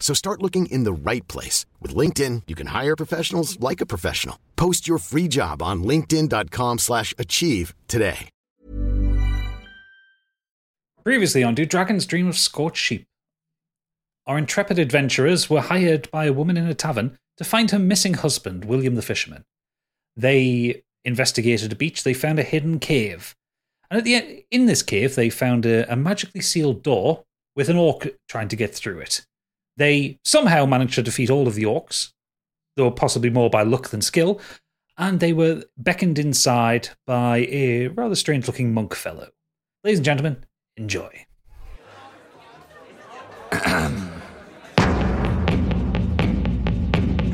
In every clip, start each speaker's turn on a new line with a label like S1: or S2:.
S1: So start looking in the right place. With LinkedIn, you can hire professionals like a professional. Post your free job on linkedin.com/achieve slash achieve today.
S2: Previously on Do Dragons Dream of Scorched Sheep? Our intrepid adventurers were hired by a woman in a tavern to find her missing husband, William the Fisherman. They investigated a beach, they found a hidden cave. And at the end, in this cave, they found a, a magically sealed door with an orc trying to get through it. They somehow managed to defeat all of the orcs, though possibly more by luck than skill, and they were beckoned inside by a rather strange looking monk fellow. Ladies and gentlemen, enjoy.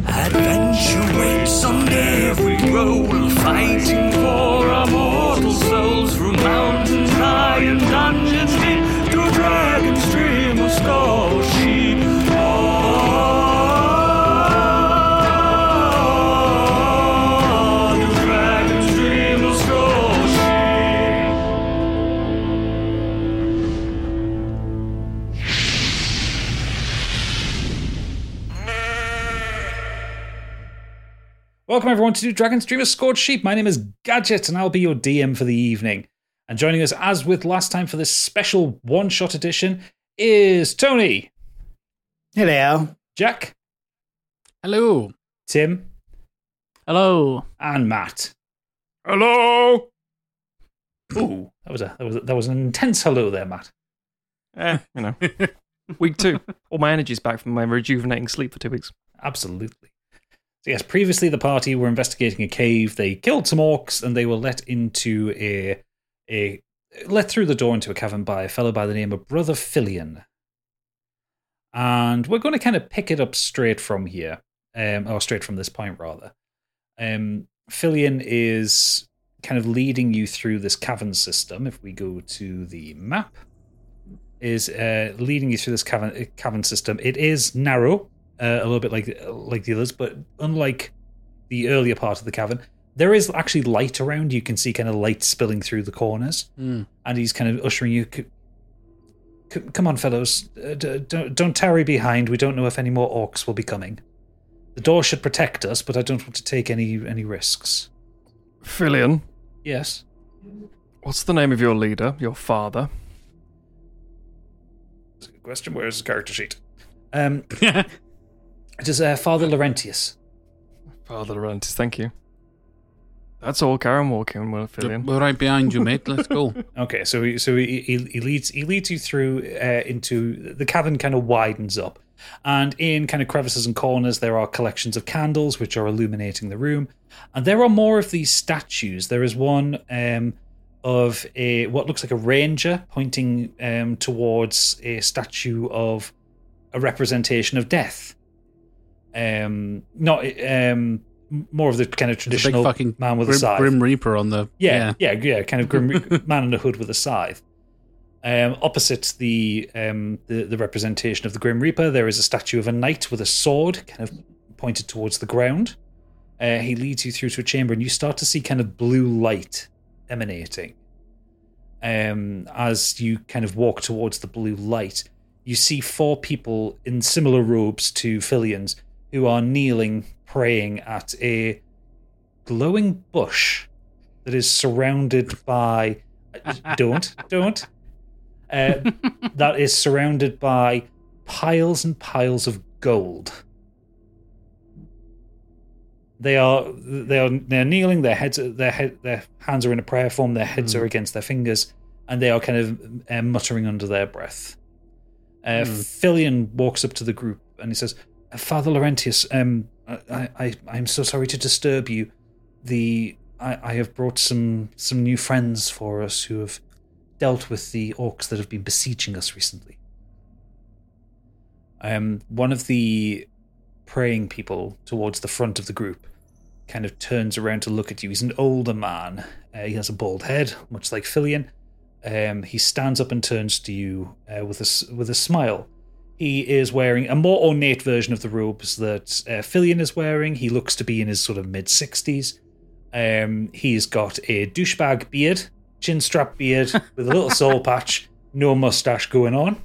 S3: Adventure waits on every roll, fighting for our mortal souls through mountains high and dungeons deep to a dragon stream of skull sheep. Oh, to dragon stream of skull sheep.
S2: Welcome everyone to Dragon Streamer Scored Sheep. My name is Gadget and I'll be your DM for the evening. And joining us as with last time for this special one-shot edition is Tony,
S4: Hello.
S2: Jack,
S5: Hello.
S2: Tim,
S5: Hello.
S2: and Matt.
S6: Hello.
S2: Ooh, that was a that was a, that was an intense hello there, Matt.
S6: Eh, you know, week two. All my energy's back from my rejuvenating sleep for two weeks.
S2: Absolutely. So yes, previously the party were investigating a cave. They killed some orcs and they were let into a a let through the door into a cavern by a fellow by the name of Brother Filion. And we're going to kind of pick it up straight from here, um, or straight from this point rather. Um, Filion is kind of leading you through this cavern system. If we go to the map, is uh, leading you through this cavern uh, cavern system. It is narrow, uh, a little bit like like the others, but unlike the earlier part of the cavern, there is actually light around. You can see kind of light spilling through the corners,
S5: Mm.
S2: and he's kind of ushering you. "C- c- Come on, fellows! Uh, d- Don't don't tarry behind. We don't know if any more orcs will be coming. The door should protect us, but I don't want to take any any risks.
S6: Filion,
S2: Yes,
S6: what's the name of your leader, your father?
S2: That's a good question. Where's the character sheet? Um, it is uh, Father Laurentius.
S6: Father Laurentis, thank you. That's all Karen walking with Filion.
S5: We're right behind you, mate. Let's go.
S2: Okay, so he, so he, he, he leads he leads you through uh, into the cavern. Kind of widens up, and in kind of crevices and corners there are collections of candles which are illuminating the room, and there are more of these statues. There is one um, of a what looks like a ranger pointing um, towards a statue of a representation of death. Um, not um, more of the kind of
S5: There's a big
S2: traditional
S5: fucking
S2: man with a
S5: grim,
S2: scythe.
S5: grim Reaper on the.
S2: Yeah, yeah, yeah, kind of grim man in a hood with a scythe. Um, opposite the, um, the the representation of the Grim Reaper, there is a statue of a knight with a sword, kind of pointed towards the ground. Uh, he leads you through to a chamber, and you start to see kind of blue light emanating. Um, as you kind of walk towards the blue light, you see four people in similar robes to Filions who are kneeling, praying at a glowing bush that is surrounded by don't don't uh, that is surrounded by piles and piles of gold. They are they are they're kneeling. Their heads their head their hands are in a prayer form. Their heads are against their fingers, and they are kind of uh, muttering under their breath. Uh, Filion walks up to the group and he says, "Uh, "Father Laurentius, um, I, I, I I'm so sorry to disturb you. The I, I have brought some some new friends for us who have dealt with the orcs that have been besieging us recently. Um, one of the praying people towards the front of the group kind of turns around to look at you. He's an older man. Uh, he has a bald head, much like Filion. Um, he stands up and turns to you uh, with a s- with a smile. He is wearing a more ornate version of the robes that uh, Filion is wearing. He looks to be in his sort of mid sixties. Um, he's got a douchebag beard, chin strap beard with a little soul patch, no mustache going on,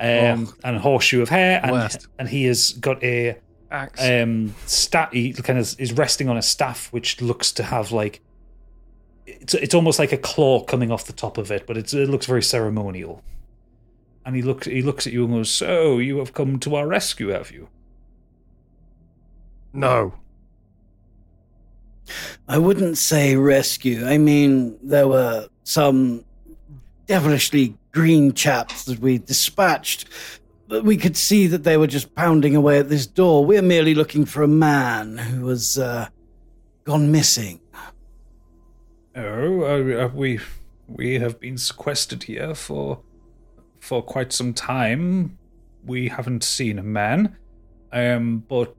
S2: um, and a horseshoe of hair, and,
S5: Worst.
S2: and he has got a
S6: Axe.
S2: um staff he kind of is resting on a staff which looks to have like it's it's almost like a claw coming off the top of it but it's, it looks very ceremonial and he looks he looks at you and goes so you have come to our rescue have you
S6: no.
S4: I wouldn't say rescue. I mean, there were some devilishly green chaps that we dispatched, but we could see that they were just pounding away at this door. We're merely looking for a man who has uh, gone missing.
S2: oh uh, we we have been sequestered here for for quite some time we haven't seen a man um but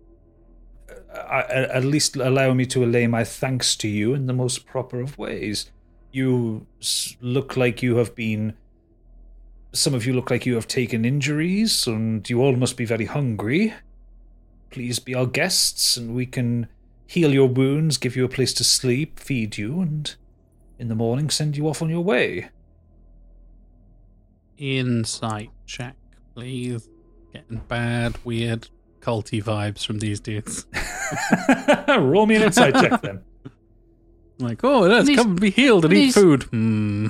S2: I, I- at least allow me to allay my thanks to you in the most proper of ways. You s- look like you have been. Some of you look like you have taken injuries, and you all must be very hungry. Please be our guests, and we can heal your wounds, give you a place to sleep, feed you, and in the morning send you off on your way.
S5: Insight check, please. Getting bad, weird, culty vibes from these dudes.
S2: Roll me an insight check then.
S5: Like, oh, let's
S7: These-
S5: come and be healed and eat
S7: these-
S5: food. Hmm.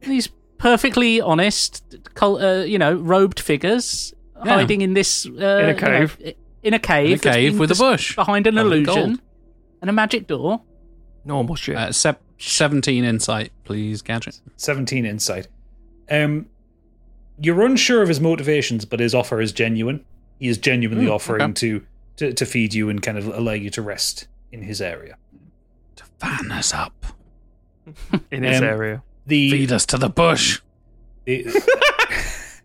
S7: These perfectly honest, col- uh, you know, robed figures
S5: Yeah.
S7: hiding in this uh,
S6: a
S7: you know,
S6: cave.
S7: i- in a cave,
S5: In a
S7: that's
S5: cave
S7: been
S5: with a
S7: dis-
S5: bush.
S7: behind an
S5: Covered in
S7: illusion
S5: gold.
S7: and a magic door.
S6: Normal shit.
S5: Uh, sep- 17 insight, please, Gadget.
S2: 17 insight. Um, you're unsure of his motivations, but his offer is genuine. He is genuinely
S5: Mm,
S2: offering
S5: okay.
S2: to, to to feed you and kind of allow you to rest in his area.
S5: To fan us up.
S6: in his
S2: um,
S6: area.
S2: The,
S5: Feed us to the bush.
S2: the-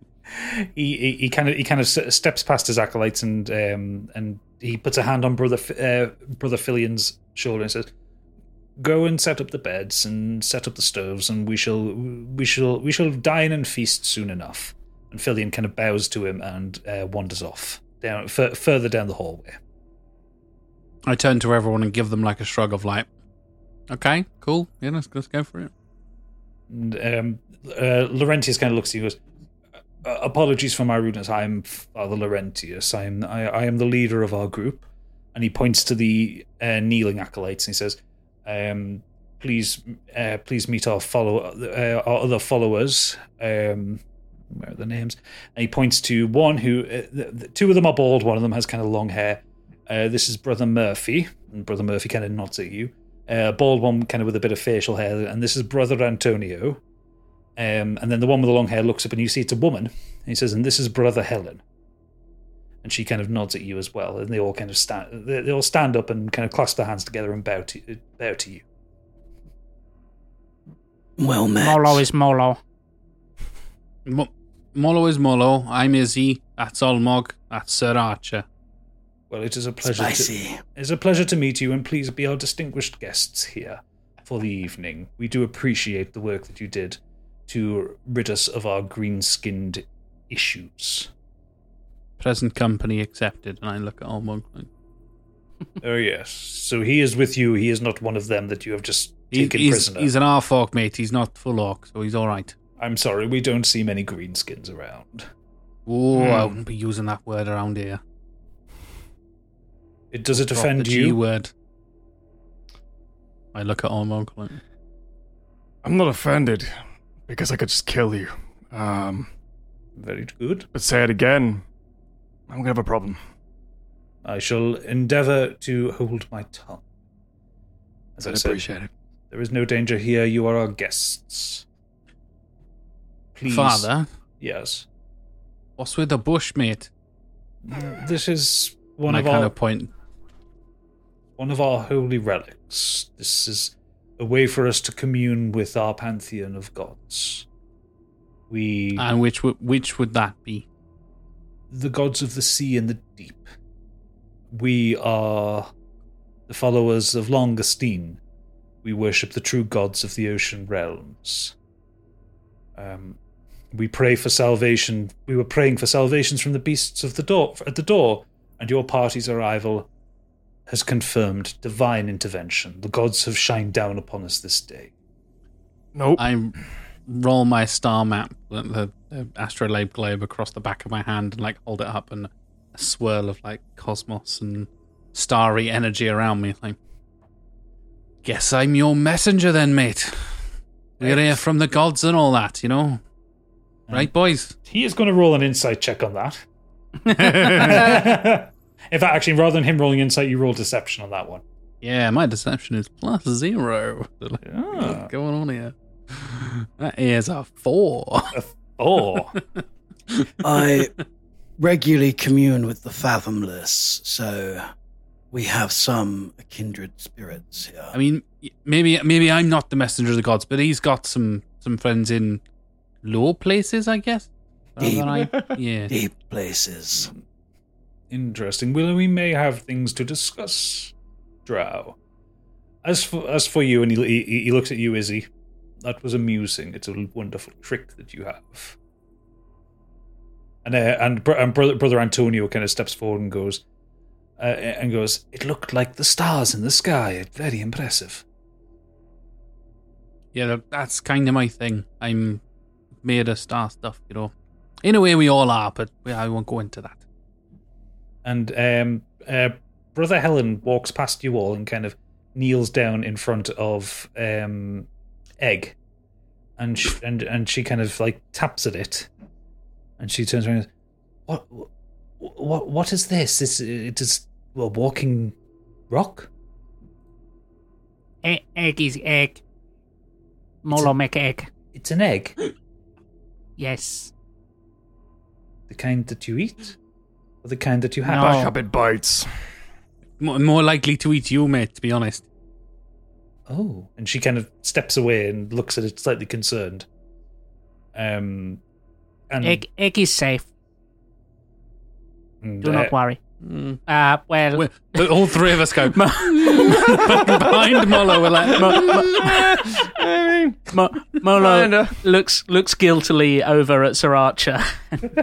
S2: he, he he kind of he kind of s- steps past his acolytes and um and he puts a hand on brother F- uh, brother Filion's shoulder and says, "Go and set up the beds and set up the stoves, and we shall we shall we shall dine and feast soon enough." And Filion kind of bows to him and uh, wanders off down f- further down the hallway.
S5: I turn to everyone and give them like a shrug of like, okay, cool. Yeah, let's, let's go for it.
S2: And, um, uh, Laurentius kind of looks at you and goes, "Uh, "Apologies for my rudeness. I am Father Laurentius. I am I, I am the leader of our group." And he points to the uh, kneeling acolytes and he says, um, "Please, uh, please meet our follow uh, our other followers." Um, where are the names? And he points to one who, uh, the, the, two of them are bald. One of them has kind of long hair. Uh, this is Brother Murphy, and Brother Murphy kind of nods at you uh, bald one kind of with a bit of facial hair, and this is Brother Antonio. Um, and then the one with the long hair looks up and you see it's a woman. And he says, and this is Brother Helen. And she kind of nods at you as well, and they all kind of stand. They, they all stand up and kind of clasp their hands together and bow to bow to you.
S4: Well met.
S7: Molo is Molo.
S5: Mo- Molo is Molo. I'm Izzy. That's Olmog. That's Sir Archer.
S2: Well, it is a pleasure. To,
S4: spicy.
S2: it's a pleasure to meet you, and please be our distinguished guests here for the evening. We do appreciate the work that you did to rid us of our green-skinned issues.
S5: Present company accepted. And I look at Olmog. Like,
S2: Oh yes. So he is with you. He is not one of them that you have just
S5: he-
S2: taken
S5: he's,
S2: prisoner.
S5: he's an half orc, mate. He's not full orc, so he's all right.
S2: I'm sorry, we don't see many greenskins around.
S5: Whoa, I
S6: Hmm.
S5: wouldn't be using that word around here.
S2: It does it
S5: Drop
S2: offend
S5: the G
S2: you?
S5: word. I look at Olmog. Like,
S8: I'm not offended because I could just kill you. Um,
S2: Very good.
S8: but say it again, I'm gonna have a problem.
S2: I shall endeavour to hold my tongue. As I
S8: I'd
S2: said,
S8: appreciate it.
S2: there is no danger here. You are our guests. Please.
S5: Father,
S2: Yes.
S5: what's with the bush, mate?
S2: This is one
S5: and I
S2: of
S5: kind
S2: our
S5: of point.
S2: one of our holy relics. This is a way for us to commune with our pantheon of gods. We
S5: And which would which would that be?
S2: the gods of the sea and the deep. We are the followers of Longestein. We worship the true gods of the ocean realms. Um, we pray for salvation. We were praying for salvations from the beasts of the door at the door, and your party's arrival has confirmed divine intervention. The gods have shined down upon us this day.
S8: Nope.
S5: I roll my star map, the, the, the astrolabe globe, across the back of my hand and like hold it up, and a swirl of like cosmos and starry energy around me. Like, guess I'm your messenger then, mate. We're here from the gods and all that, you know. Right, boys.
S2: Mm. He is going to roll an insight check on that. In fact, actually, rather than him rolling insight, you roll deception on that one.
S5: Yeah, my deception is plus zero.
S2: Ah.
S5: What's going on here? That is a four.
S2: Oh,
S4: I regularly commune with the fathomless, so we have some kindred spirits here.
S5: I mean, maybe maybe I'm not the messenger of the gods, but he's got some some friends in low places, I guess. Rather than I- yeah.
S4: deep places.
S2: interesting. Well, we may have things to discuss, Drow. As for as for you, and he, he, he looks at you, Izzy. That was amusing. It's a wonderful trick that you have. And uh, and, br- and brother, brother Antonio kind of steps forward and goes, uh, and goes. It looked like the stars in the sky. Very impressive.
S5: Yeah, that- that's kind of my thing. I'm made of star stuff, you know. In a way, we all are, but we- I won't go into that.
S2: and um, uh, brother Helen walks past you all and kind of kneels down in front of um, Egg, and sh and and she kind of like taps at it, and she turns around. And goes, what what what is this? This it is a walking rock.
S9: E- egg is egg. Molomec egg.
S2: It's an egg,
S9: Yes.
S2: the kind that you eat, or the kind that you have.
S8: Back up, it bites.
S5: More, more likely to eat you, mate. To be honest.
S2: Oh. And she kind of steps away and looks at it slightly concerned. Um, and
S9: Egg, egg is safe.
S2: and,
S9: Do
S7: Eh.
S9: not
S2: uh,
S9: worry.
S7: Hmm.
S9: Uh, well,
S5: We- but all three of us go behind Molo. We're like,
S7: Mo- Mo- Mo- Molo
S6: Kinda.
S7: looks looks guiltily over at Sir Archer.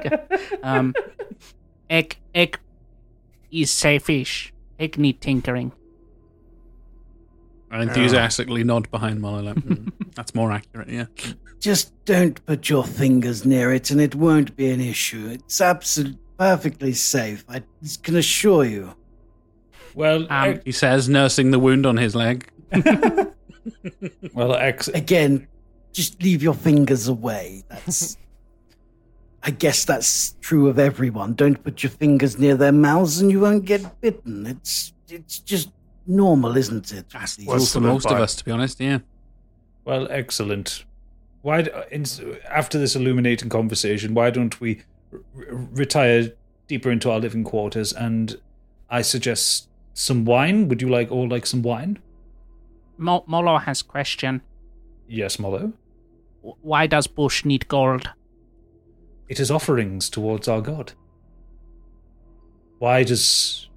S7: um,
S9: egg, egg is safe fish. Egg need tinkering.
S5: I enthusiastically nod behind Molo. Like, "Mm, that's more accurate. Yeah.
S4: Just don't put your fingers near it, and it won't be an issue. It's absolutely perfectly safe. I can assure you.
S2: Well,
S9: Um,
S2: Egg-
S5: He says, nursing the wound on his leg.
S2: Well, ex-
S4: Again, just leave your fingers away. That's. I guess that's true of everyone. Don't put your fingers near their mouths, and you won't get bitten. It's it's just normal, isn't it?
S5: That's
S8: Worse
S5: for
S8: than a
S5: most of
S8: bite.
S5: us, to be honest. Yeah.
S2: well, excellent. Why, d- in, after this illuminating conversation, why don't we r- r- retire deeper into our living quarters? And I suggest some wine. Would you like all like some wine?
S9: Mo- Molo has question.
S2: Yes, Molo.
S9: W- Why does Bush need gold?
S2: It is offerings towards our god. Why does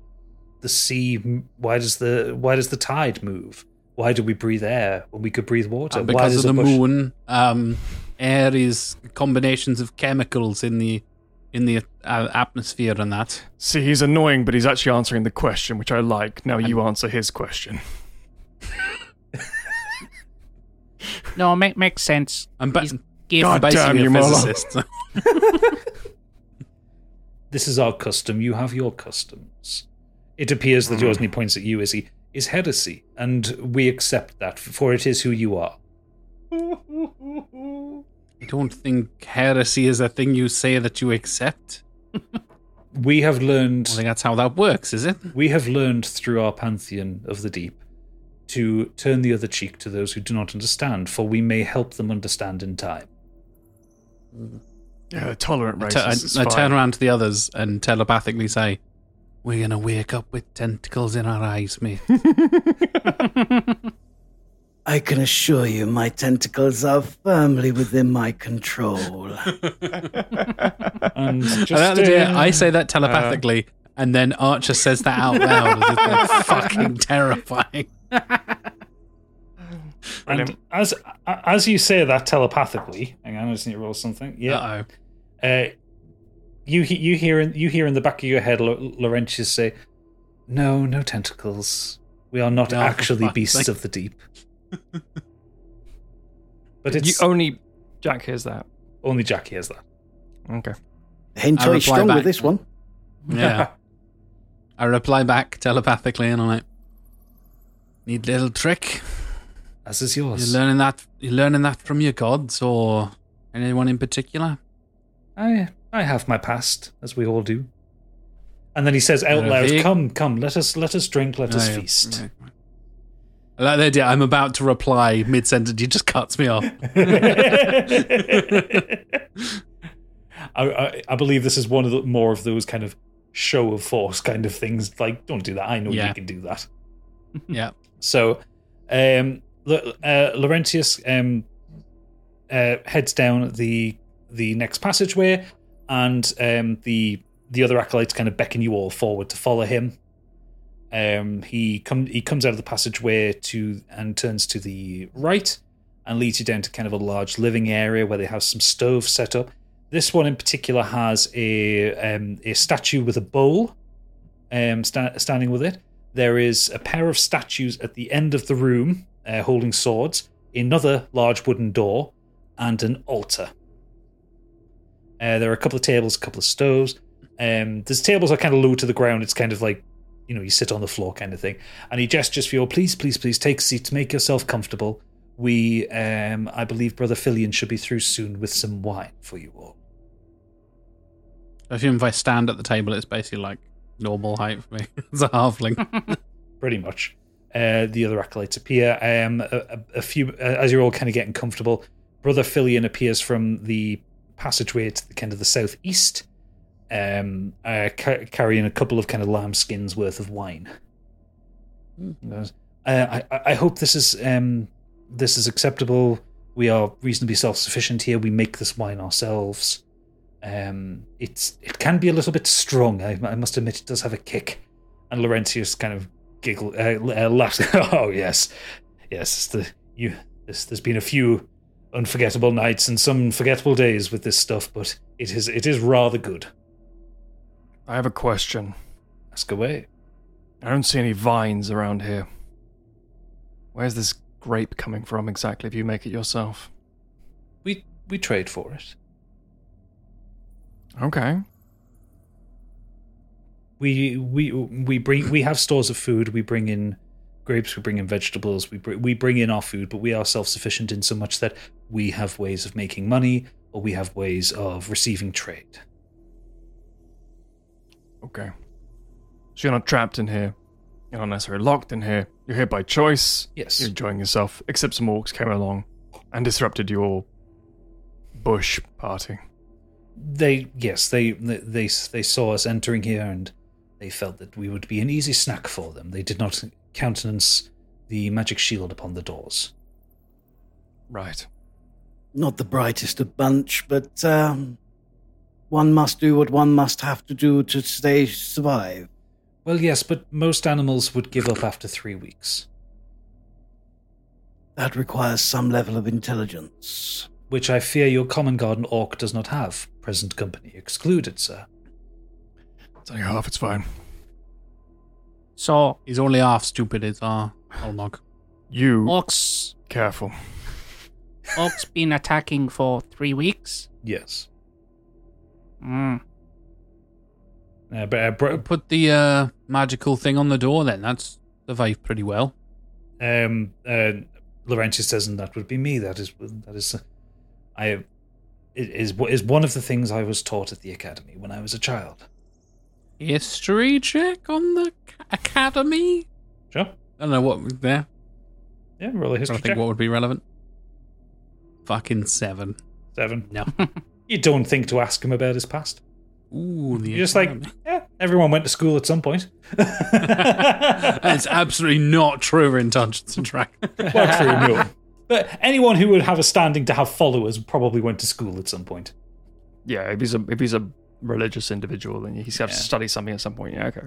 S2: the sea? m- Why does the why does the tide move? Why do we breathe air when we could breathe water?
S5: And
S2: why
S5: because
S2: does
S5: of the
S2: a bush-
S5: moon, um, air is combinations of chemicals in the in the uh, atmosphere and that.
S8: See, he's annoying, but he's actually answering the question, which I like. Now you answer his question.
S9: No, make makes sense.
S5: I'm, ba-
S9: He's gift.
S8: God
S5: I'm basically
S8: damn you,
S5: a
S8: Marlo.
S5: physicist.
S2: This is our custom, you have your customs. It appears that yours, and he points at you, is he, is heresy, and we accept that, for it is who you are.
S5: I don't think heresy is a thing you say that you accept.
S2: we have learned. I
S5: think that's how that works, is it?
S2: We have learned through our pantheon of the deep to turn the other cheek to those who do not understand, for we may help them understand in time.
S8: Yeah, the tolerant
S5: I
S8: race.
S5: tu- I- I turn around to the others and telepathically say, "We're gonna wake up with tentacles in our eyes, mate."
S4: I can assure you my tentacles are firmly within my control.
S2: and
S5: And at the day, I say that telepathically, and then Archer says that out loud. as if they're fucking terrifying.
S2: And as as you say that telepathically, hang on, I just need to roll something. Yeah. Uh, you he- you hear in, you hear in the back of your head, Lo- Laurentius say, "No, no tentacles. We are not
S8: No, for
S2: actually
S8: fuck's
S2: beasts
S8: sake."
S2: of the deep." but
S8: You
S2: it's
S8: only Jack hears that.
S2: only Jack hears that.
S8: Okay.
S5: I reply
S4: Hentai strong
S5: back.
S4: with this one.
S5: Yeah. I reply back telepathically, and I'm like, "Need little trick?
S2: As is yours.
S5: You're learning that. You're learning that from your gods, or anyone in particular."
S2: I I have my past, as we all do. And then he says out
S5: Yeah,
S2: loud,
S5: Vic.
S2: "Come, come, let us let us drink, let us
S5: Yeah, yeah,
S2: feast."
S5: yeah. I like the idea. I'm about to reply mid sentence. He just cuts me off.
S2: I, I I believe this is one of the more of those kind of show of force kind of things. Like, don't do that. I know
S5: Yeah.
S2: you can do that.
S5: yeah.
S2: So, um, L- uh, Laurentius um, uh, heads down the the next passageway, and um, the the other acolytes kind of beckon you all forward to follow him. Um, he come he comes out of the passageway to and turns to the right, and leads you down to kind of a large living area where they have some stoves set up. This one in particular has a um, a statue with a bowl um, sta- standing with it. There is a pair of statues at the end of the room uh, holding swords, another large wooden door, and an altar. Uh, there are a couple of tables, a couple of stoves. Um, these tables are kind of low to the ground. It's kind of like, you know, you sit on the floor kind of thing. And he gestures for you, "Oh, please, please, please take seats, make yourself comfortable. We, um, I believe Brother Filian should be through soon with some wine for you all.
S5: I assume if I stand at the table, it's basically like normal height for me. it's a halfling.
S2: pretty much. Uh, the other acolytes appear. Um, a, a- a few uh, as you're all kind of getting comfortable. Brother Filian appears from the passageway to the kind of the southeast, um, uh, ca- carrying a couple of kind of lamb skins worth of wine. And goes, Uh, I, I- I hope this is um, this is acceptable. We are reasonably self-sufficient here. We make this wine ourselves. Um, it's it can be a little bit strong. I, I must admit, it does have a kick. And Laurentius kind of giggle, uh, uh, laughs. oh yes, yes. It's the you. This, there's been a few unforgettable nights and some forgettable days with this stuff, but it is it is rather good.
S8: I have a question.
S2: Ask away.
S8: I don't see any vines around here. Where's this grape coming from exactly if you make it yourself?
S2: We we trade for it.
S8: Okay.
S2: We we we bring we have stores of food. We bring in grapes. We bring in vegetables. We br- we bring in our food, but we are self sufficient in so much that we have ways of making money or we have ways of receiving trade.
S8: Okay. So you're not trapped in here. You're not necessarily locked in here. You're here by choice.
S2: Yes.
S8: You're enjoying yourself, except some orcs came along and disrupted your bush party.
S2: they yes they they they saw us entering here and they felt that we would be an easy snack for them they did not countenance the magic shield upon the doors
S8: Right.
S4: Not the brightest of bunch, but um, one must do what one must have to do to stay survive.
S2: well yes but most animals would give up after 3 weeks
S4: That requires some level of intelligence.
S2: which i fear your common garden orc does not have present company excluded sir
S8: It's only half, it's fine.
S9: So,
S5: He's only half stupid. uh, It's our Olmog.
S8: You
S9: orcs,
S8: careful.
S9: orcs been attacking for three weeks.
S2: yes
S9: Mm.
S2: uh, but uh, bro-
S5: Put the uh, magical thing on the door. Then that's survived pretty well.
S2: um uh, Laurentius says, and that would be me. That is, that is, I, it is, is one of the things I was taught at the academy when I was a child.
S5: History check on the ca- academy.
S2: Sure.
S5: I don't know what there.
S2: Yeah, roll a history
S5: I think
S2: check.
S5: what would be relevant. Fucking seven.
S2: Seven.
S5: No.
S2: You don't think to ask him about his past.
S5: Ooh, the
S2: You're just like, yeah, everyone went to school at some point.
S5: it's absolutely not true in Dungeons and Dragons.
S2: Well, true, no. But anyone who would have a standing to have followers probably went to school at some point.
S8: Yeah, if he's a if he's a religious individual, then he's got to study something at some point. Yeah, okay.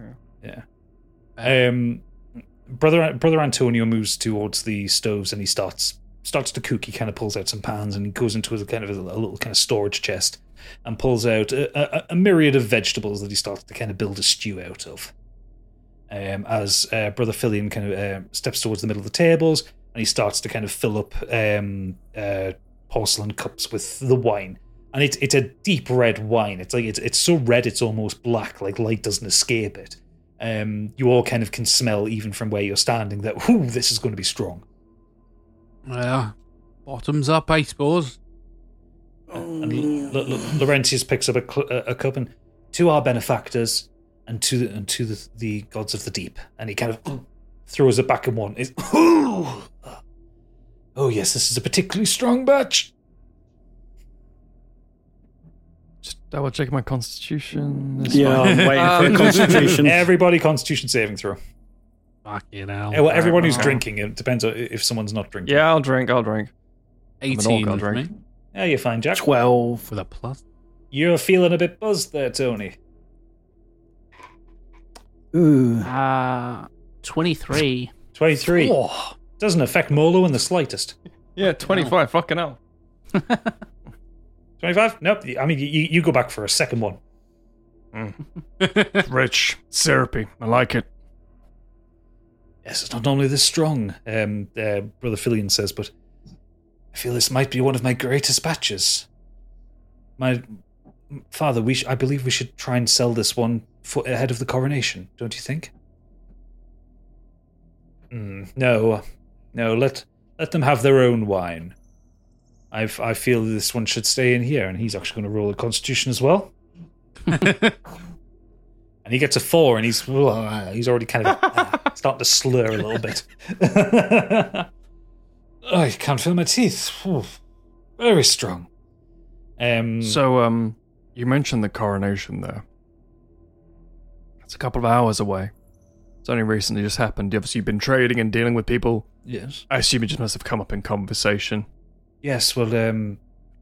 S2: Yeah. Um, brother brother Antonio moves towards the stoves and he starts starts to cook. He kind of pulls out some pans and he goes into a kind of a, little kind of storage chest and pulls out a, a, a myriad of vegetables that he starts to kind of build a stew out of. Um, as uh, brother Fillion kind of uh, steps towards the middle of the tables and he starts to kind of fill up um, uh, porcelain cups with the wine. And it's it's a deep red wine. It's like it's it's so red it's almost black. Like light doesn't escape it um, you all kind of can smell, even from where you're standing, that, whoo, this is going to be strong.
S5: Well, bottoms up, eh, I suppose.
S2: And L- L- L- Laurentius picks up a, cl- a a cup and, to our benefactors and to the, and to the, the gods of the deep. And he kind of throws it back in one. It's, whoo! Oh, yes, this is a particularly strong batch.
S8: Double check my constitution. That's
S4: Yeah,
S8: fine.
S4: I'm waiting for a
S8: Um,
S4: constitution.
S2: Everybody, constitution saving throw.
S5: Fucking hell.
S2: Eh, well, everyone who's
S8: Wow.
S2: drinking, it depends on if someone's not drinking.
S8: Yeah, I'll drink. I'll drink. I'm an orc,
S5: 18
S8: I'll
S5: with
S8: drink.
S5: me.
S2: Yeah, you're fine, Jack.
S4: 12.
S5: With a plus.
S2: You're feeling a bit buzzed there, Tony.
S4: Ooh.
S7: Uh, 23.
S2: 23.
S8: Oh,
S2: Doesn't affect Molo in the slightest.
S8: yeah, 25. Fucking hell.
S2: 25? Nope. I mean, you, you go back for a second one.
S8: Mm. Rich, syrupy. I like it.
S2: Yes, it's not normally this strong, um, uh, Brother Fillion says, but I feel this might be one of my greatest batches. My father, we sh- I believe we should try and sell this one for ahead of the coronation, don't you think? Mm, no, no. Let let them have their own wine. I I feel this one should stay in here, and he's actually going to roll a constitution as well. and he gets a four, and he's uh, he's already kind of uh, starting to slur a little bit. I can't feel my teeth. Whew. Very strong. Um,
S8: So, um, you mentioned the coronation there. It's a couple of hours away. It's only recently just happened. Obviously, you've been trading and dealing with people.
S2: yes,
S8: I assume it just must have come up in conversation.
S2: yes. Well, um,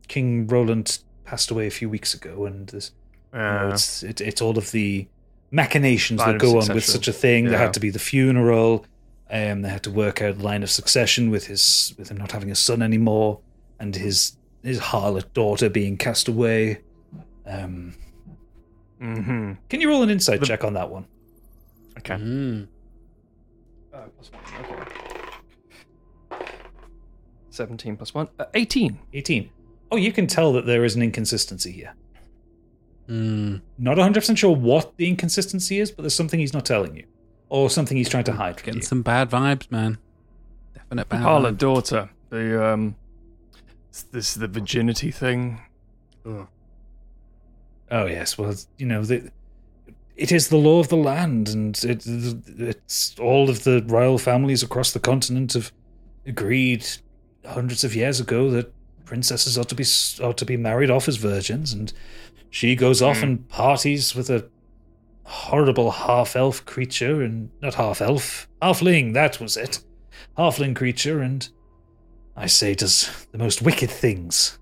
S2: King Roland passed away a few weeks ago, and there's you
S8: Ah.
S2: know, it's it, it's all of the machinations
S8: Line
S2: that
S8: of
S2: go on with
S8: succession.
S2: such a thing. There
S8: Yeah.
S2: had to be the funeral. Um, they had to work out line of succession with his with him not having a son anymore, and his his harlot daughter being cast away. Um,
S8: mm-hmm.
S2: can you roll an insight check on that one?
S8: Okay.
S5: Mm.
S8: Uh, plus one. Okay. 17 plus one. Uh, 18.
S2: 18. Oh, you can tell that there is an inconsistency here.
S5: Mm.
S2: Not 100% sure what the inconsistency is, but there's something he's not telling you. Or something he's trying to hide from
S5: Getting
S2: you.
S5: some bad vibes, man. Definite bad
S8: Carla
S5: vibes.
S8: Oh, daughter. The um, s- this the virginity thing.
S2: Oh, yes. Well, you know, the, it is the law of the land, and it, it's all of the royal families across the continent have agreed hundreds of years ago that princesses ought to be ought to be married off as virgins, and she goes off and parties with a horrible half elf creature, and not half elf, halfling. That was it, halfling creature, and I say does the most wicked things.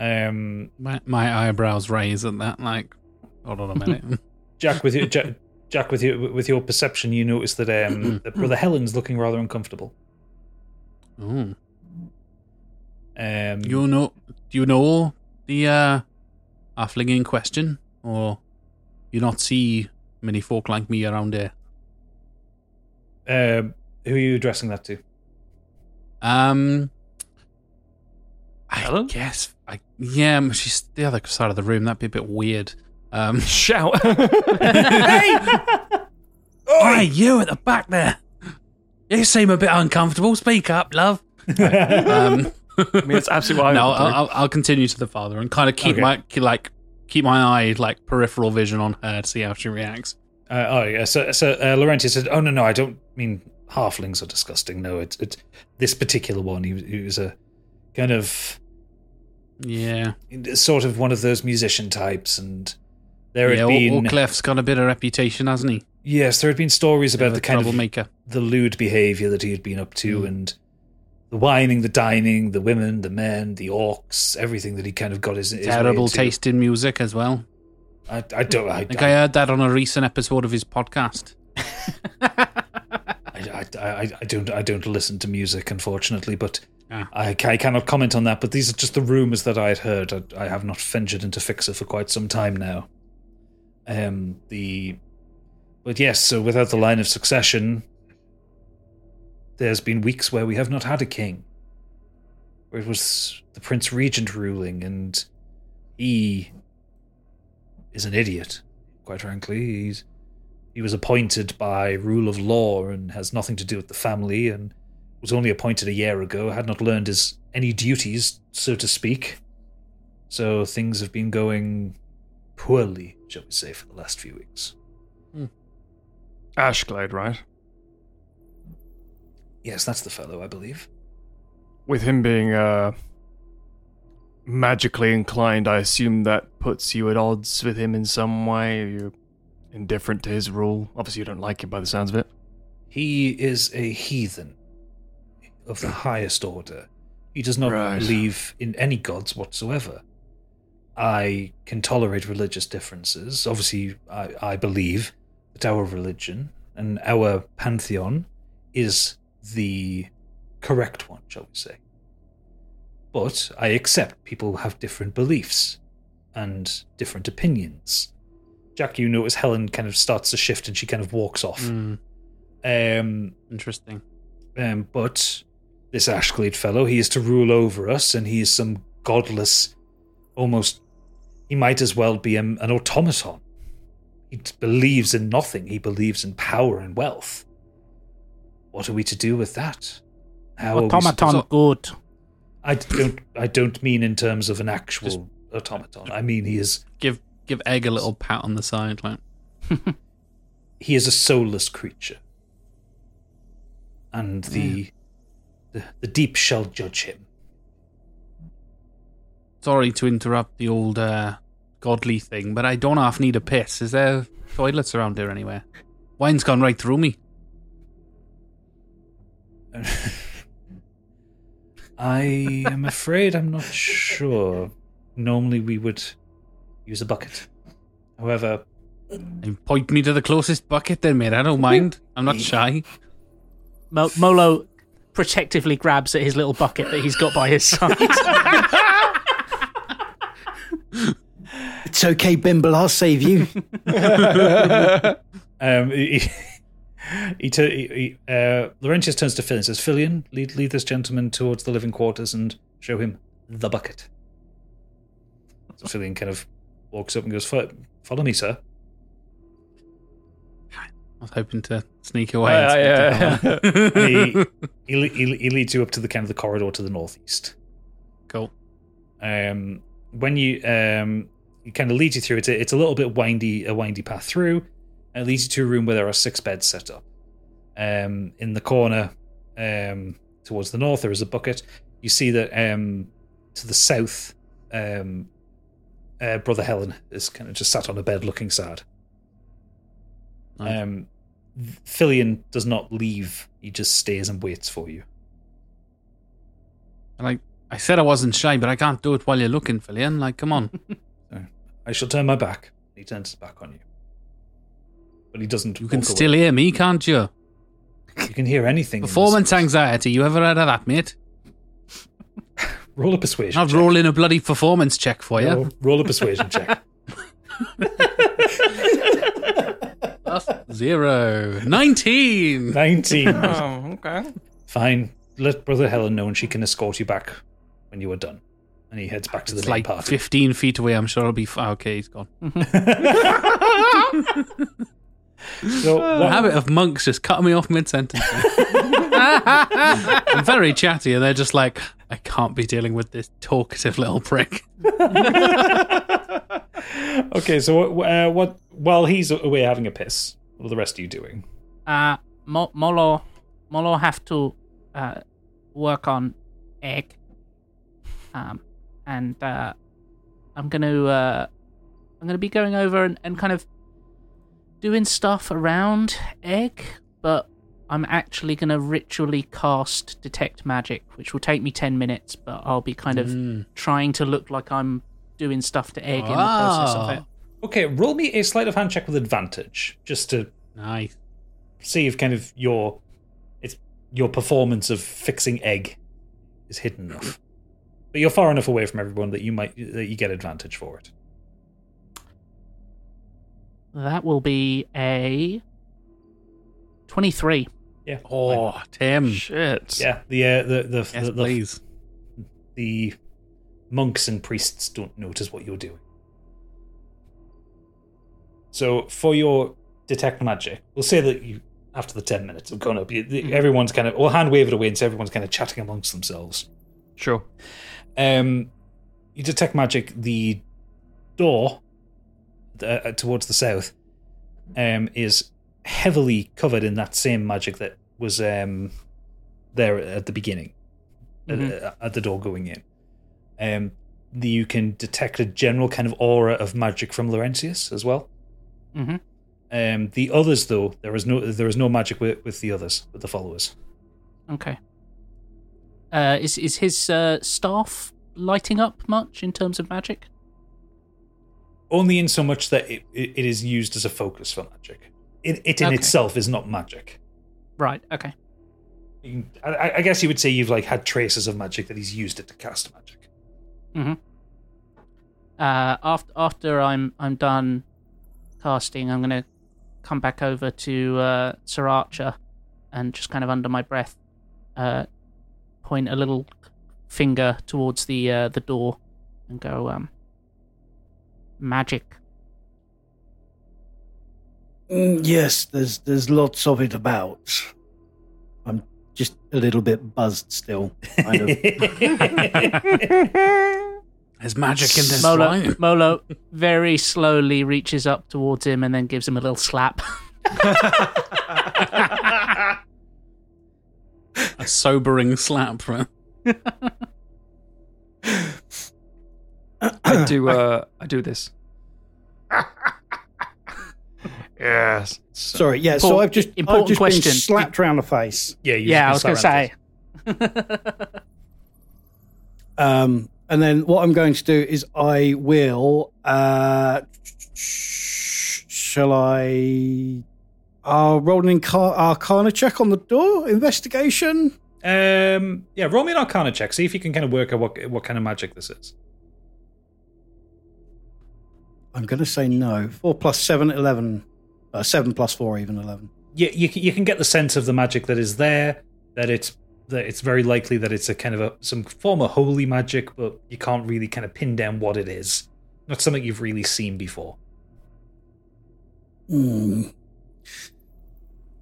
S2: Um,
S5: My, my eyebrows raise at that, like, hold on a minute.
S2: Jack, with your Jack, Jack with your with your perception, you notice that um, that brother Helen's looking rather uncomfortable.
S5: Ooh.
S2: Um,
S5: Mm. You know, do you know the uh, halfling in question, or you not see many folk like me around here?
S2: um, who are you addressing that to?
S5: Um, I
S8: Helen?
S5: guess, I yeah, but she's the other side of the room. That'd be a bit weird. Um,
S8: Shout.
S5: hey, you at the back there. You seem a bit uncomfortable. Speak up, love. um,
S8: I mean, it's absolutely what I
S5: no,
S8: would do.
S5: I'll, I'll- I'll continue to the father and kind of keep
S8: Okay.
S5: my ke- like keep my eye like peripheral vision on her to see how she reacts.
S2: Uh, oh yeah. So so uh, Laurentius said, "Oh no, no, I don't mean halflings are disgusting. No, it's it's this particular one. He was, he was a kind of
S5: yeah,
S2: sort of one of those musician types, and there
S5: yeah,
S2: had been
S5: Al- Alclef's got a bit of reputation, hasn't he?
S2: yes, there had been stories
S5: Bit
S2: about
S5: of
S2: the
S5: a
S2: kind
S5: troublemaker. Mm.
S2: of the lewd behaviour that he had been up to, and the whining, the dining, the women, the men, the orcs, everything that he kind of got his, his way
S5: Terrible
S2: into.
S5: taste in music as well.
S2: I, I don't. I,
S5: I think I heard that on a recent episode of his podcast.
S2: I, I, I, I don't I don't listen to music, unfortunately, but
S5: Ah.
S2: I, ca- I cannot comment on that. But these are just the rumours that I had heard. I, I have not ventured into Fixer for quite some time now. Um, the, but yes, so without the line of succession, there's been weeks where we have not had a king. Where it was the Prince Regent ruling, and he is an idiot. Quite frankly, he's he was appointed by rule of law and has nothing to do with the family and was only appointed a year ago had not learned his any duties so to speak so things have been going poorly shall we say for the last few weeks
S8: Ashglade, right?
S2: yes that's the fellow i believe
S8: With him being uh, magically inclined, I assume that puts you at odds with him in some way. You're indifferent to his rule. Obviously, you don't like him by the sounds of it.
S2: he is a heathen of the highest order he does not
S8: Right.
S2: believe in any gods whatsoever i can tolerate religious differences obviously i, I believe that our religion and our pantheon is the correct one, shall we say. But I accept people have different beliefs and different opinions. Jack, you notice Helen kind of starts to shift and she kind of walks off. Um,
S5: Interesting.
S2: Um, but this Ashglade fellow, he is to rule over us and he is some godless, almost, he might as well be um, an automaton. He t- believes in nothing, he believes in power and wealth. What are we to do with that? How are we supposed-
S9: Automaton good.
S2: I don't. I don't mean in terms of an actual automaton. I mean he is
S5: Give give Egg a little pat on the side, like
S2: he is a soulless creature, and the the, the deep shall judge him.
S5: sorry to interrupt the old uh, godly thing, but I don't half need a piss. Is there toilets around here anywhere? Wine's gone right through me.
S2: I am afraid I'm not sure. Normally we would use a bucket. However,
S5: And point me to the closest bucket then, mate. I don't mind. I'm not shy.
S7: Mo- Molo protectively grabs at his little bucket that he's got by his side.
S4: It's okay, Bimble. I'll save you.
S2: um, he, he, he, tu- he- he- uh, Laurentius turns to Filion and says, "Filion, lead lead this gentleman towards the living quarters and show him the bucket." So Filion kind of walks up and goes, "Fo- "Follow me, sir."
S5: I was hoping to sneak away.
S2: Uh,
S5: and
S2: yeah.
S5: speak to Helen.
S2: he, he, le- he, le- he leads you up to the kind of the corridor to the northeast.
S5: Cool.
S2: Um, when you um, he kind of leads you through it, it's a little bit windy, a windy path through. And it leads you to a room where there are six beds set up. Um, in the corner, um, towards the north, there is a bucket. You see that um, to the south, um, uh, Brother Helen is kind of just sat on a bed, looking sad.
S5: Nice.
S2: Um, Filion does not leave. He just stays and waits for you.
S5: And I, I said I wasn't shy, but I can't do it while you're looking, Fillion. Like, come on.
S2: I shall turn my back. He turns his back on you. But he doesn't.
S5: You can still hear me, can't you?
S2: You can hear anything. in this-
S5: Performance anxiety. You ever heard of that, mate?
S2: Roll a persuasion.
S5: I'll
S2: check.
S5: roll in a bloody performance check for you.
S2: Roll, roll a persuasion check.
S5: Zero. 19.
S2: 19.
S8: Oh, okay.
S2: Fine. Let Brother Helen know and she can escort you back when you are done. And he heads back to the
S5: It's
S2: main
S5: like
S2: party.
S5: 15 feet away. I'm sure it'll be. F- oh, okay, he's gone.
S2: So,
S5: The
S2: what,
S5: habit of monks just cutting me off mid sentence. I'm very chatty, and they're just like, I can't be dealing with this talkative little prick.
S2: Okay, so uh, what? While he's away having a piss, what are the rest of you doing?
S7: Uh, Mo- Molo, Molo have to uh, work on egg. Um, and uh, I'm gonna uh, I'm gonna be going over and, and kind of doing stuff around egg, but I'm actually gonna ritually cast detect magic, which will take me ten minutes, but I'll be kind of
S5: Mm.
S7: trying to look like I'm doing stuff to egg in the process
S2: Ah.
S7: of it.
S2: Okay, roll me a sleight of hand check with advantage, just to
S5: nice
S2: see if kind of your it's your performance of fixing egg is hidden enough. But you're far enough away from everyone that you might that you get advantage for it.
S7: That will be a 23.
S2: Yeah.
S5: Oh, Tim.
S6: Shit.
S2: Yeah. The uh, the the
S5: Yes,
S2: the,
S5: please.
S2: the monks and priests don't notice what you're doing. So for your detect magic, we'll say that you after the ten minutes have gone up, you,
S5: Hmm.
S2: the- everyone's kind of or hand wave it away, and so everyone's kind of chatting amongst themselves.
S6: Sure.
S2: Um, you detect magic. The door uh, uh, towards the south um, is heavily covered in that same magic that was um, there at the beginning, uh,
S10: Mm-hmm.
S7: Mhm.
S2: at the door going in. Um, the, you can detect a general kind of aura of magic from Laurentius as well.
S7: Mm-hmm.
S2: Um, the others, though, there is no there is no magic with, with the others, with the followers.
S7: Okay. Uh, is is his uh, staff lighting up much in terms of magic?
S2: Only in so much that it, it, it is used as a focus for magic. It, it in
S7: Okay.
S2: itself is not magic.
S7: Right. Okay.
S2: You- I, I guess you would say you've like had traces of magic that he's used it to cast magic.
S7: Uh, after after I'm I'm done casting, I'm gonna come back over to uh, Sir Archer and just kind of under my breath, uh, point a little finger towards the uh, the door and go um, magic.
S4: Mm, yes, there's there's lots of it about. I'm just a little bit buzzed still. Kind of.
S5: There's magic in this
S7: Molo,
S5: wine.
S7: Molo very slowly reaches up towards him and then gives him a little slap.
S5: A sobering slap. Right?
S6: I do. Uh, I do this. yes.
S4: Sorry, yeah. so
S7: Paul,
S4: I've just
S7: important
S4: I've just
S7: question.
S4: been slapped round the face,
S2: yeah, you
S7: yeah, I was going to say.
S4: um, and then what I'm going to do is I will. Uh, shall I? I'll roll an incar- Arcana check on the door investigation.
S2: Um, yeah, roll me an Arcana check. See if you can kind of work out what what kind of magic this is.
S4: I'm going to say no. Four plus seven, eleven. Uh, seven plus four, even eleven.
S2: You, you can- you can get the sense of the magic that is there. That it's that it's very likely that it's a kind of a some form of holy magic, but you can't really kind of pin down what it is. Not something you've really seen before.
S4: Hmm.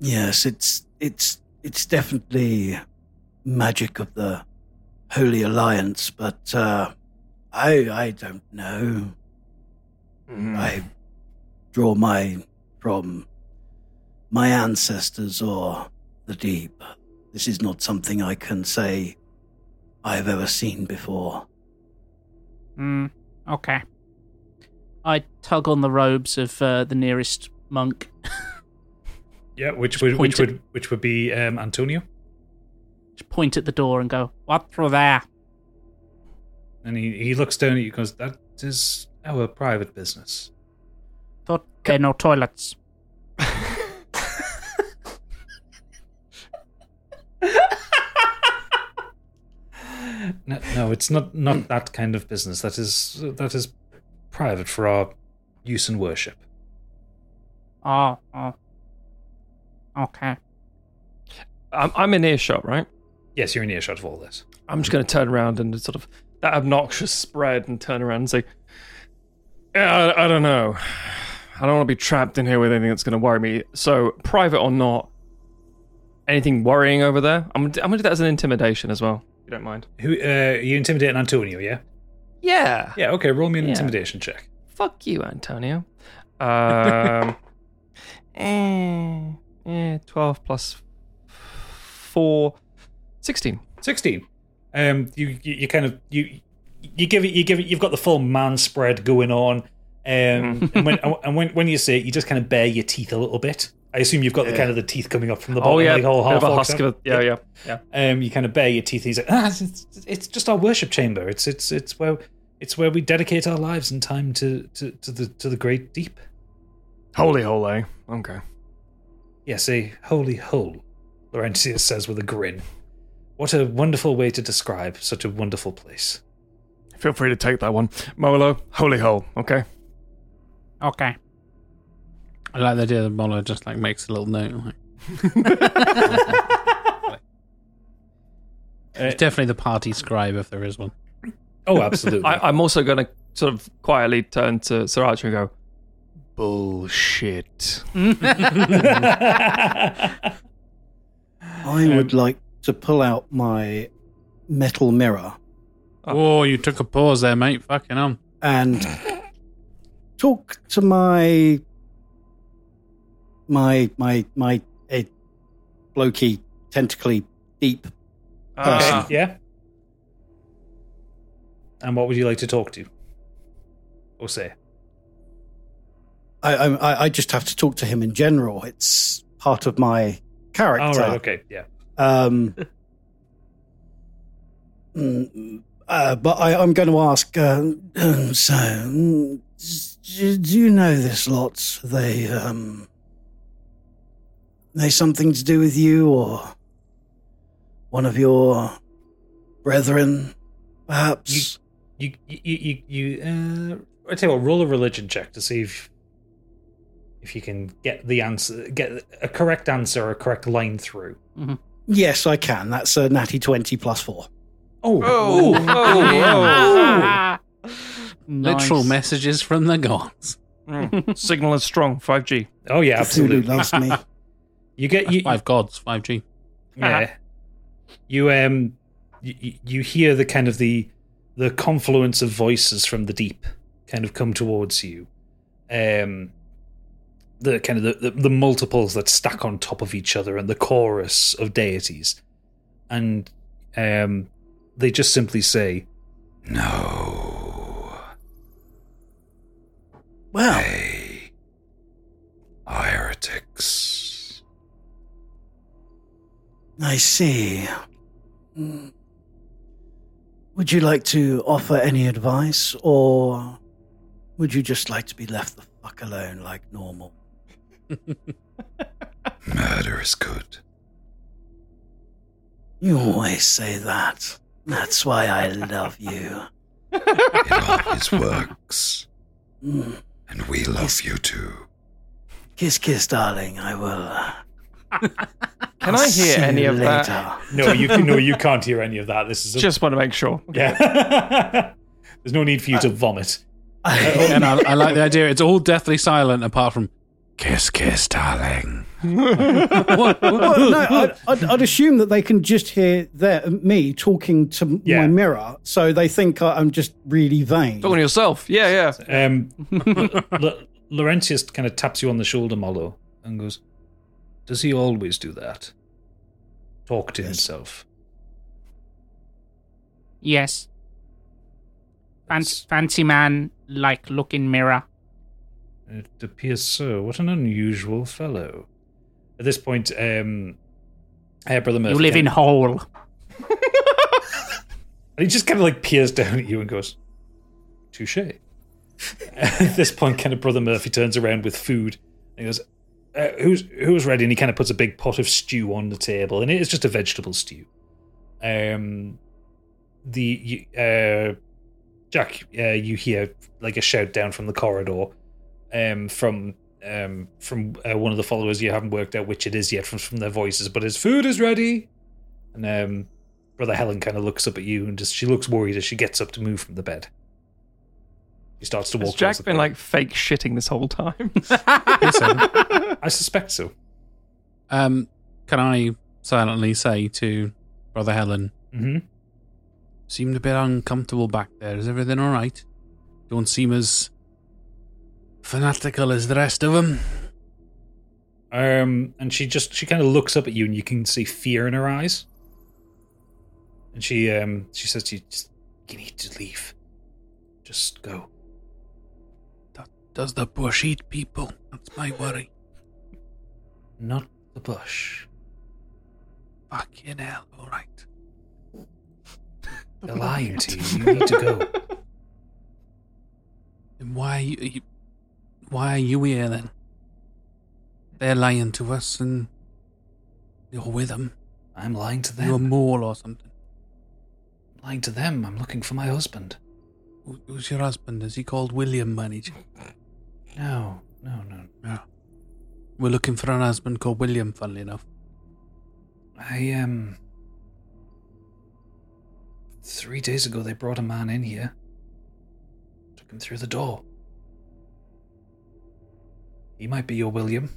S4: Yes, it's it's it's definitely magic of the Holy Alliance, but uh, I I don't know. I draw mine from my ancestors or the deep. This is not something I can say I've ever seen before.
S7: Mm, okay. I tug on the robes of uh, the nearest monk.
S2: Yeah, which would
S7: point
S2: which would which would be um, Antonio,
S7: Just point at the door and go, "What through there?"
S2: and he, he looks down at you and goes, "That is our private business."
S7: Thought there no toilets.
S2: No, no, it's not
S8: Hmm.
S2: not that kind of business. That is that is private for our use and worship.
S7: Oh, oh. Okay.
S6: I'm, I'm in earshot, right?
S2: Yes, you're in earshot of all this.
S6: I'm just going to turn around and sort of that obnoxious spread and turn around and say, "Yeah, I, I don't know. I don't want to be trapped in here with anything that's going to worry me. So, private or not,
S8: Anything worrying over there? I'm, I'm gonna do that as an intimidation as well. If you don't mind.
S2: Who uh, you intimidating Antonio? Yeah.
S8: Yeah.
S2: Yeah. Okay. Roll me an
S8: Yeah.
S2: intimidation check.
S8: Fuck you, Antonio. Um, eh, eh, 12 plus 4, 16.
S2: 16 um you you, you kind of you you give it you give it you've got the full man spread going on um
S8: Hmm.
S2: and when and when, when you say it, you just kind of bare your teeth a little bit i assume you've got the
S8: Yeah.
S2: kind of the teeth coming up from the bottom
S8: Oh, yeah.
S2: like all
S8: bit of
S2: half
S8: a
S2: forks
S8: husk
S2: up.
S8: of a- yeah, yeah, yeah.
S2: um you kind of bare your teeth and he's like ah, it's, it's just our worship chamber it's it's it's where it's where we dedicate our lives and time to to, to the to the great deep
S8: Holy, holy. Okay.
S2: yes a holy hole laurentius says with a grin what a wonderful way to describe such a wonderful place
S8: Feel free to take that one. Molo, holy hole, okay?
S9: Okay.
S5: I like the idea that Molo just like makes a little note. Like. He's definitely the party scribe if there is one.
S8: Oh,
S2: Oh,
S8: I, I'm also going to sort of quietly turn to Sir Archer and go, bullshit.
S4: I would like to pull out my metal mirror
S5: Oh, you took a pause there, mate. Fucking on.
S4: and talk to my my my my eh, blokey tentacly deep person.
S2: Okay, yeah. And what would you like to talk to? Or say?
S4: I, I'm- I I just have to talk to him in general. It's part of my character.
S2: All right, okay, yeah.
S4: Um, mm, uh, but I, I'm going to ask. Uh, um, so, mm, do, do you know this lot? They um, they something to do with you or one of your brethren, perhaps?
S2: You you you you. you uh, I tell you what, roll a religion check to see if if you can get the answer, get a correct answer, a correct line through.
S4: yes, I can. That's a natty twenty plus four.
S2: Oh,
S5: Oh,
S2: oh,
S5: oh, Literal
S8: Nice.
S5: messages from the gods.
S8: Mm. Signal is strong, 5G.
S2: Oh yeah, absolutely. You get you,
S5: Five gods, five G. Uh-huh.
S2: Yeah. You um you, you- you hear the kind of the the confluence of voices from the deep kind of come towards you. Um the kind of the, the, the multiples that stack on top of each other and the chorus of deities. And um they just simply say
S4: Wow.
S2: heretics.
S4: I see. Mm. Would you like to offer any advice, or would you just like to be left the fuck alone like normal?
S2: Murder is good.
S4: You always say that. That's why I love you.
S11: It always works.
S4: Mm.
S11: And we love you too.
S4: Kiss, kiss, darling. I will. uh,
S8: Can
S4: I'll
S8: I hear
S4: see
S8: any
S4: you
S8: of that?
S4: later.
S2: No, you can, no, you can't hear any of that. This is a,
S8: Just want to make sure.
S2: yeah. There's no need for you to vomit.
S8: Uh-huh.
S5: and I, I like the idea. It's all deathly silent apart from kiss, kiss, darling.
S4: well, no, I'd, I'd, I'd assume that they can just hear their, me talking to my mirror, so they think I- I'm just really vain.
S8: Talking to yourself. Yeah,
S2: yeah. Um, L- Laurentius kind of taps you on the shoulder, Molo, and goes, Does he always do that? Talk to himself.
S9: Yes. Fancy, fancy man, like looking mirror.
S2: It appears so. What an unusual fellow. At this point, um, Herr Brother Murphy.
S9: you live in
S2: kind of-
S9: hole.
S2: And he just kind of like peers down at you and goes, Touche. at this point, kind of Brother Murphy turns around with food and he goes, uh, who's who's ready? And he kind of puts a big pot of stew on the table, and it is just a vegetable stew. Um, the you- uh, Jack, uh, you hear like a shout down from the corridor, um, from um, from uh, one of the followers. You haven't worked out which it is yet from from their voices, but his food is ready. And um, brother Helen kind of looks up at you, and just she looks worried as she gets up to move from the bed. She starts to
S8: Has
S2: walk.
S8: Jack
S2: towards the
S8: been
S2: corridor.
S8: like fake shitting this whole time?
S2: I suspect so.
S5: Um, can I silently say to Brother Helen,
S2: Mhm.
S5: Seemed a bit uncomfortable back there. Is everything all right? Don't seem as fanatical as the rest of them.
S2: Um, and she just she kind of looks up at you, and you can see fear in her eyes. And she um she says to you, just, "You need to leave. Just go."
S5: Does the bush eat people? That's my worry.
S2: Not the bush.
S5: Fucking hell. All right.
S2: They're lying to you. You need to go.
S5: Then why are you, you- why are you here then? They're lying to us, and you're with them.
S2: I'm lying to
S5: You're
S2: them.
S5: mole or something.
S2: lying to them. I'm looking for my husband.
S5: Who- Who's your husband? Is he called William Manage?
S2: No, no, no.
S5: Yeah. We're looking for an husband called William. Funnily enough.
S2: I um. Three days ago, they brought a man in here. Took him through the door. He might be your William.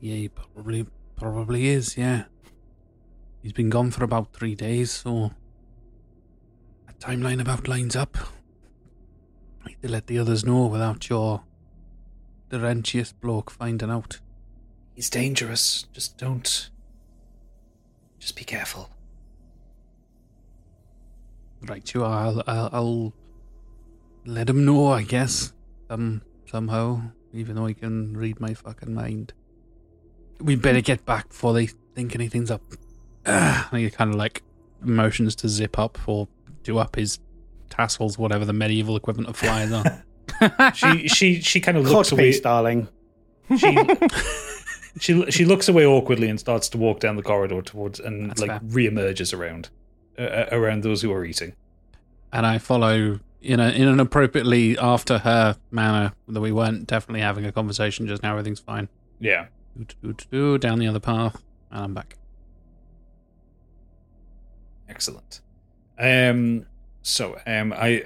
S5: Yeah, he probably probably is. Yeah, he's been gone for about three days, so a timeline about lines up. I need to let the others know without your derencious bloke finding out.
S2: He's dangerous. Just don't. Just be careful.
S5: Right, you are. I'll, I'll, I'll let him know, I guess. Some somehow, even though he can read my fucking mind. We better get back before they think anything's up. Ah, and he kind of like motions to zip up or do up his tassels, whatever the medieval equivalent of flies are.
S2: she she she kind of looks away.
S4: Codpiece, darling.
S2: She she looks away awkwardly and starts to walk down the corridor towards and like reemerges around uh, uh, around those who are eating.
S5: and I follow in a, in an appropriately after her manner that we weren't definitely having a conversation just now. Everything's fine.
S2: Yeah.
S5: Doot, doot, doot, Down the other path, and I'm back.
S2: Excellent. Um. So um. I.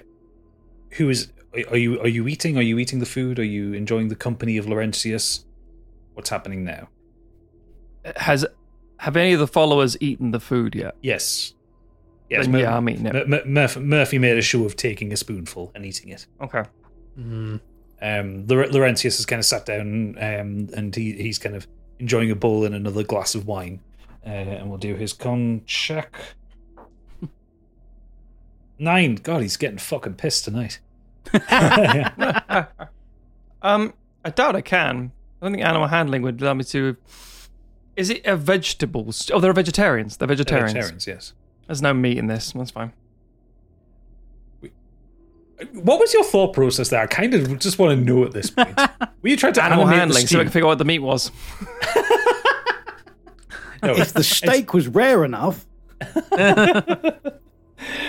S2: Who is? Are you? Are you eating? Are you eating the food? Are you enjoying the company of Laurentius? What's happening now?
S6: Has have any of the followers eaten the food yet?
S2: Yes.
S6: Then yeah, I'm eating it.
S2: Mur- Mur- Murphy, Murphy made a show of taking a spoonful and eating it.
S6: Okay.
S2: Um, Lor- Laurentius has kind of sat down um, and he, he's kind of enjoying a bowl and another glass of wine. Uh, and we'll do his con check. Nine. God, he's getting fucking pissed tonight.
S6: Um, I doubt I can. I don't think animal handling would allow me to. Is it a vegetables? Oh, they're vegetarians. They're vegetarians.
S2: vegetarians, yes.
S6: There's no meat in this. That's fine.
S2: What was your thought process there? I kind of just want to know at this point. Were you trying to
S6: Animal
S2: animate the
S6: handling, so I
S2: steam?
S6: can figure out what the meat was.
S4: if the steak was rare enough,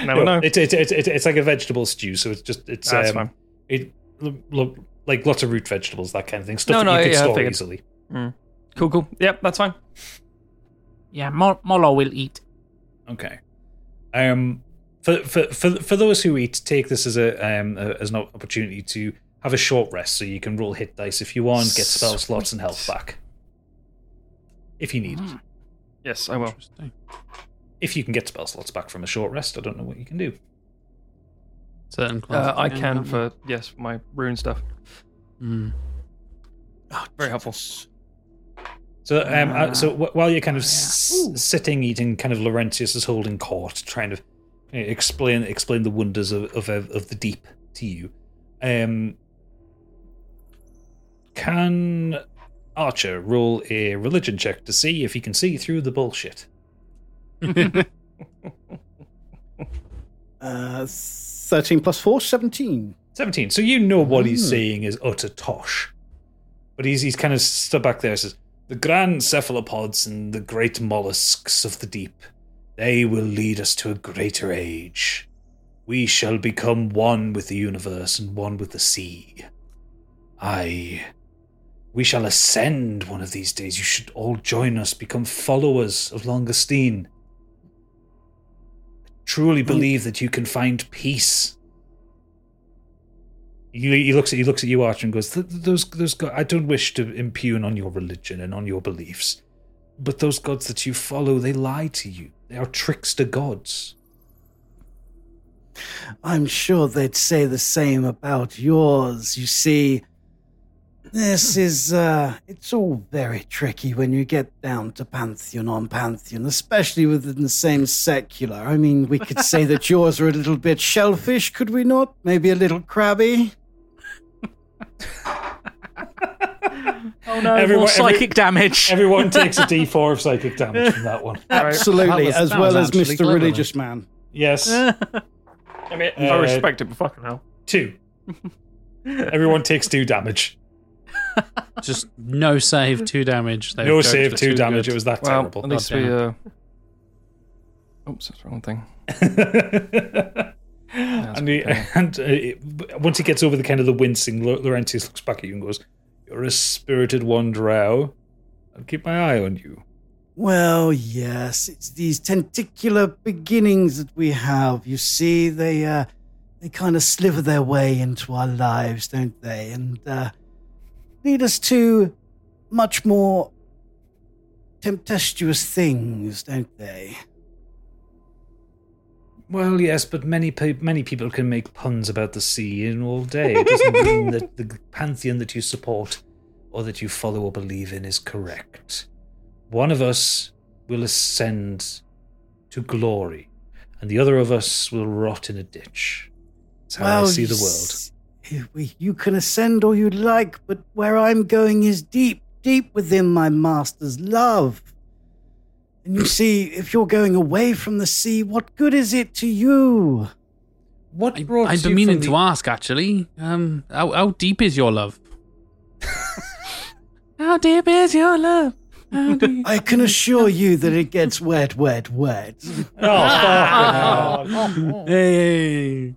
S6: Never know.
S2: It's it's it's it's it's like a vegetable stew, so it's just it's
S6: That's
S2: um,
S6: fine.
S2: it lo- lo- like lots of root vegetables, that kind of thing. Stuff
S6: No,
S2: that
S6: no,
S2: you could
S6: yeah, I
S2: store
S6: figured.
S2: easily.
S6: Mm. Cool, cool. Yep, that's fine.
S9: Yeah, Mol- Molo will eat.
S2: Okay. Um, for for for for those who eat, take this as a um a, as an opportunity to have a short rest, so you can roll hit dice if you want, get spell slots and health back, if you need
S6: Uh,
S2: it.
S6: Yes, I will.
S2: If you can get spell slots back from a short rest, I don't know what you can do.
S5: Certain classes.
S6: Uh, I
S5: can,
S6: can
S5: can't
S6: for yes, for my rune stuff.
S5: you? Mm.
S6: Very helpful.
S2: So, um, uh, so wh- while you're kind of s- sitting, eating, kind of Laurentius is holding court, trying to uh, explain explain the wonders of of, of of the deep to you. Um, can Archer roll a religion check to see if he can see through the bullshit?
S4: uh, 13 plus 4, 17.
S2: 17. So you know what he's
S4: Hmm.
S2: saying is utter tosh. But he's, he's kind of stood back there and says, The grand cephalopods and the great mollusks of the deep, they will lead us to a greater age. We shall become one with the universe and one with the sea. Aye. We shall ascend one of these days. You should all join us, become followers of Longestine. I truly believe that you can find peace he, he looks at he looks at you, Archer, and goes, "Th- th- "Those those guys, I don't wish to impugn on your religion and on your beliefs, But those gods that you follow, they lie to you. They are trickster gods.
S4: I'm sure they'd say the same about yours. You see, this is, uh, it's all very tricky when you get down to pantheon on pantheon, especially within the same secular. I mean, we could say that yours are a little bit shellfish, could we not? Maybe a little crabby?
S7: Oh no, more psychic damage.
S2: Everyone takes a d4 of psychic damage from that one.
S4: Absolutely, as well as Mr. Religious Man.
S2: Yes. I
S6: mean,
S8: Uh,
S6: I respect it, but fucking hell.
S2: Two. Everyone takes two damage.
S5: Just no save, two damage. They
S2: No
S5: were judged
S2: save,
S5: as
S2: two
S5: too
S2: damage.
S5: good.
S2: It was that
S5: Well,
S2: terrible.
S5: at least
S2: God damn
S5: we,
S2: it.
S5: uh,
S8: Oops, that's the wrong thing.
S2: and he, and uh, it- once he gets over the kind of the wincing, Lo- Laurentius looks back at you and goes, "You're a spirited wanderer. I'll keep my eye on you."
S4: Well, yes, it's these tentacular beginnings that we have. You see, they uh, they kind of sliver their way into our lives, don't they? And uh, lead us to much more tempestuous things, don't they?
S2: Well, yes, but many pe- many people can make puns about the sea in all day. It doesn't mean that the pantheon that you support or that you follow or believe in is correct. One of us will ascend to glory, and the other of us will rot in a ditch. That's how I
S4: Well,
S2: see
S4: you
S2: the world.
S4: s- we- You can ascend all you like, but where I'm going is deep, deep within my master's love. And you see, if you're going away from the sea, what good is it to you?
S2: What
S4: brought
S5: I've been meaning to ask, actually. Um, how, how deep is your love?
S4: How deep is your love? I can assure you that it gets wet, wet, wet.
S2: Oh, hey.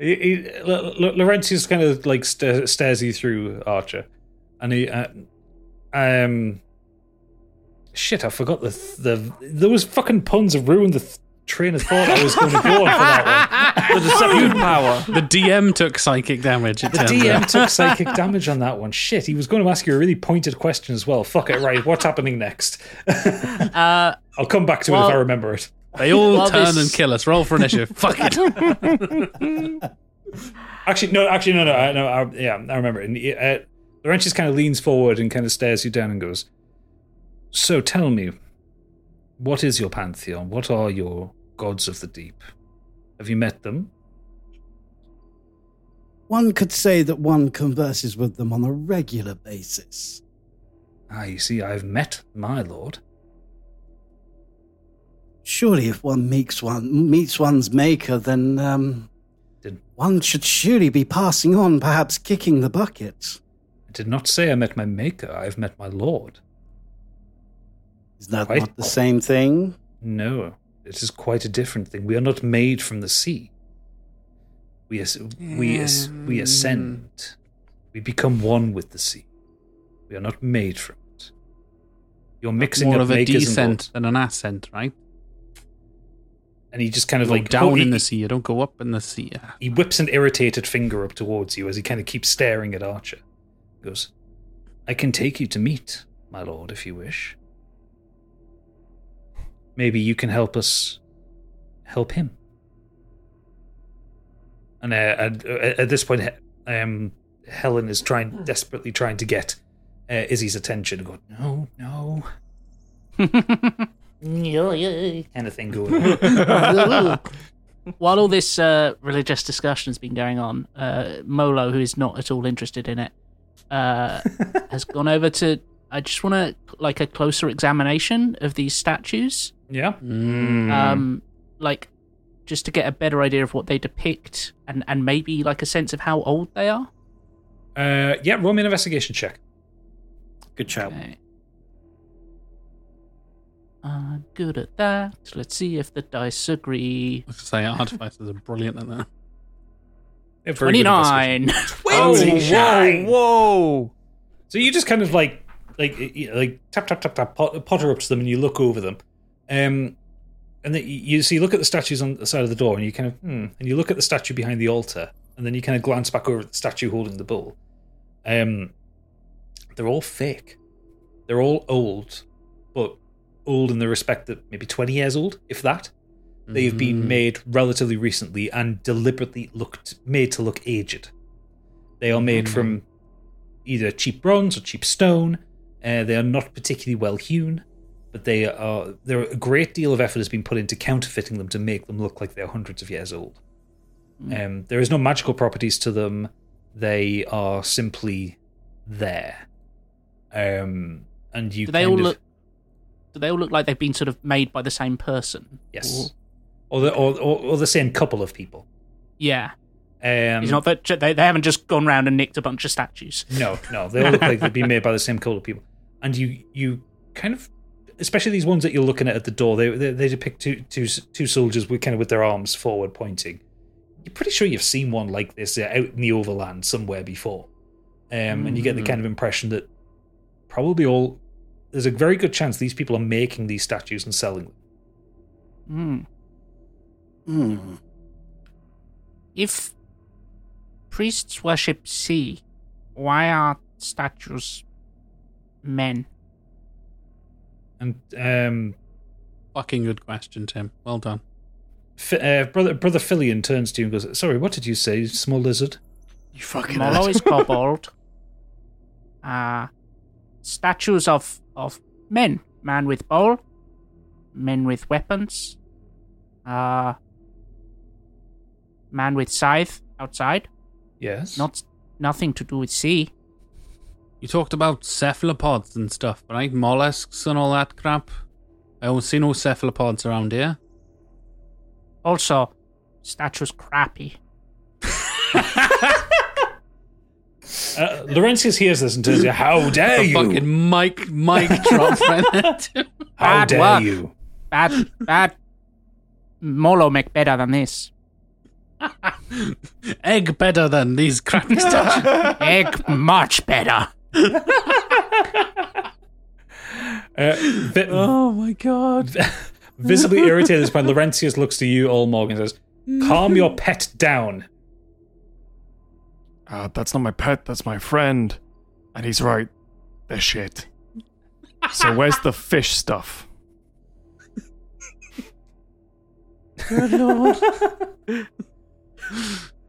S2: He, he, L- L- Laurentius kind of like st- stares you through Archer, and he, uh, um, shit, I forgot the th- the those fucking puns have ruined the th- train of thought I was going to go on for that one.
S5: The deceptive
S2: power.
S5: Oh. The DM took psychic damage. It
S2: The
S5: turns
S2: DM
S5: out.
S2: took psychic damage on that one. Shit, he was going to ask you a really pointed question as well. Fuck it, right? What's happening next?
S7: Uh,
S2: I'll come back to it
S7: Well-
S2: if I remember it.
S5: They all
S7: Well,
S5: turn
S7: this-
S5: and kill us. Roll for initiative. Fuck it.
S2: Actually, no. Actually, no, no. I, no I, yeah, I remember. it. And uh, Laurentius kind of leans forward and kind of stares you down and goes, "So tell me, what is your pantheon? What are your gods of the deep? Have you met them?
S4: One could say that one converses with them on a regular basis.
S2: Ah, you see, I've met my lord.
S4: Surely, if one meets one meets one's maker, then um, one should surely be passing on, perhaps kicking the bucket.
S2: I did not say I met my maker. I've met my lord.
S4: Is that not the same thing?
S2: No, it is quite a different thing. We are not made from the sea. We as- we as- we
S5: Yeah.
S2: ascend. We become one with the sea. We are not made from it. You're mixing
S5: More
S2: up
S5: of a
S2: makers and
S5: descent than an ascent, right?
S2: And he just kind of
S5: You're
S2: like
S5: down
S2: oh,
S5: in
S2: he-
S5: the sea. You don't go up in the sea.
S2: He whips an irritated finger up towards you as he kind of keeps staring at Archer. He goes, I can take you to meet, my lord, if you wish. Maybe you can help us help him. And uh, at, at this point, he- um, Helen is trying desperately trying to get uh, Izzy's attention. Going,
S5: Oh,
S2: No, no. kind of thing going on.
S7: While all this uh, religious discussion has been going on, uh, Molo, who is not at all interested in it, uh, has gone over to. I just want to like a closer examination of these statues.
S2: yeah.
S5: Hmm.
S2: Mm.
S7: um, like just to get a better idea of what they depict and and maybe like a sense of how old they are.
S2: Uh, yeah, roll me an investigation check.
S4: Good chat.
S7: Uh, good at that. Let's see if the dice agree.
S5: I was gonna say artificers are brilliant at that.
S7: Twenty nine.
S2: whoa, whoa! Oh, So you just kind of like, like, you know, like tap tap tap tap pot- potter up to them, and you look over them, um, and then you- you so you look at the statues on the side of the door, and you kind of hmm, and you look at the statue behind the altar, and then you kind of glance back over at the statue holding the bull. Um, they're all fake. They're all old, but old in the respect that maybe 20 years old, if that. They've been
S5: Mhm.
S2: made relatively recently and deliberately looked made to look aged. They are made from either cheap bronze or cheap stone. Uh, they are not particularly well hewn, but they are. There a great deal of effort has been put into counterfeiting them to make them look like they're hundreds of years old.
S7: Hmm.
S2: Um, there is no magical properties to them. They are simply there. Um, and you
S7: do they all
S2: kind of-
S7: look? Do they all look like they've been sort of made by the same person?
S2: yes, or the or, or, or the same couple of people.
S7: Yeah.
S2: Um,
S7: it's not that ju- they, they haven't just gone round and nicked a bunch of statues.
S2: No, no, they all look like they've been made by the same couple of people. And you, you kind of, especially these ones that you're looking at at the door, they they, they depict two, two, two soldiers with kind of with their arms forward pointing. You're pretty sure you've seen one like this uh, out in the overland somewhere before, um, and you get the
S5: Mhm.
S2: kind of impression that probably all there's a very good chance these people are making these statues and selling them.
S7: Hmm.
S4: Hmm.
S7: If priests worship sea, why are statues men?
S2: And um,
S5: fucking good question, Tim. Well done.
S2: F- uh, brother brother Fillion turns to you and goes, "Sorry, what did you say, small lizard?"
S4: You fucking
S7: Molo is kobold. Uh, statues of of men, man with bowl, men with weapons, uh, man with scythe outside.
S2: Yes.
S7: Not nothing to do with sea.
S5: You talked about cephalopods and stuff, right? Mollusks and all that crap. I don't see no cephalopods around here.
S7: Also, statues crappy.
S2: Uh, Laurentius hears this and turns to you, "How dare
S5: A
S2: you?
S5: Fucking mic, mic drop right there, Tim.
S2: How
S7: Bad
S2: dare
S7: work.
S2: you?
S7: Bad, bad. Molo make better than this.
S5: Egg better than these crappy statues.
S7: Egg much better.
S2: Uh, vi-
S5: oh my god.
S2: visibly irritated at this point, Laurentius looks to you, all Morgan, and says, "Calm your pet down."
S8: Uh, that's not my pet, that's my friend. And he's right. They're shit. so where's the fish stuff?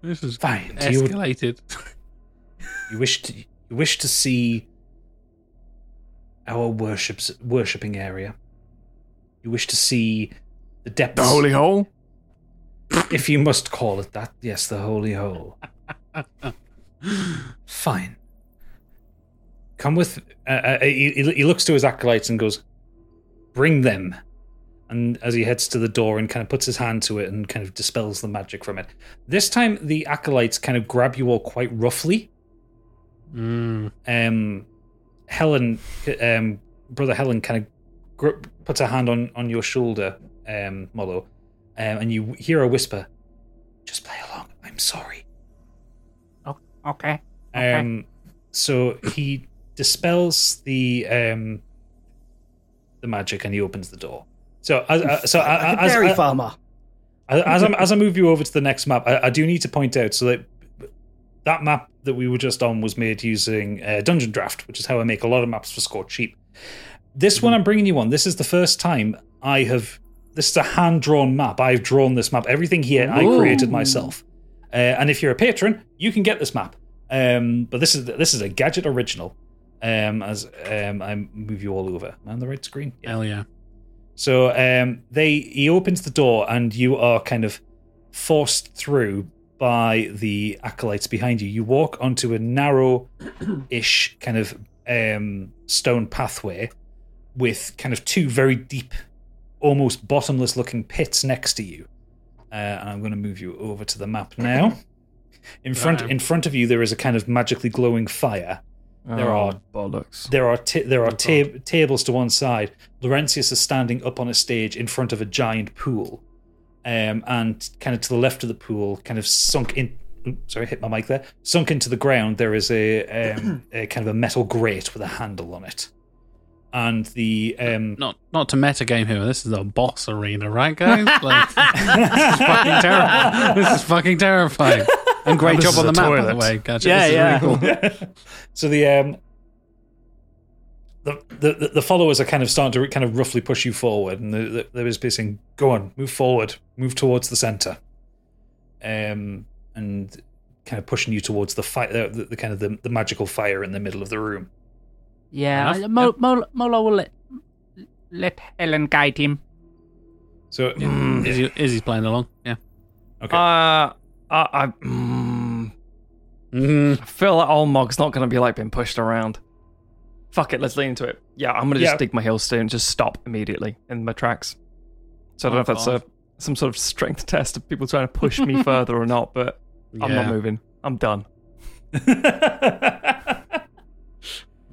S5: This is
S2: Fine. Do you,
S5: escalated.
S2: you wish to you wish to see our worships worshipping area. You wish to see the depths,
S8: The holy hole?
S2: if you must call it that. Yes, the holy hole. Fine. Come with. Uh, uh, he, he he looks to his acolytes and goes, "Bring them." And as he heads to the door and kind of puts his hand to it and kind of dispels the magic from it. This time, the acolytes kind of grab you all quite roughly.
S5: Mm.
S2: Um, Helen, um, brother Helen, kind of gr- puts her hand on on your shoulder, um, Molo, um, and you hear her whisper, "Just play along. I'm sorry."
S7: Oh, Okay. Okay.
S2: Um, so he dispels the um, the magic and he opens the door. So as uh, so
S4: Like a
S2: as,
S4: dairy
S2: as, as,
S4: farmer.
S2: as, I, as I move you over to the next map, I, I do need to point out so that that map that we were just on was made using uh, Dungeon Draft, which is how I make a lot of maps for Scorched Sheep. This one I'm bringing you on. This is the first time I have. This is a hand drawn map. I've drawn this map. Everything here I created myself. Uh, and if you're a patron, you can get this map. Um, but this is this is a gadget original. Um, as um, I move you all over, Am I on the right screen. Yeah.
S5: Hell yeah.
S2: So um, they he opens the door, and you are kind of forced through by the acolytes behind you. You walk onto a narrow-ish kind of um, stone pathway with kind of two very deep, almost bottomless-looking pits next to you. Uh, and I'm going to move you over to the map now. In front,
S5: Right.
S2: in front of you, there is a kind of magically glowing fire. There
S8: Oh,
S2: are
S8: bollocks.
S2: There are ta- there are ta- tables to one side. Laurentius is standing up on a stage in front of a giant pool, um, and kind of to the left of the pool, kind of sunk in. oop, Sorry, hit my mic there. Sunk into the ground. There is a, um, a kind of a metal grate with a handle on it, and the um,
S5: Not not to metagame here. This is a boss arena, right, guys? Like, this is fucking terrifying. This is fucking terrifying. And great
S8: And this
S5: job on the
S8: is a
S5: map, by the
S8: toilet.
S5: way. Gotcha.
S7: Yeah,
S5: this is
S7: yeah.
S5: Really cool.
S2: so the um the, the the followers are kind of starting to kind of roughly push you forward, and they're, they're basically saying, "Go on, move forward, move towards the center," um, and kind of pushing you towards the fight, the, the, the kind of the, the magical fire in the middle of the room.
S7: Yeah, I, Mo, Mo, Molo will let, let Helen guide him.
S2: So
S5: Mm. Izzy, Izzy's playing along. Yeah.
S2: Okay.
S6: Uh, I, I, mm,
S8: Mm-hmm.
S6: I feel like Olmog's not going to be like being pushed around. Fuck it, let's lean into it. Yeah, I'm going to just
S2: Yeah.
S6: dig my heels in and just stop immediately in my tracks. So I don't know if that's a, some sort of strength test of people trying to push me further or not, but I'm not
S5: Yeah.
S6: moving. I'm done.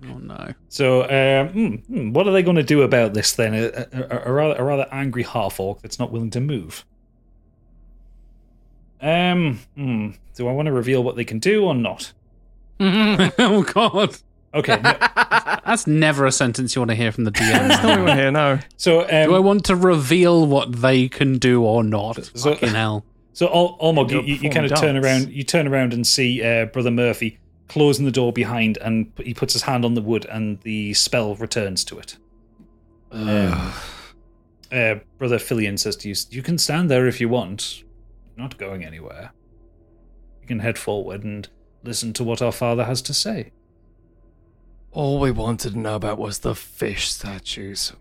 S5: Oh no.
S2: So, um, hmm, hmm, what are they going to do about this then? A, a, a, a rather, a rather angry half orc that's not willing to move. Um, hmm, do I want to reveal what they can do or not?
S5: oh god.
S2: Okay, no-
S5: That's never a sentence you want to hear from the DM.
S6: There's no one here, no.
S2: so um,
S5: Do I want to reveal what they can do or not?
S2: So-
S5: Fucking hell.
S2: So Al- Almog,
S6: You're
S2: you, you, you
S6: performing
S2: kind of turn
S6: dance.
S2: around. You turn around and see uh, Brother Murphy closing the door behind, and p- he puts his hand on the wood, and the spell returns to it. Um, uh, Brother Filian says to you, "You can stand there if you want. You're not going anywhere. You can head forward and listen to what our father has to say."
S8: All we wanted to know about was the fish statues.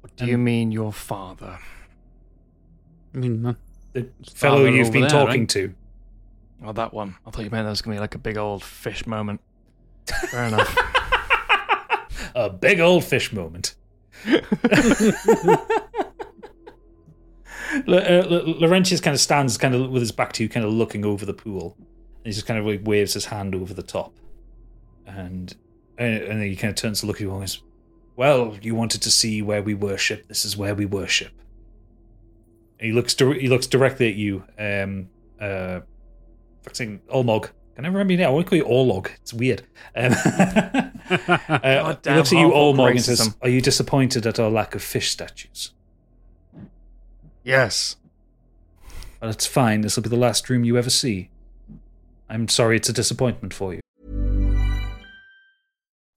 S8: What do you
S2: Um,
S8: mean, your father?
S5: I mean, uh,
S2: The
S5: father
S2: fellow you've
S5: over
S2: been
S5: there,
S2: talking
S5: right?
S2: to.
S8: Oh, that one. I thought you meant that was gonna be like a big old fish moment. Fair enough.
S2: A big old fish moment. L- uh, L- Laurentius kind of stands, kind of with his back to you, kind of looking over the pool. And he just kind of like waves his hand over the top, and and and then he kind of turns to look at you and goes, "Well, you wanted to see where we worship. This is where we worship." And he looks, dir- he looks directly at you. Um, uh, fuck's sake, Olmog. I can never remember your name. I want to call you Orlog. It's weird. Um, uh, he
S6: damn
S2: looks at you,
S6: Harvard
S2: Olmog, and says,
S6: racism.
S2: "Are you disappointed at our lack of fish statues?"
S8: yes.
S2: Well, it's fine. This will be the last room you ever see. I'm sorry it's a disappointment for you.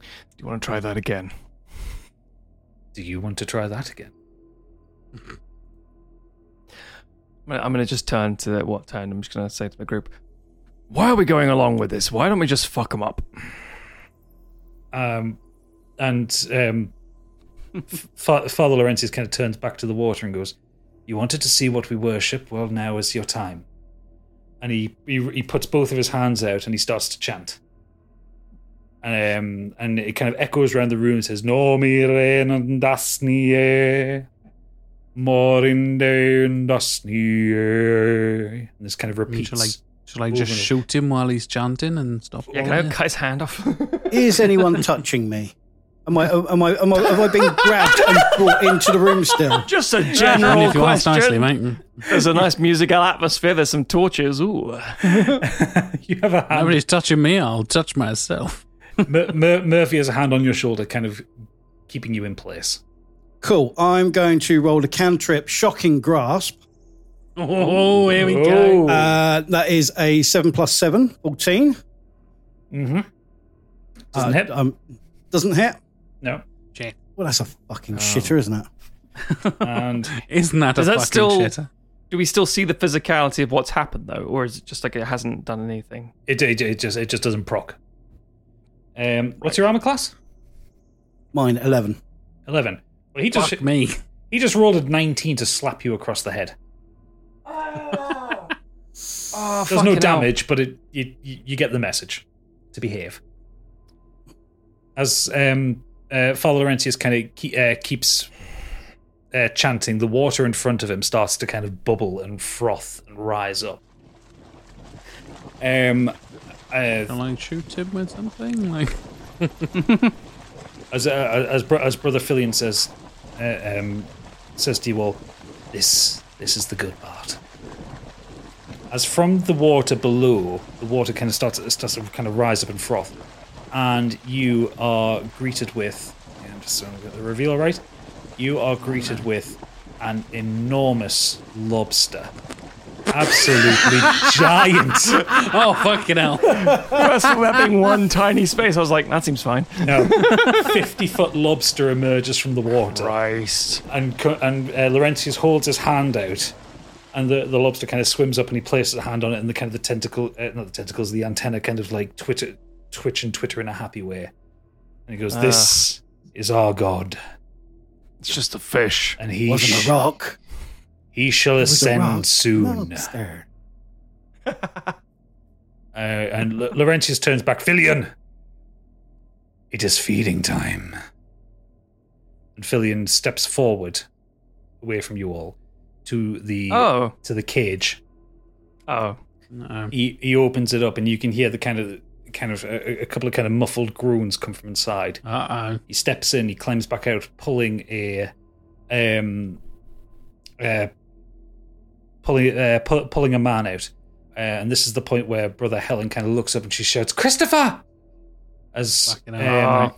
S8: Do you want to try that again?
S2: Do you want to try that again?
S6: I'm gonna- I'm going to just turn to what turn? I'm just going to say to the group, why are we going along with this? Why don't we just fuck them up?
S2: Um, and um, Fa- Father Laurentius kind of turns back to the water and goes, "You wanted to see what we worship. Well, now is your time." And he he, he puts both of his hands out and he starts to chant. And um, and it kind of echoes around the room. It says, "Nomire nandasnie, morinde nandasnie," e." and this kind of repeats.
S5: Shall I, shall I just
S2: Over-
S5: shoot him while he's chanting and stop?
S4: Yeah, can I cut
S5: his hand off?
S4: Is anyone touching me? Am I, am I, am I, am I being grabbed and brought into the room still?
S6: Just a general
S4: Only if you ask
S6: question.
S4: nicely,
S5: mate.
S6: There's a nice musical atmosphere. There's some torches. Ooh.
S2: you have a
S8: Um,
S2: hand.
S5: Nobody's touching me. I'll touch myself.
S2: Mur- Mur- Murphy has a hand on your shoulder, kind of keeping you in place.
S4: Cool. I'm going to roll a cantrip, shocking grasp.
S5: Oh, here we go.
S4: Uh, that is a 7 plus 7, 14.
S2: Mm-hmm.
S5: Uh,
S2: Doesn't hit.
S4: Um, doesn't hit.
S2: No.
S4: Well, that's a
S5: Oh.
S8: Oh.
S4: fucking shitter, isn't it?
S2: And
S5: isn't that
S6: Does
S5: a
S6: that
S5: fucking
S6: still?
S5: shitter?
S6: Do we still see the physicality of what's happened though, or is it just like it hasn't done anything?
S2: It it, it just it just doesn't proc. Um, what's your armor class?
S4: Mine, 11.
S2: Eleven. Well, he just
S4: Fuck me.
S2: He just rolled a nineteen to slap you across the head.
S6: Oh,
S2: There's no
S6: fucking hell.
S2: damage, but it you, you you get the message to behave. As um, uh, Father Laurentius kind of ke- uh, keeps uh, chanting, the water in front of him starts to kind of bubble and froth and rise up. Um, uh,
S5: Can I shoot him with something? Like,
S2: as uh, as bro- as brother Filian says, uh, um, says to you all, this this is the good part. As from the water below, the water kind of starts starts to kind of rise up and froth, and you are greeted with. yeah, I'm just trying to get the reveal right. You are greeted with an enormous lobster, absolutely giant.
S5: Oh fucking hell!
S6: First of all, that being one tiny space, I was like, that seems fine.
S2: No, fifty-foot lobster emerges from the water. Christ! And co- and uh, Laurentius holds his hand out, and the, the lobster kind of swims up, and he places a hand on it, and the kind of the tentacle, uh, not the tentacles, the antenna, kind of like twitter, twitch and twitter in a happy way, and he goes,
S6: Ah.
S2: "This is our god." It's just a fish, and he
S4: Wasn't a
S2: sh-
S4: rock.
S2: He shall
S4: was a rock.
S2: ascend soon.
S4: Lobster.
S2: Uh, and La- Laurentius turns back, Filion! It is feeding time. And Filion steps forward, away from you all, to the
S6: Oh.
S2: to the cage.
S6: Oh,
S5: no.
S2: He, he opens it up, and you can hear the kind of kind of a, a couple of kind of muffled groans come from inside.
S5: Uh oh.
S2: He steps in, he climbs back out, pulling a um uh pulling uh, pu- pulling a man out. Uh, and this is the point where Brother Helen kind of looks up and she shouts, "Christopher!" As
S6: Fucking hell.
S2: um,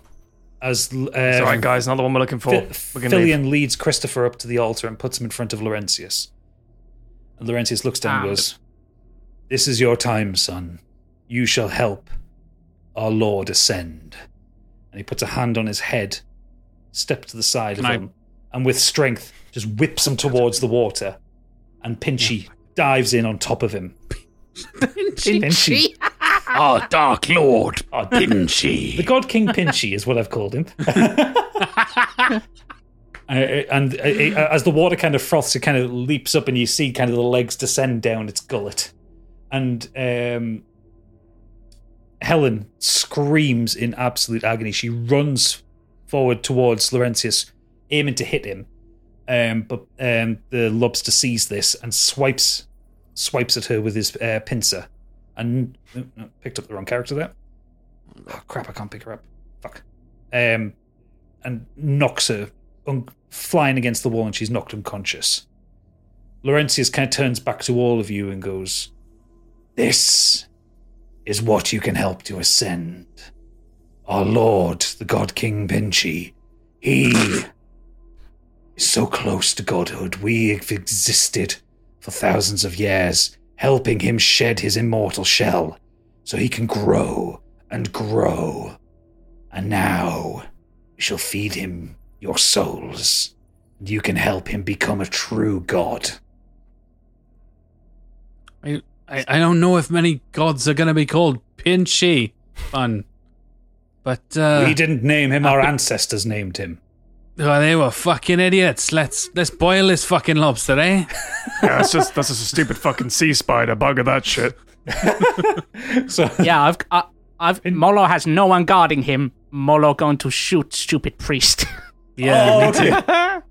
S2: as uh,
S6: It's all right, guys. Not the one we're looking for. We're gonna leave.
S2: Fillion leads Christopher up to the altar and puts him in front of Laurentius. And Laurentius looks down and
S6: Ah.
S2: goes, "This is your time, son. You shall help our Lord ascend." And he puts a hand on his head, steps to the side
S5: Can
S2: of
S5: I-
S2: him, and with strength just whips him towards the water. And Pinchy dives in on top of him. Pinchy.
S6: Oh,
S2: Our Dark Lord, Pinchy. The God King Pinchy is what I've called him. Uh, and uh, uh, as the water kind of froths, it kind of leaps up, and you see kind of the legs descend down its gullet. And um, Helen screams in absolute agony. She runs forward towards Laurentius, aiming to hit him. Um, but um, the lobster sees this and swipes swipes at her with his uh, pincer. And no, no, picked up the wrong character there. Oh, crap! I can't pick her up. Fuck. Um, and knocks her un- flying against the wall, and she's knocked unconscious. Laurentius kind of turns back to all of you and goes, "This is what you can help to ascend. Our Lord, the God King Pinchi, he is so close to godhood. We have existed for thousands of years, helping him shed his immortal shell so he can grow and grow. And now you shall feed him your souls, and you can help him become a true god.
S5: I, I I don't know if many gods are gonna be called Pinchy. Fun, uh, but uh,
S2: we didn't name him, our ancestors named him.
S5: Oh, they were fucking idiots. Let's let's boil this fucking lobster, eh?
S8: yeah, that's just that's just a stupid fucking sea spider. Bugger that shit.
S7: So yeah, I've I, I've Molo has no one guarding him. Molo going to shoot stupid priest.
S2: Yeah, Oh, me too. okay.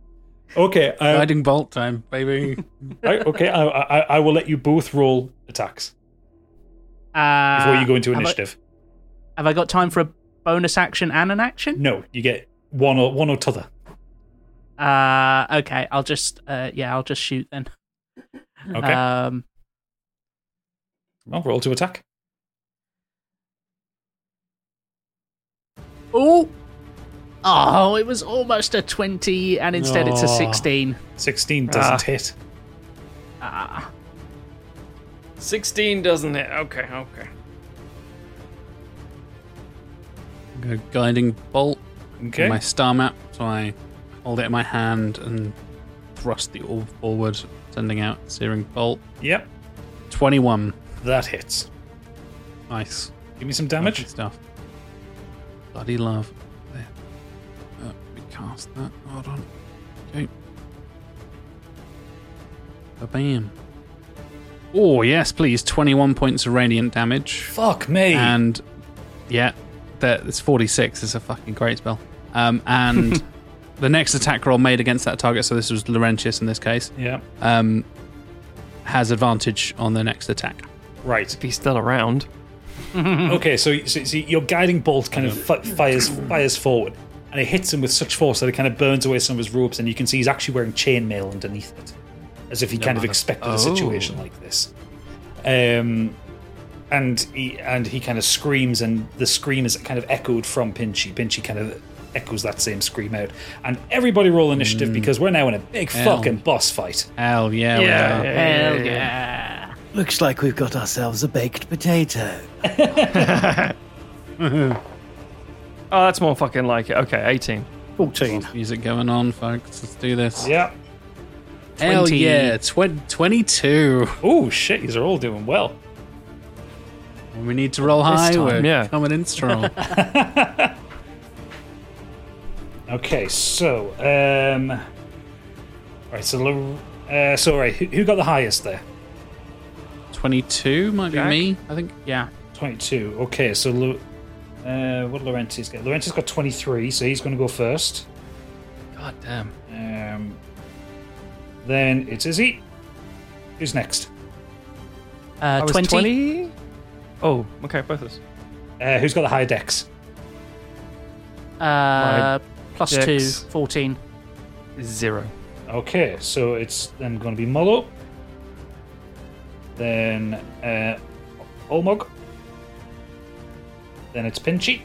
S2: Okay, uh,
S5: Riding bolt time, baby.
S2: right, okay, I, I, I will let you both roll attacks
S7: Uh,
S2: before you go into
S7: have I-
S2: initiative.
S7: Have I got time for a bonus action and an action?
S2: No, you get one or one or t'other.
S7: Uh, okay, I'll just uh, yeah, I'll just shoot then.
S2: Okay.
S7: Um,
S2: Well, roll to attack.
S7: oh, oh, it was almost a twenty, and instead it's a
S2: Aw.
S7: sixteen.
S2: Sixteen doesn't
S7: Ah.
S2: hit.
S7: Ah.
S6: 16 doesn't it? Okay, okay.
S5: I've got a guiding bolt
S2: Okay.
S5: on my star map, so I hold it in my hand and thrust the orb forward, sending out a searing bolt.
S2: Yep.
S5: 21.
S2: That hits.
S5: Nice.
S2: Give me some damage.
S5: Lovely stuff. Bloody love. There. Uh, we cast that. Hold on. Okay. Bam. Oh, yes, please. 21 points of radiant damage.
S2: Fuck me.
S5: And yeah, that it's 46. It's a fucking great spell. Um, and the next attack roll made against that target, so this was Laurentius in this case.
S2: Yeah.
S5: Um, has advantage on the next attack.
S2: Right. If
S6: he's still around.
S2: okay, so, so, so your guiding bolt kind of fi- fires fires forward, and it hits him with such force that it kind of burns away some of his robes, and you can see he's actually wearing chainmail underneath it, as if he
S5: No
S2: kind of
S5: mother-
S2: expected
S5: Oh.
S2: a situation like this. Um, and he and he kind of screams, and the scream is kind of echoed from Pinchy. Pinchy kind of echoes that same scream out, and everybody roll initiative because we're now in a big
S5: Hmm. Hell.
S2: fucking boss fight.
S5: Hell yeah. we are.
S4: yeah,
S7: yeah.
S4: Looks like we've got ourselves a baked potato.
S6: oh, that's more fucking like it. Okay, 18.
S4: 14.
S5: Music going on, folks. Let's do this.
S2: Yeah.
S5: Hell
S2: 20.
S5: yeah. Tw- 22.
S2: Oh, shit. These are all doing well.
S5: We need to roll
S2: This
S5: high.
S2: time,
S5: We're
S2: yeah.
S5: coming in strong.
S2: Okay, so um, right, so Lor- uh, so right, who, who got the highest there?
S5: 22 might be
S2: Jack?
S5: me, I think. Yeah.
S2: Twenty-two. Okay, so Lu- uh, what did Laurentius get? Laurentius got twenty-three, so he's going to go first.
S6: God damn.
S2: Um, then it's Izzy. Who's next?
S7: Uh,
S6: I was 20? 20? Oh, okay, both of us.
S2: Uh, who's got the higher dex?
S7: Uh,
S2: My
S7: plus
S2: dex.
S7: two, 14.
S6: Zero.
S2: Okay, so it's then going to be Molo. Then uh, Olmog. Then it's Pinchy.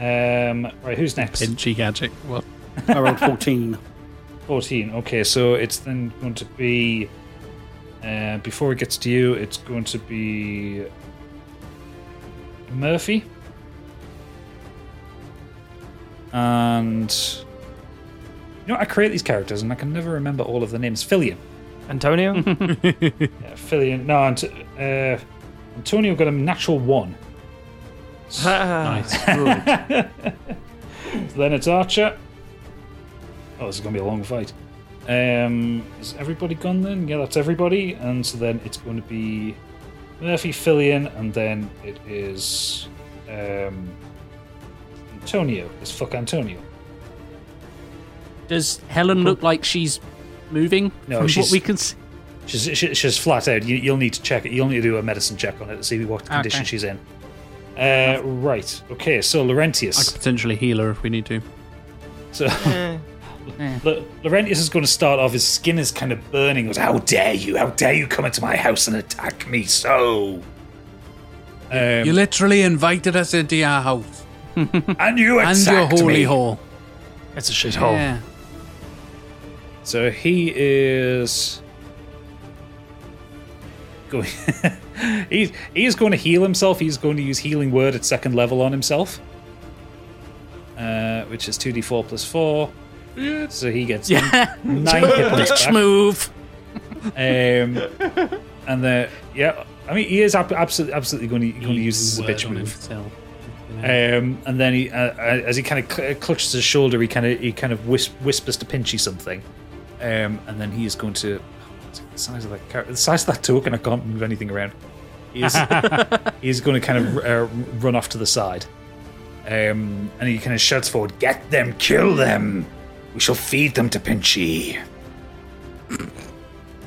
S2: Um, right, who's next?
S5: Pinchy Gadget. What?
S4: I rolled 14.
S2: 14. Okay, so it's then going to be. Uh, before it gets to you, it's going to be. Murphy. And. You know, I create these characters and I can never remember all of the names. Fillion.
S6: Antonio?
S2: Yeah, Fillion. No, Ant- uh, Antonio got a natural one.
S6: nice.
S2: Then it's Archer. Oh, this is going to be a long fight. Um, is everybody gone then? Yeah, that's everybody. And so then it's going to be Murphy, Fillion, and then it is um, Antonio. It's fuck Antonio.
S7: Does Helen look like she's moving?
S2: No,
S7: from
S2: she's-
S7: what we can see.
S2: She's, she- she's flat out. You, you'll need to check it. You'll need to do a medicine check on it to see what condition
S5: Okay.
S2: she's in. Uh, right. Okay. So
S5: I
S2: Laurentius.
S5: could potentially heal her if we need to.
S2: So La- Laurentius is going to start off. His skin is kind of burning. He goes, How dare you? How dare you come into my house and attack me so? Um,
S5: you literally invited us into our house.
S2: and you
S5: And your
S2: attacked
S5: holy
S2: me.
S5: hole.
S2: It's a shithole.
S5: Yeah.
S2: So he is going. he's he is going to heal himself. He's going to use healing word at second level on himself, uh, which is two d four plus four. So he gets
S7: Yeah.
S2: nine hit points
S7: Bitch
S2: back.
S7: move.
S2: Um, and the yeah, I mean he is ab- absolutely absolutely going to, going to use this as a bitch move. Um, and then he, uh, uh, as he kind of cl- clutches his shoulder, he kind of he kind of whis- whispers to Pinchy something, um, and then he is going to what's the size of that car- the size of that token. I can't move anything around. He is, he is going to kind of uh, run off to the side, um, and he kind of shouts forward, "Get them! Kill them! We shall feed them to Pinchy."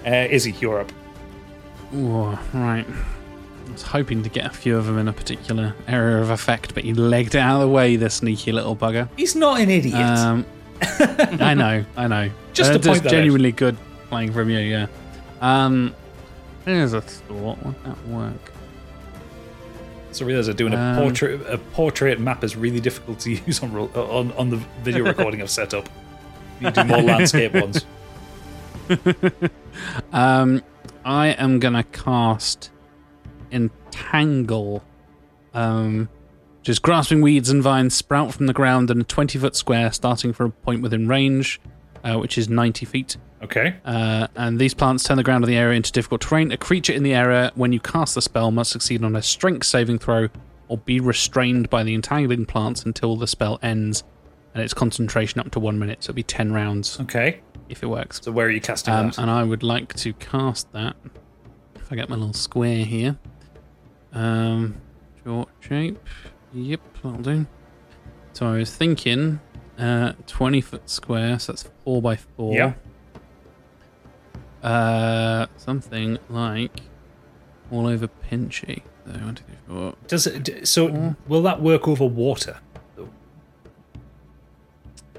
S2: uh, Izzy, you're up.
S5: Ooh, right. I was hoping to get a few of them in a particular area of effect, but he legged it out of the way, the sneaky little bugger.
S2: He's not an idiot.
S5: Um, I know, I know.
S2: Just to
S5: That is
S2: point that out.
S5: genuinely good playing from you, yeah. Um, here's a thought. Would that work?
S2: So realize I'm doing a
S5: Um,
S2: portrait. A portrait map is really difficult to use on ro- on on the video recording I've set up. You do more landscape ones.
S5: Um, I am gonna cast entangle, um, which is grasping weeds and vines sprout from the ground in a twenty-foot square, starting from a point within range, uh, which is ninety feet.
S2: Okay.
S5: Uh, and these plants turn the ground of the area into difficult terrain. A creature in the area, when you cast the spell, must succeed on a strength saving throw or be restrained by the entangling plants until the spell ends, and its concentration up to one minute. So it'll be ten rounds.
S2: Okay.
S5: If it works.
S2: So where are you casting
S5: Um,
S2: that?
S5: and I would like to cast that. If I get my little square here. Um, short shape. Yep, that'll do. So I was thinking uh, 20 foot square, so that's 4 by 4
S2: Yeah.
S5: Uh, something like all over Pinchy. So, one, two, three, four.
S2: Does it? d- So will that work over water?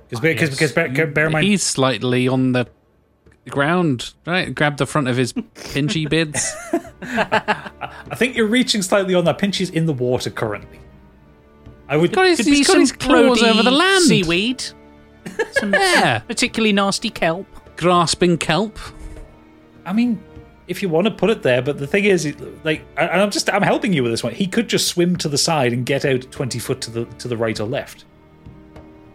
S2: Because
S5: Ah,
S2: because because bear, bear in mind
S5: He's slightly on the ground, right? Grab the front of his pinchy bids.
S2: I think you're reaching slightly on that. Pinchy's in the water currently. I would.
S7: Could be some clody Seaweed. Some
S5: Yeah.
S7: particularly nasty kelp.
S5: Grasping kelp.
S2: I mean, if you want to put it there, but the thing is, it- like, I- and I'm just I'm helping you with this one. He could just swim to the side and get out 20 foot to the to the right or left.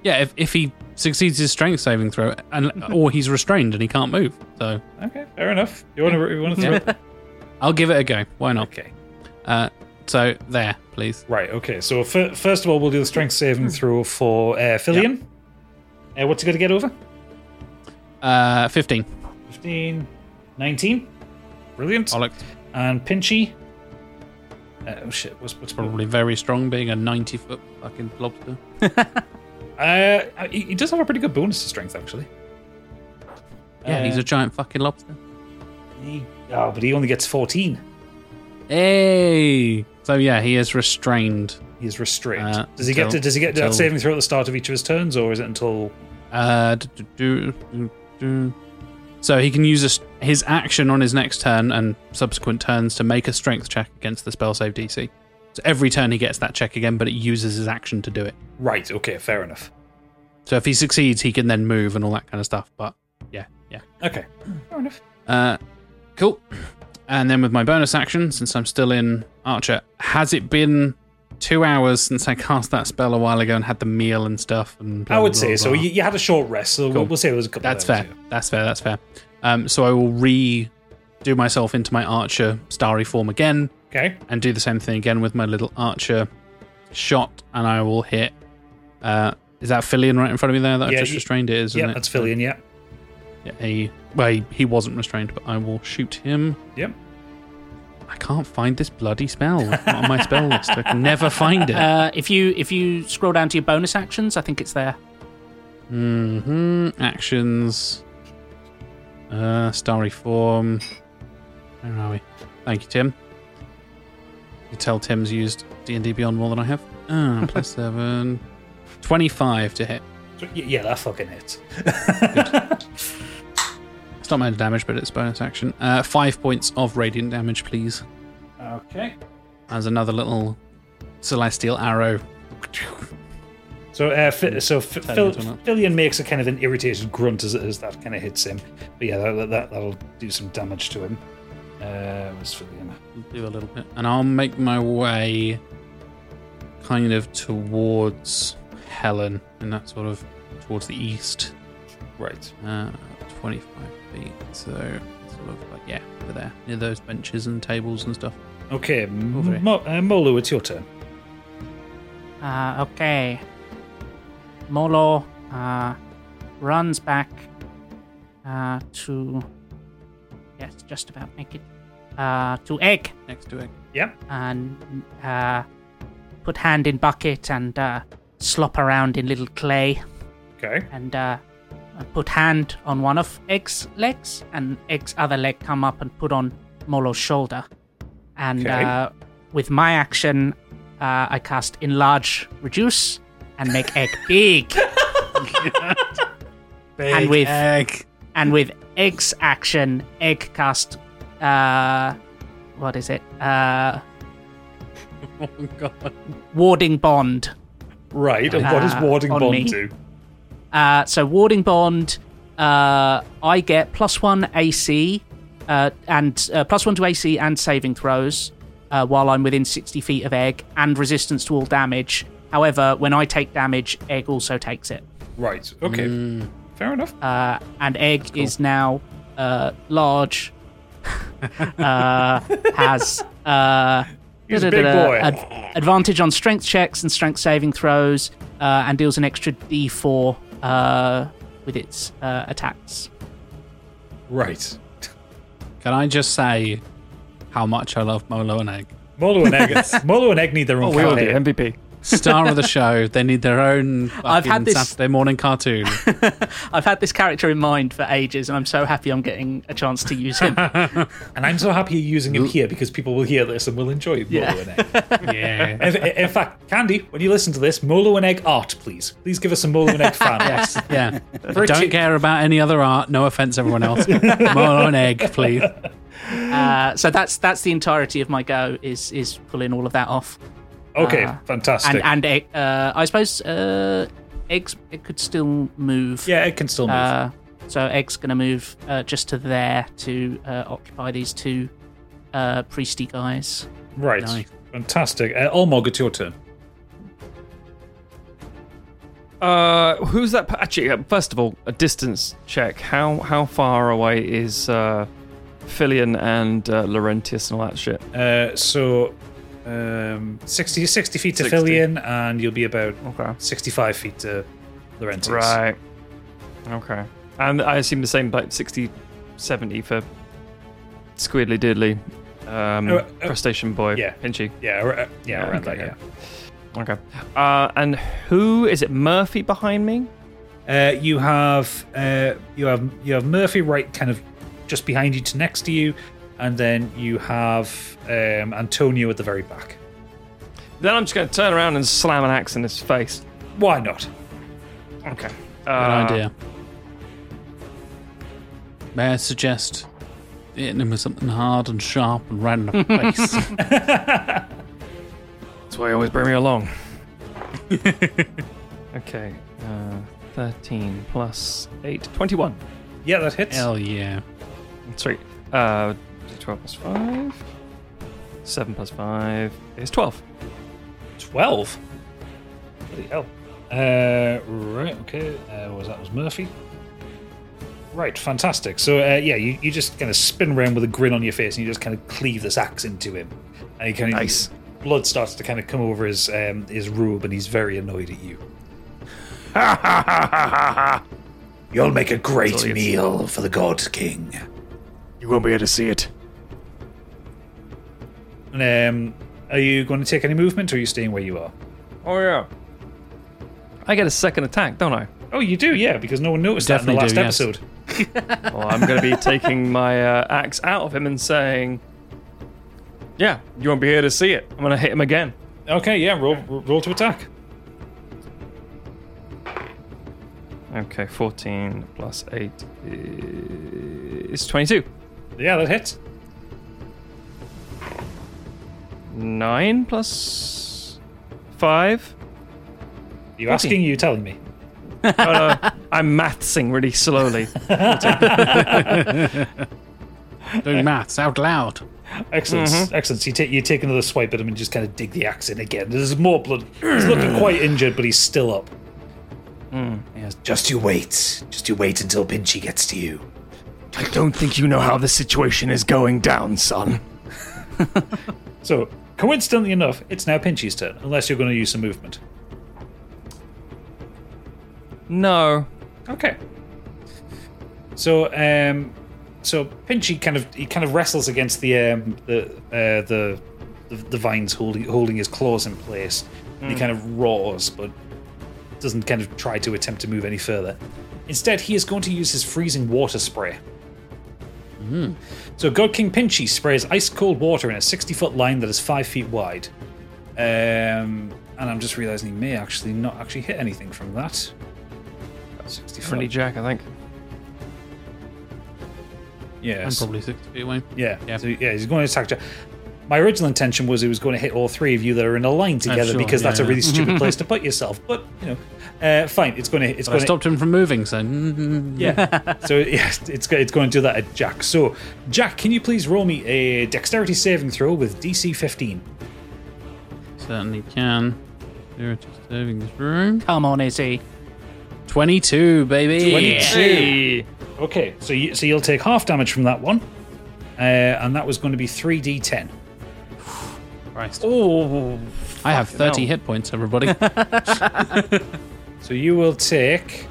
S5: Yeah, if, if he succeeds his strength saving throw, and or he's restrained and he can't move. So
S2: Okay, fair enough. You want to you want to throw?
S5: Yeah. I'll give it a go. Why not?
S2: Okay.
S5: Uh, so there, please.
S2: Right. Okay. So f- first of all, we'll do the strength saving
S5: Hmm.
S2: throw for uh, Fillion. Uh, what's he going to get over?
S5: Uh, fifteen.
S2: 15, 19. Brilliant.
S5: Oh,
S2: And Pinchy. Uh, oh shit! What's what's
S5: Probably very strong, being a ninety foot fucking lobster.
S2: Uh, he, he does have a pretty good bonus to strength actually.
S5: Yeah,
S2: Uh,
S5: he's a giant fucking lobster.
S2: He, oh, but he only gets 14.
S5: Hey. So yeah, he is restrained. Uh,
S2: He is restrained. Does he get to, does he get to that saving throw at the start of each of his turns, or is it until?
S5: Uh, do, do, do, do. So he can use his, his action on his next turn and subsequent turns to make a strength check against the spell save DC. So every turn he gets that check again, but it uses his action to do it.
S2: Right. Okay. Fair enough.
S5: So if he succeeds, he can then move and all that kind of stuff. But yeah, yeah.
S2: Okay. Fair enough.
S5: Uh, cool. And then with my bonus action, since I'm still in Archer, has it been two hours since I cast that spell a while ago and had the meal and stuff? And blah,
S2: I would
S5: blah,
S2: say
S5: blah,
S2: so.
S5: blah?
S2: You, you had a short rest, so
S5: Cool.
S2: we'll, we'll say it was a couple.
S5: That's
S2: of hours,
S5: fair. That's fair. That's fair. Um, so I will re do myself into my archer starry form again.
S2: Okay.
S5: And do the same thing again with my little archer shot, and I will hit. Uh, is that Fillion right in front of me there that
S2: Yeah,
S5: I just
S2: you-
S5: restrained? It is.
S2: Yeah,
S5: isn't it?
S2: that's Fillion. Yeah.
S5: Yeah, he, well, he, he wasn't restrained, but I will shoot him.
S2: Yep.
S5: I can't find this bloody spell It's not on my spell list. I can never find it.
S7: Uh, if you if you scroll down to your bonus actions, I think it's there.
S5: hmm Actions. Uh, starry form. Where are we? Thank you, Tim. You tell Tim's used D and D Beyond more than I have. Ah, plus seven. Twenty-five to hit.
S2: So, y- yeah, that fucking hits.
S5: It's not major damage, but it's bonus action. Uh, five points of radiant damage, please.
S2: Okay.
S5: As another little celestial arrow.
S2: So, uh,
S5: Hmm.
S2: fi- so F-
S5: Tell
S2: Phil-
S5: you to not.
S2: Fillion makes a kind of an irritated grunt as, as that kind of hits him. But yeah, that, that that'll do some damage to him. Uh, was Fillion?
S5: Do a little bit. and I'll make my way kind of towards Helen and that sort of towards the east.
S2: Right.
S5: Uh, 25 feet. So, sort of like, yeah, over there, near those benches and tables and stuff.
S2: Okay,
S5: Over
S2: M-
S5: here.
S2: Mo- uh, Molu, it's your turn.
S7: Uh, okay. Molo uh, runs back uh, to. Yes, just about make it. Uh, to Egg.
S5: Next to Egg.
S2: Yep.
S7: And uh, put hand in bucket and uh, slop around in little clay.
S2: Okay.
S7: And uh, put hand on one of Egg's legs, and Egg's other leg come up and put on Molo's shoulder. And
S9: Okay.
S7: uh, with my action, uh, I cast enlarge, reduce, and make Egg big. and with and with Egg's action, Egg cast. Uh, what is it? Uh,
S5: oh god.
S7: Warding Bond.
S2: Right, and what does Warding
S7: on
S2: Bond do?
S7: Uh, so Warding Bond, uh, I get plus one AC uh, and uh, plus one to AC and saving throws uh, while I'm within 60 feet of Egg and resistance to all damage. However, when I take damage, Egg also takes it.
S2: Right. Okay. Fair enough.
S7: Uh, and Egg is now uh, large. uh, has uh,
S2: He's a big
S7: da-da-da-da,
S2: boy.
S7: ad- advantage on strength checks and strength saving throws, uh, and deals an extra D4 uh, with its uh, attacks.
S2: Right.
S5: Can I just say how much I love Molo and Egg?
S2: Molo and Egg. Molo and Egg need
S7: Oh,
S2: their own. character.
S5: Star of the show. They need their own
S7: I've had
S5: fucking
S7: this-
S5: Saturday morning cartoon.
S7: I've had this character in mind for ages, and I'm so happy I'm getting a chance to use him.
S2: and I'm so happy you're using him here because people will hear this and will enjoy Molo
S7: Yeah.
S2: and Egg. yeah. In, in fact, Candy, when you listen to this, Molo and Egg art, please. Please give us some Molo and Egg fan
S5: Yes,
S2: art.
S5: yeah.
S2: For a
S5: Don't
S2: change.
S5: care about any other art. No offense, everyone else. Molo and Egg, please.
S7: uh, so that's that's the entirety of my go is is pulling all of that off.
S2: Okay,
S7: Uh,
S2: fantastic.
S7: And and egg, uh, I suppose uh, eggs it could still move.
S2: Yeah, it can still move.
S7: Uh, so eggs gonna move uh, just to there to uh, occupy these two uh, priesty guys.
S2: Right. Fantastic. Uh, Olmog, it's your turn.
S6: Uh, who's that? pa- Actually, uh, first of all, a distance check. How how far away is uh, Filion and uh, Laurentius and all that shit?
S2: Uh, so, um, 60, 60 feet to
S6: 60.
S2: Fillion, and you'll be about 65 feet to Laurentius.
S6: Right. Okay. And I assume the same, like 60, 70 for Squidly Diddly, um,
S2: Uh, uh,
S6: crustacean boy,
S2: yeah.
S6: Pinchy.
S2: Yeah, ar- uh, yeah, around that, yeah.
S6: Okay. Uh, and who is it? Murphy behind me?
S2: Uh, you have uh, you have you have Murphy right, kind of just behind you to next to you, and then you have um, Antonio at the very back.
S6: Then I'm just going to turn around and slam an axe in his face.
S2: Why not?
S6: Okay.
S5: Good
S6: Uh,
S5: idea. May I suggest hitting him with something hard and sharp and right in the face?
S6: That's why you always bring me along. okay. Uh, 13 plus 8, 21.
S2: Yeah, that hits.
S5: Hell yeah.
S6: Sweet. Uh, 12 plus 5. 7 plus 5 is 12.
S2: 12? Bloody hell. Uh, right, okay. Uh, what was that? Was Murphy? Right, fantastic. So, uh, yeah, you, you just kind of spin around with a grin on your face and you just kind of cleave this axe into him. And he kind of.
S6: Nice.
S2: Blood starts to kind of come over his um, his robe and he's very annoyed at you. You'll make a great meal for the God King.
S8: You won't be able to see it.
S2: And, um, are you going to take any movement or are you staying where you are?
S6: Oh, yeah. I get a second attack, don't I?
S2: Oh, you do, yeah, because no one noticed that in the last
S6: Definitely do,
S2: episode.
S6: well, I'm going to be taking my uh, axe out of him and saying, Yeah, you won't be here to see it. I'm going to hit him again.
S2: Okay, yeah, roll, roll to attack.
S6: Okay, 14 plus 8 is 22.
S2: Yeah, that hits.
S6: 9 plus 5.
S2: You asking, you telling me?
S6: oh, no, I'm mathsing really slowly.
S5: Doing maths out loud.
S2: Excellent,
S8: Mm-hmm.
S5: Mhm.
S2: excellent. So you take you take another swipe at him and just kind of dig the axe in again. There's more blood. He's looking quite injured, but he's still up.
S8: Mm.
S2: Just you wait. Just you wait until Pinchy gets to you.
S8: I don't think you know how the situation is going down, son.
S2: So coincidentally enough, it's now Pinchy's turn, unless you're going to use some movement.
S6: No.
S2: Okay. So, um, so Pinchy kind of he kind of wrestles against the um, the, uh, the the the vines holding holding his claws in place. And he
S12: Mm.
S2: kind of roars, but doesn't kind of try to attempt to move any further. Instead, he is going to use his freezing water spray. So, God King Pinchy sprays ice cold water in a 60 foot line that is 5 feet wide. Um, and I'm just realizing he may actually not actually hit anything from that. 60
S6: Friendly
S2: foot.
S6: Jack, I think.
S2: Yeah.
S5: I'm probably six feet away.
S2: Yeah. So, yeah, he's going to attack Jack. My original intention was he was going to hit all three of you that are in a line together
S5: Uh, sure,
S2: because that's
S5: yeah,
S2: a really
S5: yeah.
S2: stupid place to put yourself. But you know, uh, fine. It's going to. It's
S5: But I
S2: going to
S5: stopped him from moving, so mm-hmm.
S2: Yeah. so yeah, it's go- it's going to do that at Jack. So Jack, can you please roll me a dexterity saving throw with DC 15?
S5: certainly can. Zero to saving room. Come on, Izzy. Twenty-two, baby.
S2: 22. Okay, so you, so you'll take half damage from that one, uh, and that was going to be 3d10.
S5: Christ.
S2: Oh,
S5: I have thirty hit points, everybody.
S2: So you will take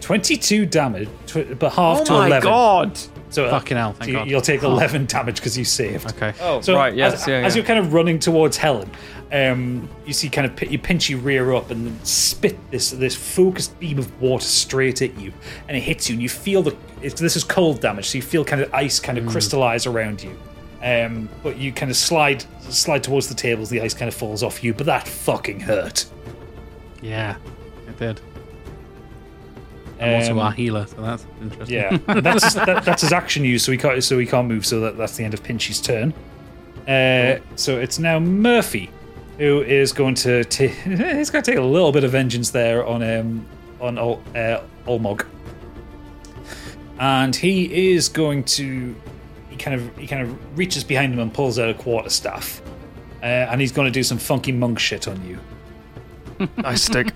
S2: 22 damage, tw- but half
S5: Oh
S2: to
S5: my
S2: 11.
S5: God.
S2: So, uh,
S5: Fucking hell,
S2: so
S5: thank
S2: you,
S5: God.
S2: will take
S5: Oh.
S2: 11 damage because you saved.
S5: Okay.
S6: Oh, right, yes,
S2: as,
S6: yeah,
S2: as
S6: yeah.
S2: you're kind of running towards Helen, um, you see kind of pi- you pinch your rear up and then spit this this focused beam of water straight at you, and it hits you, and you feel the it's, this is cold damage, so you feel kind of ice kind of
S5: Hmm.
S2: crystallize around you. Um, but you kind of slide slide towards the tables, the ice kind of falls off you, but that fucking hurt.
S5: yeah, it did. I'm also
S2: Um,
S5: our healer, so that's interesting.
S2: Yeah, And that's that, that's his action use, so he can't so he can't move. So that, that's the end of Pinchy's turn. Uh, so it's now Murphy, who is going to ta- he's going to take a little bit of vengeance there on um on Ol- uh, Olmog, and he is going to he kind of he kind of reaches behind him and pulls out a quarter staff, uh, and he's going to do some funky monk shit on you.
S8: Nice stick.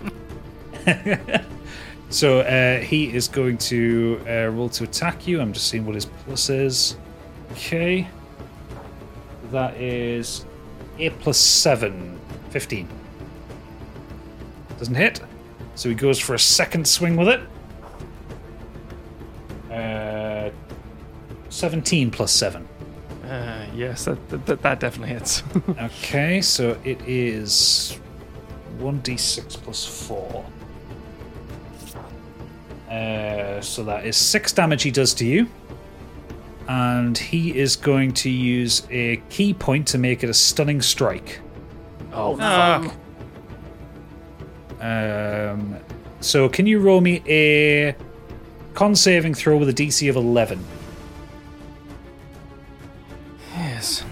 S2: So uh, he is going to uh, roll to attack you. I'm just seeing what his plus is. Okay. That is 8 plus 7, 15. Doesn't hit. So he goes for a second swing with it. Uh, 17 plus 7.
S6: Uh, yes, that, that, that definitely hits.
S2: okay, so it is 1d6 plus 4. Uh, so that is 6 damage he does to you. And he is going to use a key point to make it a stunning strike.
S6: Oh,
S2: Um, so can you roll me a con saving throw with a DC of 11?
S6: Yes.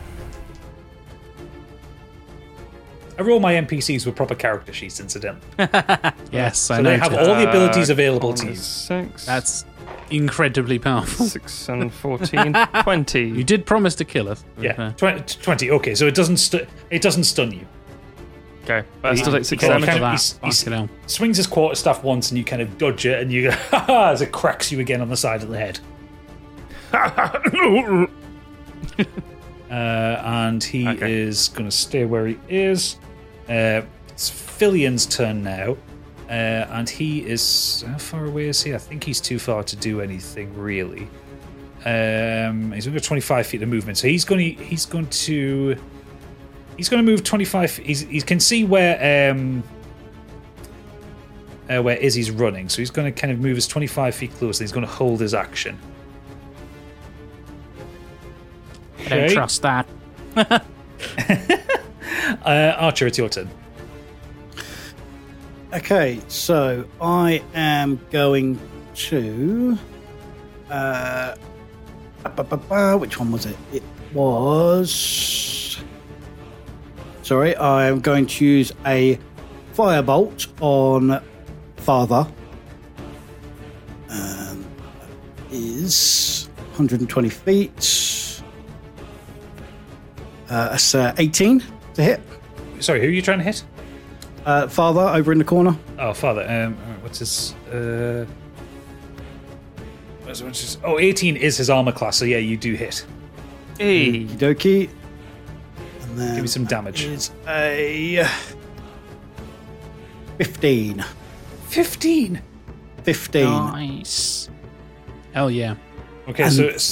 S2: I roll my NPCs with proper character sheets, incidentally.
S5: Yes,
S2: so
S5: I
S2: they
S5: noticed.
S2: have all the abilities
S5: Uh,
S2: available
S5: on
S2: to
S5: the
S2: you.
S6: Six.
S5: That's incredibly powerful.
S6: Six and 14, 20. You
S5: did promise to kill us.
S2: Yeah, twen- 20. Okay, so it doesn't stu- it doesn't stun you.
S6: Okay, but I
S2: He-
S6: still take
S2: he
S6: six
S2: kind of-
S6: damage.
S2: kind of- he s- he s- swings his quarter staff once, and you kind of dodge it, and you go "Ha ha," as it cracks you again on the side of the head. uh, and he is going to stay where he is. Uh, it's Fillion's turn now, uh, and he is how far away is he? I think he's too far to do anything really. Um, he's only got twenty-five feet of movement, so he's going to he's going to he's going to move twenty-five. He's, he can see where um, uh, where Izzy's running, so he's going to kind of move his twenty-five feet closer. He's going to hold his action.
S7: I don't
S2: Okay.
S7: trust that.
S2: Uh, Archer, it's your turn.
S4: Okay, so I am going to. Uh, ba- ba- ba- ba- which one was it? It was. Sorry, I am going to use a firebolt on Father. Um, is 120 feet. Uh, that's uh, 18 to hit.
S2: Sorry, who are you trying to hit?
S4: Uh, father over in the corner.
S2: Oh, father. Um, what's his? Uh, what's- what's his- oh, 18 is his armor class, so yeah, you do hit.
S6: Hey.
S4: Doki. Give
S2: me some damage.
S4: It's a 15.
S2: 15?
S4: 15.
S7: Nice.
S5: Hell Oh, yeah.
S2: Okay, so, it's-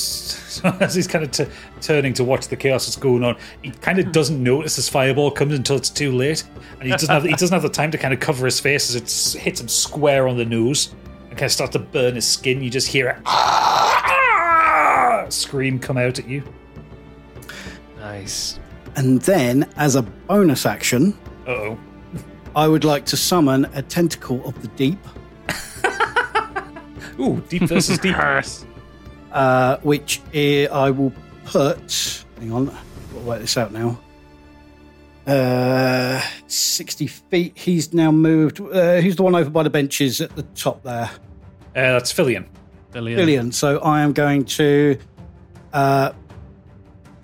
S2: so as he's kind of t- turning to watch the chaos that's going on, he kind of doesn't notice his fireball comes until it's too late, and he doesn't have he doesn't have the time to kind of cover his face as it s- hits him square on the nose and kind of starts to burn his skin. You just hear a scream come out at you. Nice.
S4: And then, as a bonus action,
S2: Uh-oh.
S4: I would like to summon a tentacle of the deep.
S2: Ooh, deep versus deep.
S4: Uh, which eh, I will put. Hang on, I've got to work this out now. Uh, 60 feet. He's now moved. Uh, who's the one over by the benches at the top there?
S2: Uh, that's Fillion.
S5: Fillion.
S4: Brilliant. So I am going to uh,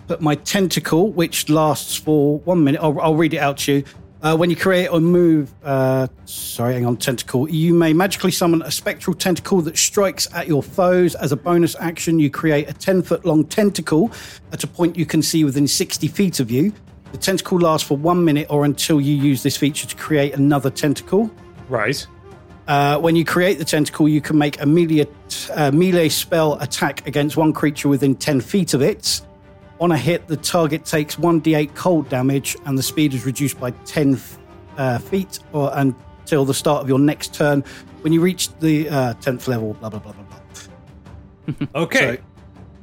S4: put my tentacle, which lasts for one minute. I'll, I'll read it out to you. Uh, when you create or move, uh, sorry, hang on, tentacle, you may magically summon a spectral tentacle that strikes at your foes. As a bonus action, you create a 10 foot long tentacle at a point you can see within 60 feet of you. The tentacle lasts for one minute or until you use this feature to create another tentacle.
S2: Right.
S4: Uh, when you create the tentacle, you can make a melee, uh, melee spell attack against one creature within 10 feet of it. On a hit, the target takes 1d8 cold damage and the speed is reduced by 10 f- uh, feet or until the start of your next turn when you reach the uh, 10th level, blah, blah, blah, blah, blah.
S2: Okay.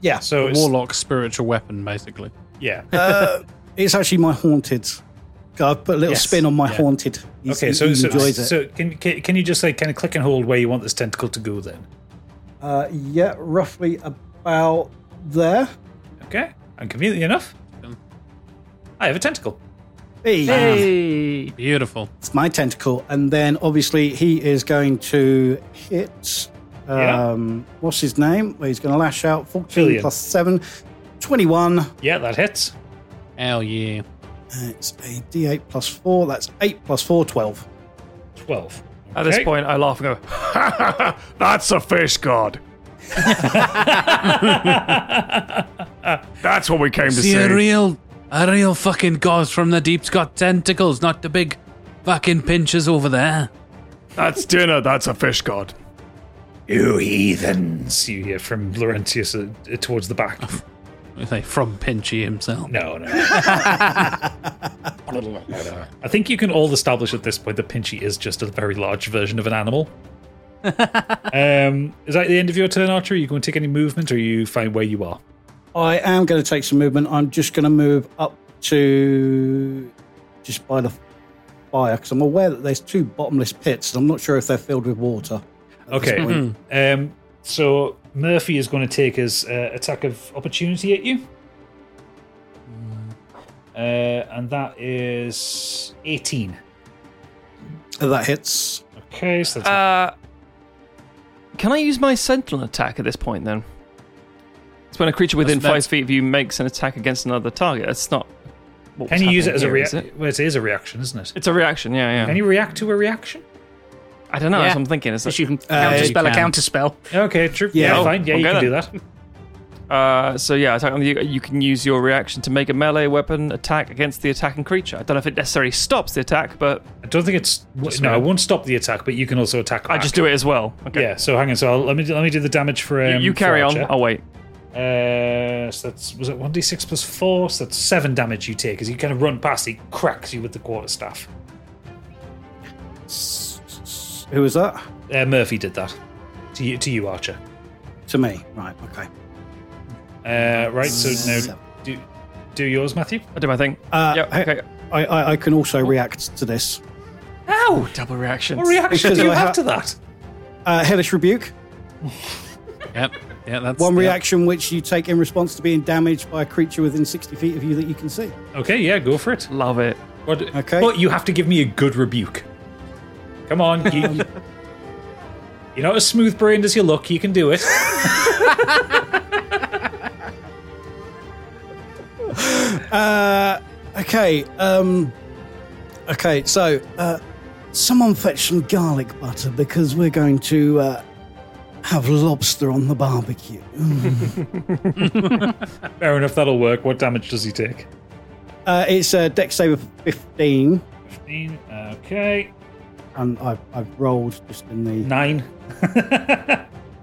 S4: yeah.
S5: So warlock spiritual weapon, basically.
S2: Yeah.
S4: Uh, it's actually my haunted. I've put a little
S2: Yes.
S4: spin on my
S2: Yeah.
S4: haunted. He's-
S2: Okay,
S4: he-
S2: so
S4: he
S2: so,
S4: enjoys it.
S2: so can, can can you just like kind of click and hold where you want this tentacle to go then?
S4: Uh, yeah, roughly about there.
S2: Okay, and conveniently enough, I have a tentacle.
S4: Hey.
S5: Beautiful.
S4: It's my tentacle. And then obviously he is going to hit.
S2: Yeah.
S4: Um, What's his name? Well, he's going to lash out 14
S2: Billion.
S4: plus 7, 21.
S2: Yeah, that hits.
S5: Hell yeah.
S4: It's a d8 plus 4. That's 8 plus 4, 12.
S2: 12.
S6: At this point, I laugh and go, That's a fish god.
S8: That's what we came to
S5: See
S8: see.
S5: a real, a real fucking god from the deep's got tentacles, not the big fucking pinches over there.
S8: That's dinner. That's a fish god.
S2: You heathens! You hear from Laurentius uh, uh, towards the back.
S5: I say from Pinchy himself.
S2: No, no. I think you can all establish at this point that Pinchy is just a very large version of an animal. um, is that the end of your turn, Archer? Are you going to take any movement, or you find where you are?
S4: I am going to take some movement. I'm just going to move up to just by the fire because I'm aware that there's two bottomless pits and I'm not sure if they're filled with water. at this
S2: Okay.
S4: point.
S2: Um, so Murphy is going to take his uh, attack of opportunity at you. Uh, and that is 18.
S4: That hits.
S2: Okay, so that's
S6: Uh, can I use my sentinel attack at this point then? It's when a creature within
S2: That's-
S6: five feet of you makes an attack against another target. That's not. what
S2: Can
S6: was
S2: you use it
S6: happening
S2: as a
S6: here, is
S2: reaction?
S6: it?
S2: Well, it is a reaction, isn't it?
S6: It's a reaction, yeah, yeah.
S2: Can you react to a reaction?
S6: I don't know. That's
S2: Yeah.
S6: what I'm thinking. Is
S2: Yes,
S6: that
S2: you can
S6: Uh,
S7: counterspell
S6: you
S7: a
S6: can.
S7: counterspell.
S2: Okay, true.
S6: Yeah.
S2: Yeah,
S6: Oh,
S2: fine. Yeah,
S6: okay
S2: you can
S6: then.
S2: do that.
S6: Uh, so yeah, attack on the, you can use your reaction to make a melee weapon attack against the attacking creature. I don't know if it necessarily stops the attack, but
S2: I don't think it's
S6: Just
S2: no.
S6: me.
S2: I won't stop the attack, but you can also attack.
S6: I
S2: back.
S6: just do it as well. Okay.
S2: Yeah. So hang on. So I'll, let me let me do the damage for
S6: You-
S2: um,
S6: you
S2: for
S6: carry on,
S2: Archer.
S6: I'll wait.
S2: Uh, so that's was it one d six plus four. So that's seven damage you take as you kind of run past. He cracks you with the quarter staff.
S4: Who was that?
S2: Uh, Murphy did that to you, to you, Archer.
S4: To me. Right. Okay.
S2: Uh, right. So now
S4: Seven.
S2: do do yours, Matthew.
S6: I do my thing.
S4: Uh, I, I, I can also react to this.
S2: Ow!
S6: Double reaction.
S2: What reaction
S4: Because
S2: do you
S4: I
S2: have
S4: ha-
S2: to that?
S4: Uh, Hellish Rebuke.
S5: Yep. Yeah, that's
S4: One
S5: yeah.
S4: reaction which you take in response to being damaged by a creature within 60 feet of you that you can see.
S2: Okay, yeah, go for it.
S6: Love it.
S2: What,
S4: Okay.
S2: But you have to give me a good rebuke. Come on. You, you're not as smooth brained as you look. You can do it.
S4: Uh, okay. Um, okay, so uh, someone fetch some garlic butter because we're going to uh, have lobster on the barbecue.
S2: Fair enough, that'll work. What damage does he take?
S4: Uh, it's a deck save of 15.
S2: 15. Okay.
S4: and I've, I've rolled just in the
S2: nine.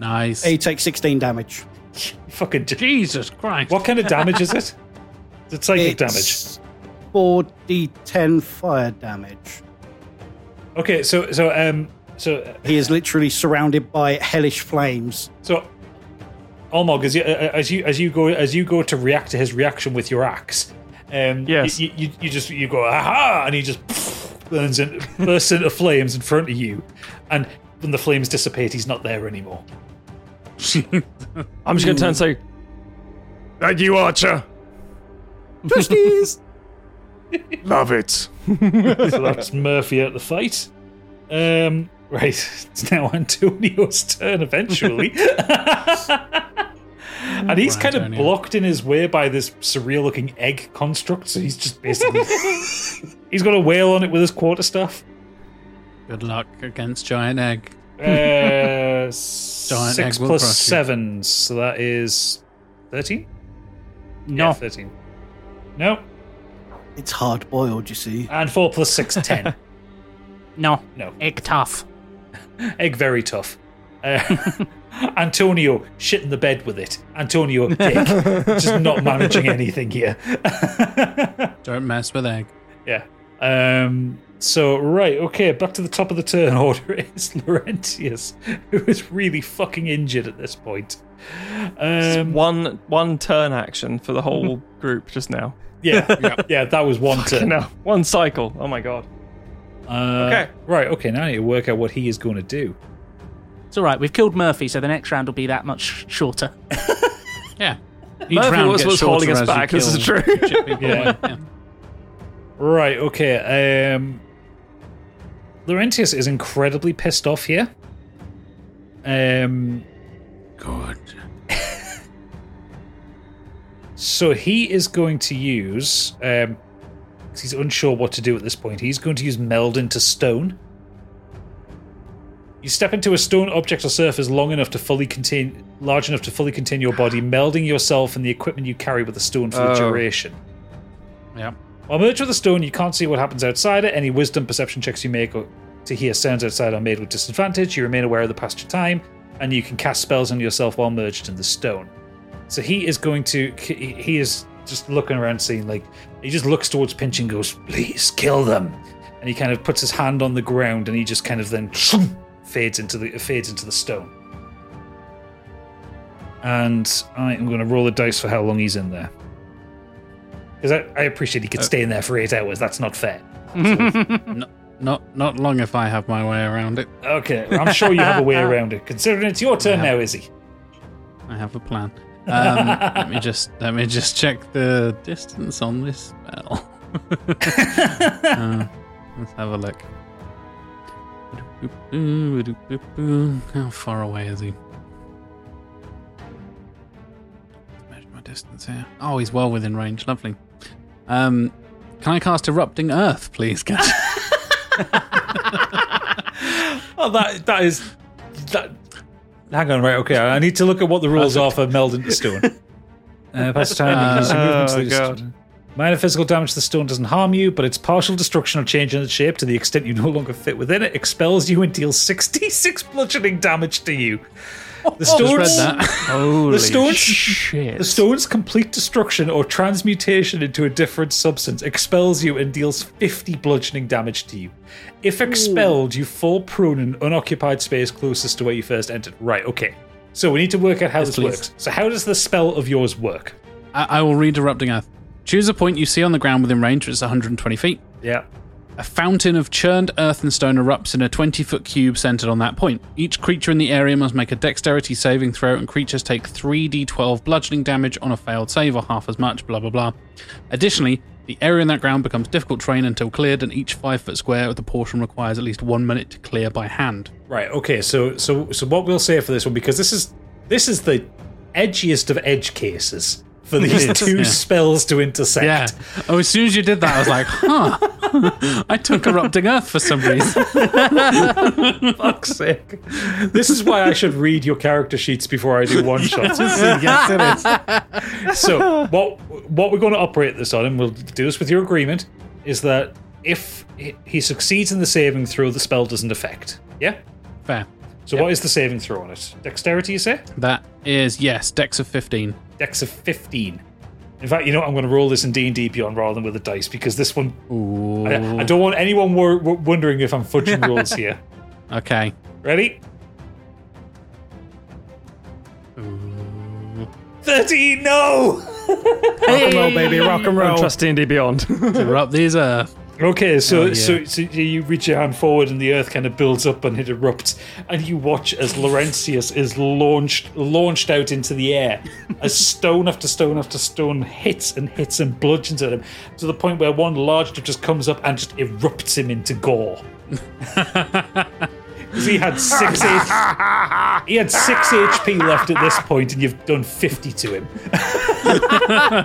S5: nice.
S4: He takes sixteen damage.
S2: Fucking
S5: Jesus Christ!
S2: What kind of damage is it? It's psychic
S4: It's Four d ten fire damage.
S2: damage. Okay, so so um so
S4: He is literally surrounded by hellish flames.
S2: so Olmog, as you as you as you go as you go to react to his reaction with your axe, um, yes, you, you, you just you go aha, and he just burns in, bursts into flames in front of you, and when the flames dissipate, he's not there anymore.
S6: I'm just gonna turn and say,
S8: Thank you, Archer.
S4: Twisties!
S8: Love it.
S2: so that's Murphy at the fight. Um, right, it's now Antonio's turn eventually. and he's
S3: Right,
S2: kind of
S3: Antonio.
S2: blocked in his way by this surreal looking egg construct, so he's just basically. he's got a whale on it with his quarterstaff.
S5: Good luck against giant egg.
S2: Uh,
S5: Giant egg
S2: six
S5: will
S2: plus
S5: crush you.
S2: seven, so that is 13? No. 13. No.
S4: It's hard boiled, you see.
S2: And four plus six, ten.
S7: No.
S2: No.
S7: Egg tough.
S2: Egg very tough. Uh, Antonio shit in the bed with it. Antonio dick. Just not managing anything here.
S5: Don't mess with egg.
S2: Yeah. Um so right, okay, back to the top of the turn order is Laurentius, who is really fucking injured at this point.
S6: It's
S2: Um
S6: one one turn action for the whole group just now.
S2: Yeah, yeah, that was one turn.
S6: No, one cycle. Oh my god.
S2: Uh,
S6: Okay.
S2: Right, okay, now I need to work out what he is going to do.
S7: It's all right. We've killed Murphy, so the next round will be that much sh- shorter.
S5: yeah.
S6: Murphy was- was holding us back, this is true.
S2: Yeah. Right, okay. Um Laurentius is incredibly pissed off here. Um
S5: Good.
S2: so he is going to use um 'cause he's unsure what to do at this point. He's going to use meld into stone. You step into a stone object or surface long enough to fully contain large enough to fully contain your body, melding yourself and the equipment you carry with the stone for the
S5: Oh.
S2: duration.
S5: Yeah.
S2: While merged with the stone, you can't see what happens outside it. Any wisdom perception checks you make or to hear sounds outside are made with disadvantage. You remain aware of the passage of time, and you can cast spells on yourself while merged in the stone. So he is going to. He he is just looking around, seeing like he just looks towards Pinch and goes, "Please kill them." And he kind of puts his hand on the ground, and he just kind of then fades into the fades into the stone. And I am going to roll the dice for how long he's in there. Because I, I appreciate he could stay in there for eight hours. That's not fair.
S5: not, not not long if I have my way around it.
S2: Okay, I'm sure you have a way around it. Considering it's your turn now, Izzy.
S5: I have a plan. Um, let me just let me just check the distance on this spell. Uh, let's have a look. How far away is he? Let's measure my distance here. Oh, he's well within range. Lovely. Um, can I cast erupting earth, please, Cat?
S2: Oh, that that is. That, hang on, right? Okay, I need to look at what the rules are for meld into stone. Uh, past time, you can use your movement to
S6: oh
S2: the
S6: god.
S2: Minor physical damage to the stone doesn't harm you, but its partial destruction or change in its shape to the extent you no longer fit within it expels you and deals 66 bludgeoning damage to you. The
S5: Just read
S2: stone's,
S5: that.
S2: the
S5: Holy
S2: stone's,
S5: shit.
S2: The stone's complete destruction or transmutation into a different substance expels you and deals 50 bludgeoning damage to you. If expelled, you fall prone in an unoccupied space closest to where you first entered. Right, okay. So we need to work out how
S5: Yes,
S2: this
S5: please.
S2: works. So, how does the spell of yours work?
S5: I, I will read Erupting Earth. Choose a point you see on the ground within range, it's 120 feet.
S2: Yeah.
S5: A fountain of churned earth and stone erupts in a 20 foot cube centered on that point. Each creature in the area must make a dexterity saving throw, and creatures take 3d12 bludgeoning damage on a failed save or half as much, blah blah blah. Additionally, the area in that ground becomes difficult terrain until cleared, and each 5 foot square of the portion requires at least one minute to clear by hand.
S2: Right. Okay. So so so what we'll say for this one because this is this is the edgiest of edge cases for
S5: It
S2: these
S5: is,
S2: two
S5: yeah.
S2: spells to intersect.
S5: Yeah. Oh, as soon as you did that, I was like, huh. I took Erupting Earth for some reason.
S2: Fuck's sake. This is why I should read your character sheets before I do one shots. so what what we're going to operate this on, and we'll do this with your agreement, is that if he- he succeeds in the saving throw, the spell doesn't affect. Yeah?
S5: Fair.
S2: So what is the saving throw on it? Dexterity, you say?
S5: That is yes, Dex of fifteen.
S2: Dex of fifteen. In fact, you know what? I'm going to roll this in D and D Beyond rather than with a dice because this one. I, I don't want anyone wor- w- wondering if I'm fudging rolls here.
S5: Okay.
S2: Ready? Thirteen. No.
S4: Rock and roll, baby, rock and roll.
S6: D and D Beyond.
S5: Rub these earth.
S2: Okay, so,
S5: Oh, yeah.
S2: so so you reach your hand forward and the earth kind of builds up and it erupts, and you watch as Laurentius is launched launched out into the air, as stone after stone after stone hits and hits and bludgeons at him to the point where one large chip just comes up and just erupts him into gore. 'Cause he had six H- he had six HP left at this point, and you've done fifty to him.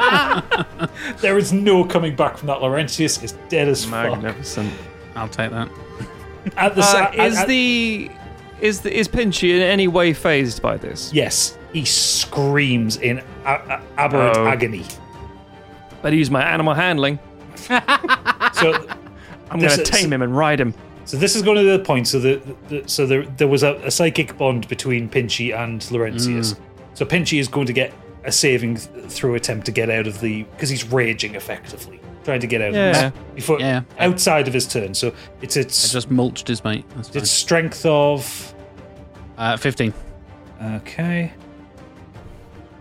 S2: there is no coming back from that. Laurentius is dead as
S6: Magnificent.
S5: I'll take that.
S2: fuck. At the
S6: Uh,
S2: sa-
S6: is
S2: at- at-
S6: the is the, is Pinchy in any way phased by this?
S2: Yes, he screams in a- a- aberrant
S6: Oh.
S2: agony.
S6: Better use my animal handling.
S2: So
S6: I'm going to
S2: This-
S6: tame him and ride him.
S2: So this is going to the point. So the, the so there there was a, a psychic bond between Pinchy and Laurentius.
S5: Mm.
S2: So Pinchy is going to get a saving th- through attempt to get out of the because he's raging effectively, trying to get out
S5: Yeah.
S2: of this before
S5: Yeah.
S2: outside of his turn. So it's
S5: I
S2: it's
S5: just mulched his mate. That's fine.
S2: it's strength of
S5: Uh, fifteen.
S2: okay.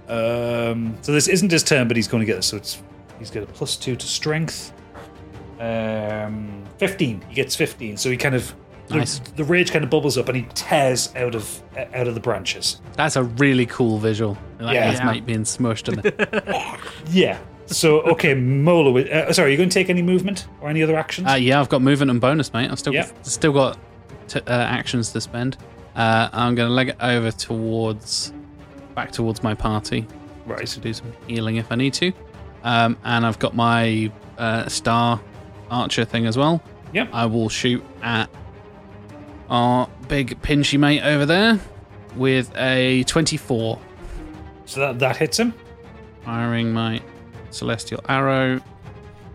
S2: Um, so this isn't his turn, but he's going to get this. So it's he's got a plus two to strength. Um, fifteen. He gets fifteen. So he kind of the,
S5: Nice.
S2: the rage kind of bubbles up, and he tears out of out of the branches.
S5: That's a really cool visual. Like
S2: Yeah.
S5: his
S2: Yeah.
S5: mate being smushed and then
S2: Yeah. So okay, Molo. Uh, sorry, are you going to take any movement or any other actions?
S5: Uh, yeah, I've got movement and bonus, mate. I've still
S2: Yeah.
S5: got, still got t- uh, actions to spend. Uh, I'm going to leg it over towards back towards my party.
S2: Right.
S5: To do some healing if I need to. Um, and I've got my uh, star archer thing as well.
S2: Yep.
S5: I will shoot at our big pinchy mate over there with a 24.
S2: So that, that hits him.
S5: Firing my celestial arrow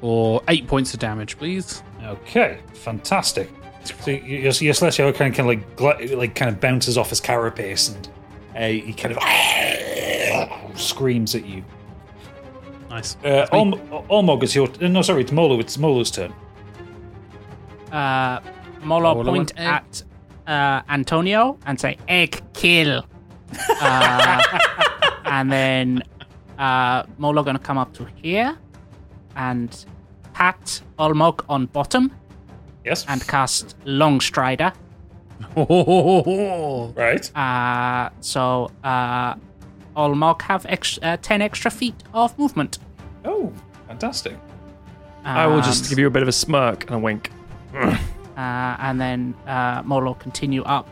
S5: for eight points of damage, please.
S2: Okay, fantastic. So y- your, your Celestial kind of, kind of like gla- like kind of bounces off his carapace and uh, he kind of screams at you.
S5: Nice.
S2: Uh, Olm- Olmog is your no, sorry, it's Molo. It's Molo's turn.
S7: Uh,
S6: Oh,
S7: Molo
S2: Molo
S7: point
S6: eh.
S2: and
S7: at uh, Antonio and say, egg kill. Uh, and then uh, Molo gonna come up to here and pat Olmok on bottom.
S2: Yes.
S7: And cast Long Strider.
S2: Right.
S7: Uh, so uh, Olmok have ex- uh, 10 extra feet of movement.
S2: Oh, fantastic.
S6: I will
S7: Um,
S6: just give you a bit of a smirk and a wink.
S7: uh, and then uh, Molo continue up,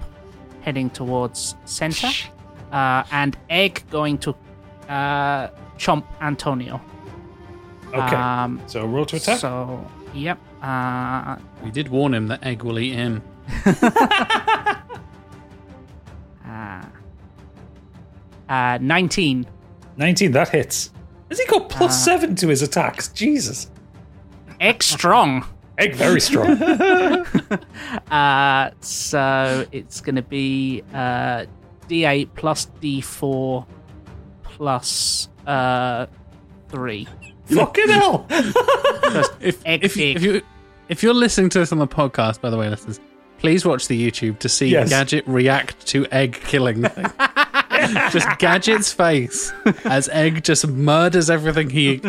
S7: heading towards center, uh, and Egg going to uh, chomp Antonio. Um,
S5: Okay.
S2: so roll to
S5: attack.
S7: So yep, uh,
S5: We did warn him that egg will eat him.
S7: uh, uh, nineteen. Uh.
S2: Nineteen. That hits. Has he got plus seven to his attacks? Jesus.
S7: Egg strong.
S2: Egg very strong.
S7: uh, so it's going to be uh, D8 plus D4 plus uh, three.
S2: Fucking hell!
S5: if, if, if you if you're listening to this on the podcast, by the way, listeners, please watch the YouTube to see
S2: Yes.
S5: Gadget react to egg killing. thing. just Gadget's face as egg just murders everything he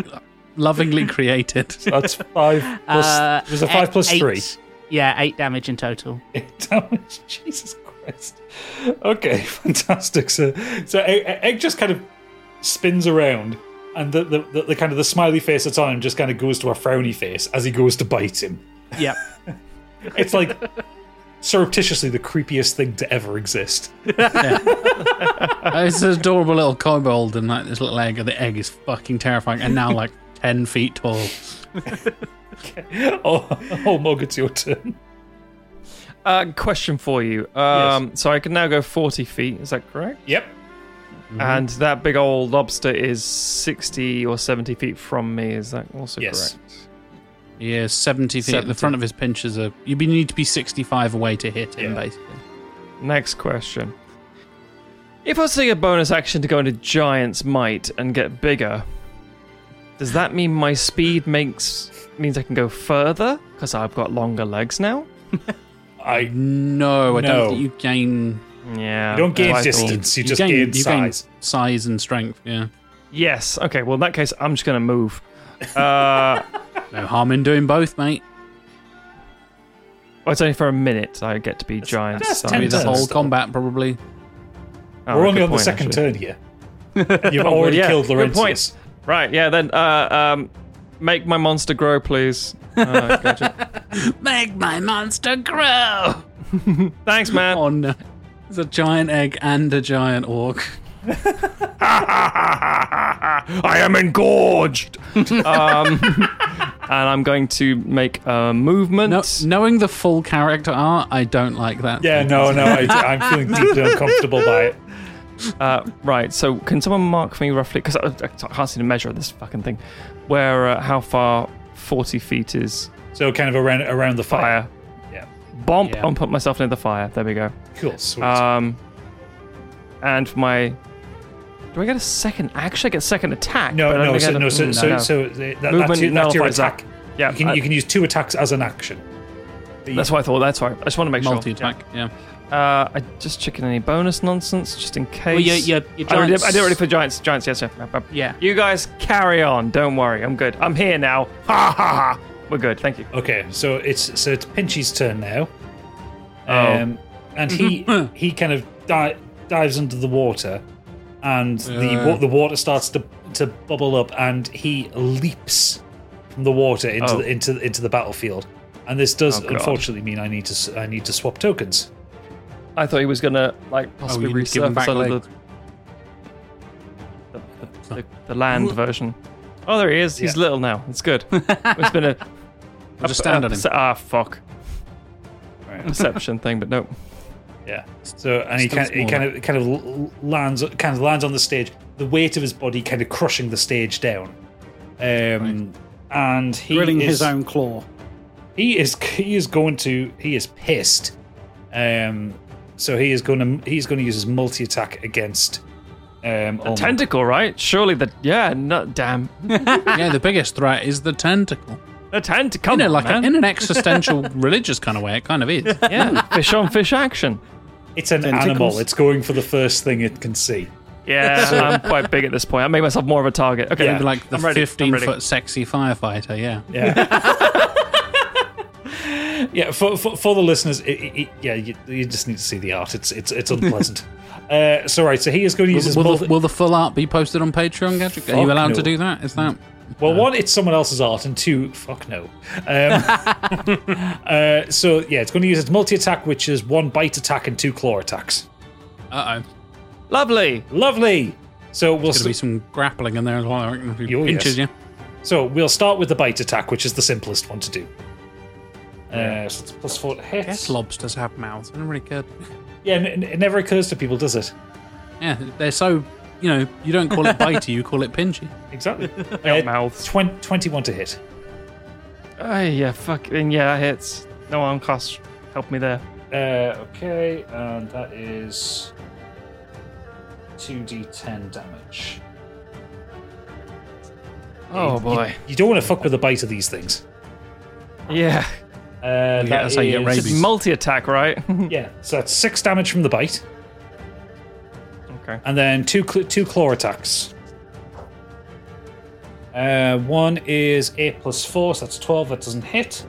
S5: lovingly created.
S2: That's five.
S5: plus-
S7: Uh,
S5: it was a five
S7: eight-
S5: plus three.
S7: eight- Yeah, eight damage in total.
S2: Eight damage. Jesus Christ. Okay, fantastic. So, so Egg, Egg just kind of spins around, and the, the, the, the kind of the smiley face that's on him just kind of goes to a frowny face as he goes to bite him.
S7: Yep.
S2: It's like surreptitiously the creepiest thing to ever exist.
S5: it's an adorable little kobold and like this little egg, and the egg is fucking terrifying, and now like ten feet tall.
S2: Oh, oh Mog, it's your turn.
S6: Uh, question for you. Um, So I can now go 40 feet, is that correct?
S2: Yep. Mm-hmm.
S6: And that big old lobster is 60 or 70 feet from me, is that also
S2: Yes.
S6: correct?
S5: He is 70 feet. The
S6: 70.
S5: front of his pinchers are. You be- need to be 65 away to hit him, basically.
S6: Next question. If I take a bonus action to go into Giant's Might and get bigger, does that mean my speed makes means I can go further because I've got longer legs now?
S2: I
S5: no, I
S6: No.
S5: don't think you gain.
S6: Yeah,
S2: You don't gain that's what I thought. distance, you just gain size.
S5: size and strength. Yeah.
S6: Yes. Okay. Well, in that case, I'm just gonna move. Uh,
S5: no harm in doing both, mate.
S6: Well, it's only for a minute. I get to be giant.
S5: that's
S6: size.
S5: 10 Maybe the turns whole still. combat, probably.
S2: We're only on the second turn here. You've already killed
S6: Oh, good
S2: Laurentius.
S6: point. Right, yeah, then uh, um, make my monster grow, please. Uh, gotcha.
S5: Make my monster grow.
S6: Thanks, man.
S5: Oh no, it's a giant egg and a giant orc.
S6: I am engorged. um, and I'm going to make a movement.
S5: knowing the full character art, I don't like that.
S2: Yeah, no, no, I, I'm feeling deeply uncomfortable by it.
S6: Uh, right, so can someone mark for me roughly? Because I, I can't seem to measure this fucking thing. Where, uh, how far 40 feet is.
S2: So kind of around around the fire. Yeah.
S6: Bomp,
S2: Yeah.
S6: I'll put myself near the fire. There we go.
S2: Cool, sweet.
S6: Um, and for my. Do I get a second? Actually, I get second attack.
S2: No,
S6: but I
S2: no,
S6: don't
S2: so,
S6: get a-
S2: no, so, so, so that, that's, your, that's your
S6: nullifies that.
S2: attack. Yeah, you can,
S6: I-
S2: you can use two attacks as an action.
S6: That's what I thought. That's right. I just want to make sure.
S5: Multi-attack, yeah.
S6: Uh, I just checking any bonus nonsense just in case.
S7: Well, your- your- your
S6: I, did, I
S7: giants-
S6: did already for giants. Giants, yes, yeah.
S7: Yeah.
S6: You guys carry on. Don't worry. I'm good. I'm here now. Ha ha ha. We're good. Thank you.
S2: Okay, so it's so it's Pinchy's turn now.
S6: Oh.
S2: Um, and he he kind of di- dives under the water, and the
S5: Yeah.
S2: wa- the water starts to to bubble up, and he leaps from the water into
S6: Oh.
S2: the, into the- into the battlefield. And this does
S6: Oh, God.
S2: unfortunately mean I need to s- I need to swap tokens.
S6: I thought he was gonna like possibly
S2: Oh, you need to give him
S6: resurface
S2: back
S6: under
S2: legs.
S6: the, the, the, the land version. Oh, there he is. He's
S2: Yeah.
S6: little now. It's good. it's been a.
S5: We'll just stand on him.
S6: perce- Ah, fuck.
S2: Right.
S6: Perception thing, but nope.
S2: Yeah. So and he
S6: Still
S2: kind, he
S6: smaller.
S2: kind of kind of l- lands kind of lands on the stage. The weight of his body kind of crushing the stage down. Um, and he
S4: Drilling
S2: is,
S4: his own claw.
S2: He is he is going to he is pissed. Um, so he is going to he's going to use his multi attack against um
S6: A
S2: Olmec.
S6: tentacle, right? Surely the yeah, no, damn.
S5: yeah, the biggest threat is the tentacle.
S6: The tentacle,
S5: you know, like
S6: man.
S5: in an existential, religious kind of way, it kind of is.
S6: Yeah, fish on fish action.
S2: It's an
S6: Tentacles.
S2: animal. It's going for the first thing it can see.
S6: Yeah,
S2: So-
S6: I'm quite big at this point. I made myself more of a target. Okay,
S5: It'd be like the
S6: I'm ready, I'm
S5: 15
S6: ready.
S5: foot sexy firefighter, yeah.
S2: Yeah. yeah. For, for for the listeners, it, it, it- yeah, you, you just need to see the art. It's it's it's unpleasant. uh, so right, so he is going to
S5: Will,
S2: use his
S5: will
S2: multi-
S5: the, will the full art be posted on Patreon, Gadget? Are
S2: Fuck
S5: you allowed
S2: no.
S5: to do that? Is that.
S2: Well, one, it's someone else's art, and two, fuck no. Um, uh, so yeah, it's going to use its multi attack, which is one bite attack and two claw attacks.
S5: Uh oh.
S6: Lovely,
S2: lovely. So we'll
S5: There's going to be some grappling in there as well, I reckon. if he
S2: Oh, yes.
S5: pinches you.
S2: So we'll start with the bite attack, which is the simplest one to do. Uh, so it's plus four hits.
S5: Yes, lobsters have mouths. It never really occurred.
S2: Yeah, n- n- it never occurs to people, does it?
S5: Yeah, they're so. You know, you don't call it bitey, you call it pinchy.
S2: Exactly.
S6: Got mouths.
S2: 20, 21 to hit.
S6: Oh yeah, fucking yeah, that hits. No one cost. Help me there.
S2: Uh, okay, and that is 2d10 damage.
S6: Oh
S5: Oh,
S2: You-
S6: boy.
S2: You, you don't want to fuck with the bite of these things.
S6: Yeah.
S2: Uh, that
S6: that's how you get
S2: is-
S6: rabies. It's multi-attack, right?
S2: yeah. So that's six damage from the bite,
S6: Okay.
S2: and then two cl- two claw attacks. Uh, one is eight plus four, so that's twelve. That doesn't hit.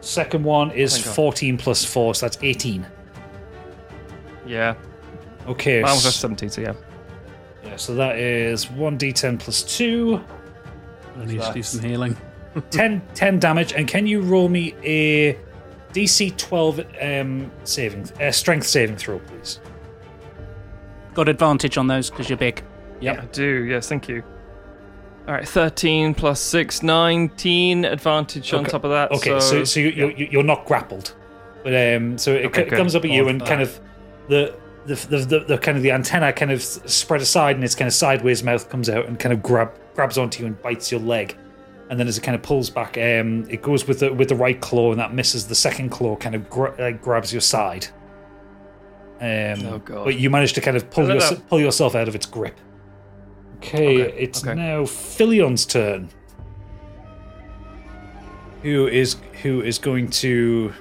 S2: Second one is
S6: Oh my God.
S2: fourteen plus four, so that's eighteen.
S6: Yeah.
S2: Okay.
S6: I almost got
S2: s-
S6: 17, so yeah.
S2: yeah. So that is one d10 plus two.
S5: I need to do some healing.
S2: 10, 10 damage, and can you roll me a DC twelve um, saving uh, strength saving throw, please?
S7: Got advantage on those because you're big.
S2: Yep.
S6: I do. Yes, thank you. All right, 13 plus 6, 19 advantage on
S2: Okay.
S6: top of that.
S2: Okay, so,
S6: so,
S2: so you, you're, you're not grappled, but um, so it
S6: Okay,
S2: c-
S6: good.
S2: comes up at you
S6: Oh,
S2: and
S6: fuck.
S2: kind of the the, the the the kind of the antenna kind of s- spread aside and its kind of sideways mouth comes out and kind of grab grabs onto you and bites your leg, and then as it kind of pulls back, um, it goes with the with the right claw, and that misses. The second claw kind of gra- like grabs your side. Um,
S8: Oh, God.
S2: But you manage to kind of pull
S8: No, no,
S2: yourse-
S8: no.
S2: pull yourself out of its grip. Okay, it's now Philion's turn. Who is who is going to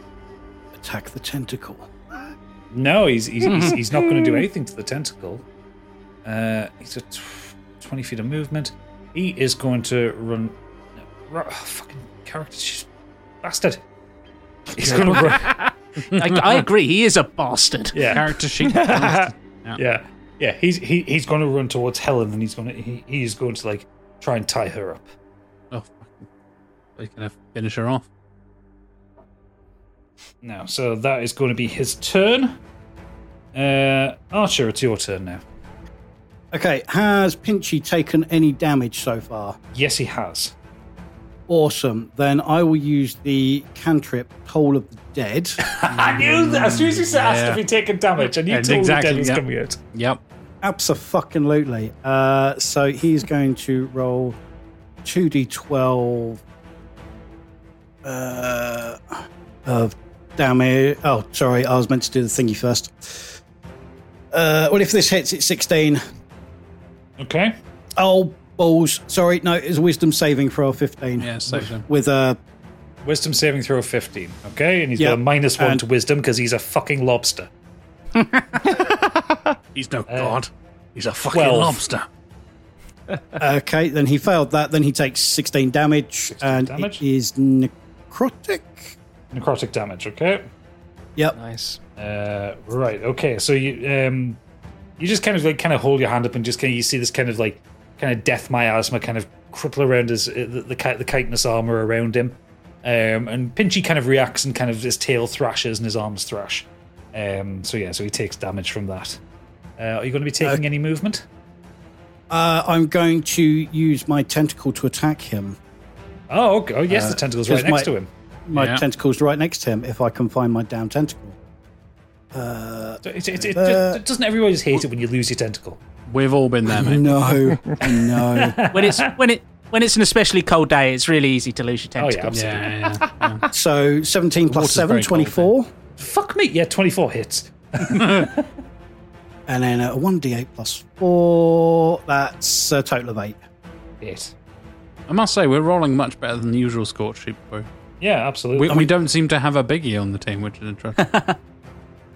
S4: attack the tentacle?
S2: No, he's he's, he's, he's not going to do anything to the tentacle. Uh, he's at tw- twenty feet of movement. He is going to run. No, ru- oh, fucking character, she's bastard. He's going to run.
S7: I, I agree. He is a bastard.
S2: Yeah.
S7: Character sheet.
S2: yeah.
S7: bastard.
S2: yeah, He's he, he's going to run towards Helen, and he's going to he, he's going to like try and tie her up.
S5: Oh, fucking. He's going to finish her off.
S2: No, so that is going to be his turn. Uh, Archer, it's your turn now.
S4: Okay, has Pinchy taken any damage so far?
S2: Yes, he has.
S4: Awesome. Then I will use the cantrip Toll of the Dead.
S2: I knew that. As soon as you said, asked if he'd taken damage, I knew
S4: And
S2: Toll of the
S4: exactly,
S2: Dead was
S4: yeah.
S2: coming out.
S5: Yep.
S4: Absolutely. Uh, so he's going to roll 2d12 uh, of damage. Oh, sorry. I was meant to do the thingy first. Uh, well, if this hits, it's 16.
S2: Okay.
S4: Oh, balls. Sorry. No, it's a wisdom saving throw of 15.
S5: Yeah, save them.
S4: With a.
S2: Wisdom saving throw of 15. Okay, and he's
S4: Yeah,
S2: got a minus one
S4: and-
S2: to wisdom because he's a fucking lobster. Uh, he's no god. He's a fucking
S5: lobster.
S4: okay, then he failed that. Then he takes 16 damage. and
S2: damage?
S4: it is necrotic.
S2: Necrotic damage, okay?
S4: Yep.
S2: Nice. Uh, right, okay. So you um, you just kind of like kind of hold your hand up and just kind of you see this kind of like kind of death miasma kind of cripple around his uh, the the, ki- the chitinous armor around him. Um, and Pinchy kind of reacts and kind of his tail thrashes and his arms thrash. Um, so yeah, so he takes damage from that. Uh, are you going to be taking any movement?
S4: Uh, I'm going to use my tentacle to attack him.
S2: Oh, okay. oh yes,
S4: Uh,
S2: the tentacle's
S4: 'cause
S2: right next
S4: my-
S2: to him.
S4: My
S2: Yeah.
S4: tentacle's right next to him if I can find my damn tentacle. Uh,
S2: It, it, it,
S4: Uh,
S2: doesn't everybody just hate it when you lose your tentacle?
S5: We've all been there, mate.
S4: No, no.
S7: when it's when it when it's an especially cold day, it's really easy to lose your tentacle.
S2: Oh, absolutely. Ah,
S4: so 17 plus
S7: Water's
S4: 7,
S7: very cold,
S4: 24.
S2: Fuck me. Yeah, 24 hits.
S4: and then a 1d8 plus 4. That's a total of 8.
S2: Yes.
S5: I must say, we're rolling much better than the usual scorch sheep, boy.
S2: Yeah, absolutely.
S5: We, we don't seem to have a biggie on the team, which is interesting.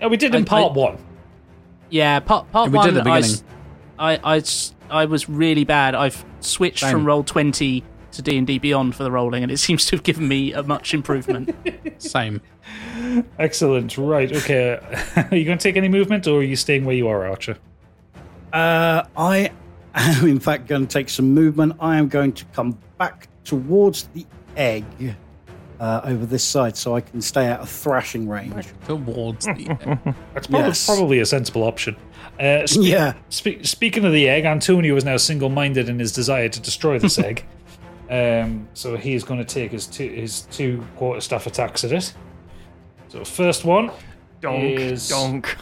S2: Yeah, we did in
S7: I-
S2: part
S7: I-
S2: one.
S7: Yeah, part part
S5: We
S7: one.
S5: did at the
S7: I
S5: beginning.
S7: s- I, I s- I was really bad. I've switched
S5: Same.
S7: from roll twenty to D and D Beyond for the rolling, and it seems to have given me a much improvement.
S5: Same.
S2: Excellent. Right. Okay. are you going to take any movement or are you staying where you are, Archer?
S4: Uh, I am, in fact, going to take some movement. I am going to come back towards the egg uh, over this side so I can stay out of thrashing range.
S5: Towards the
S2: That's probably,
S4: Yes.
S2: probably a sensible option. Uh, sp-
S4: Yeah.
S2: spe- speaking of the egg, Antonio is now single minded in his desire to destroy this egg. Um, so he is going to take his two, his two quarter staff attacks at it. So, first one
S8: Donk,
S2: is.
S8: donk.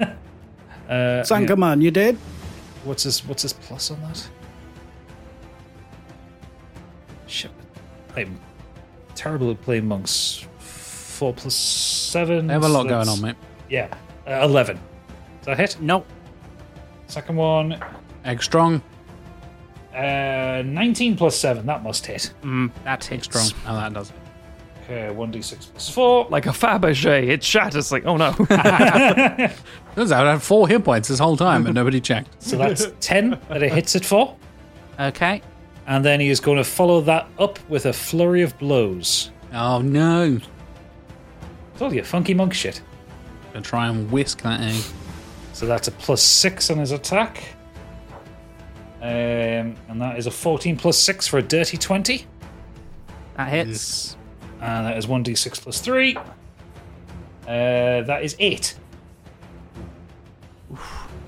S2: Uh, hang on.
S4: Sangaman, you did?
S2: What's his What's his plus on that? Shit, I'm terrible at playing monks. Four plus seven.
S5: They have a lot
S2: so
S5: going
S2: that's-
S5: on, mate.
S2: Yeah, uh, eleven. Is that hit?
S7: No.
S2: Second one,
S5: Egg strong.
S2: uh, nineteen plus seven. That must hit.
S7: mm, that hits.
S5: Strong. Oh, that does it.
S2: Okay, one d six plus four.
S8: Like a Fabergé, it shatters. Like, oh no.
S5: Turns out I had four hit points this whole time, but nobody checked.
S2: So that's ten that it hits it for.
S7: Okay.
S2: And then he is going to follow that up with a flurry of blows.
S5: Oh, no.
S2: It's all your funky monk shit.
S5: Gonna try and whisk that egg.
S2: So that's a plus six on his attack. Um, and that is a 14 plus six for a dirty 20.
S7: That hits.
S2: And that is 1d6 plus three. Uh, that is eight.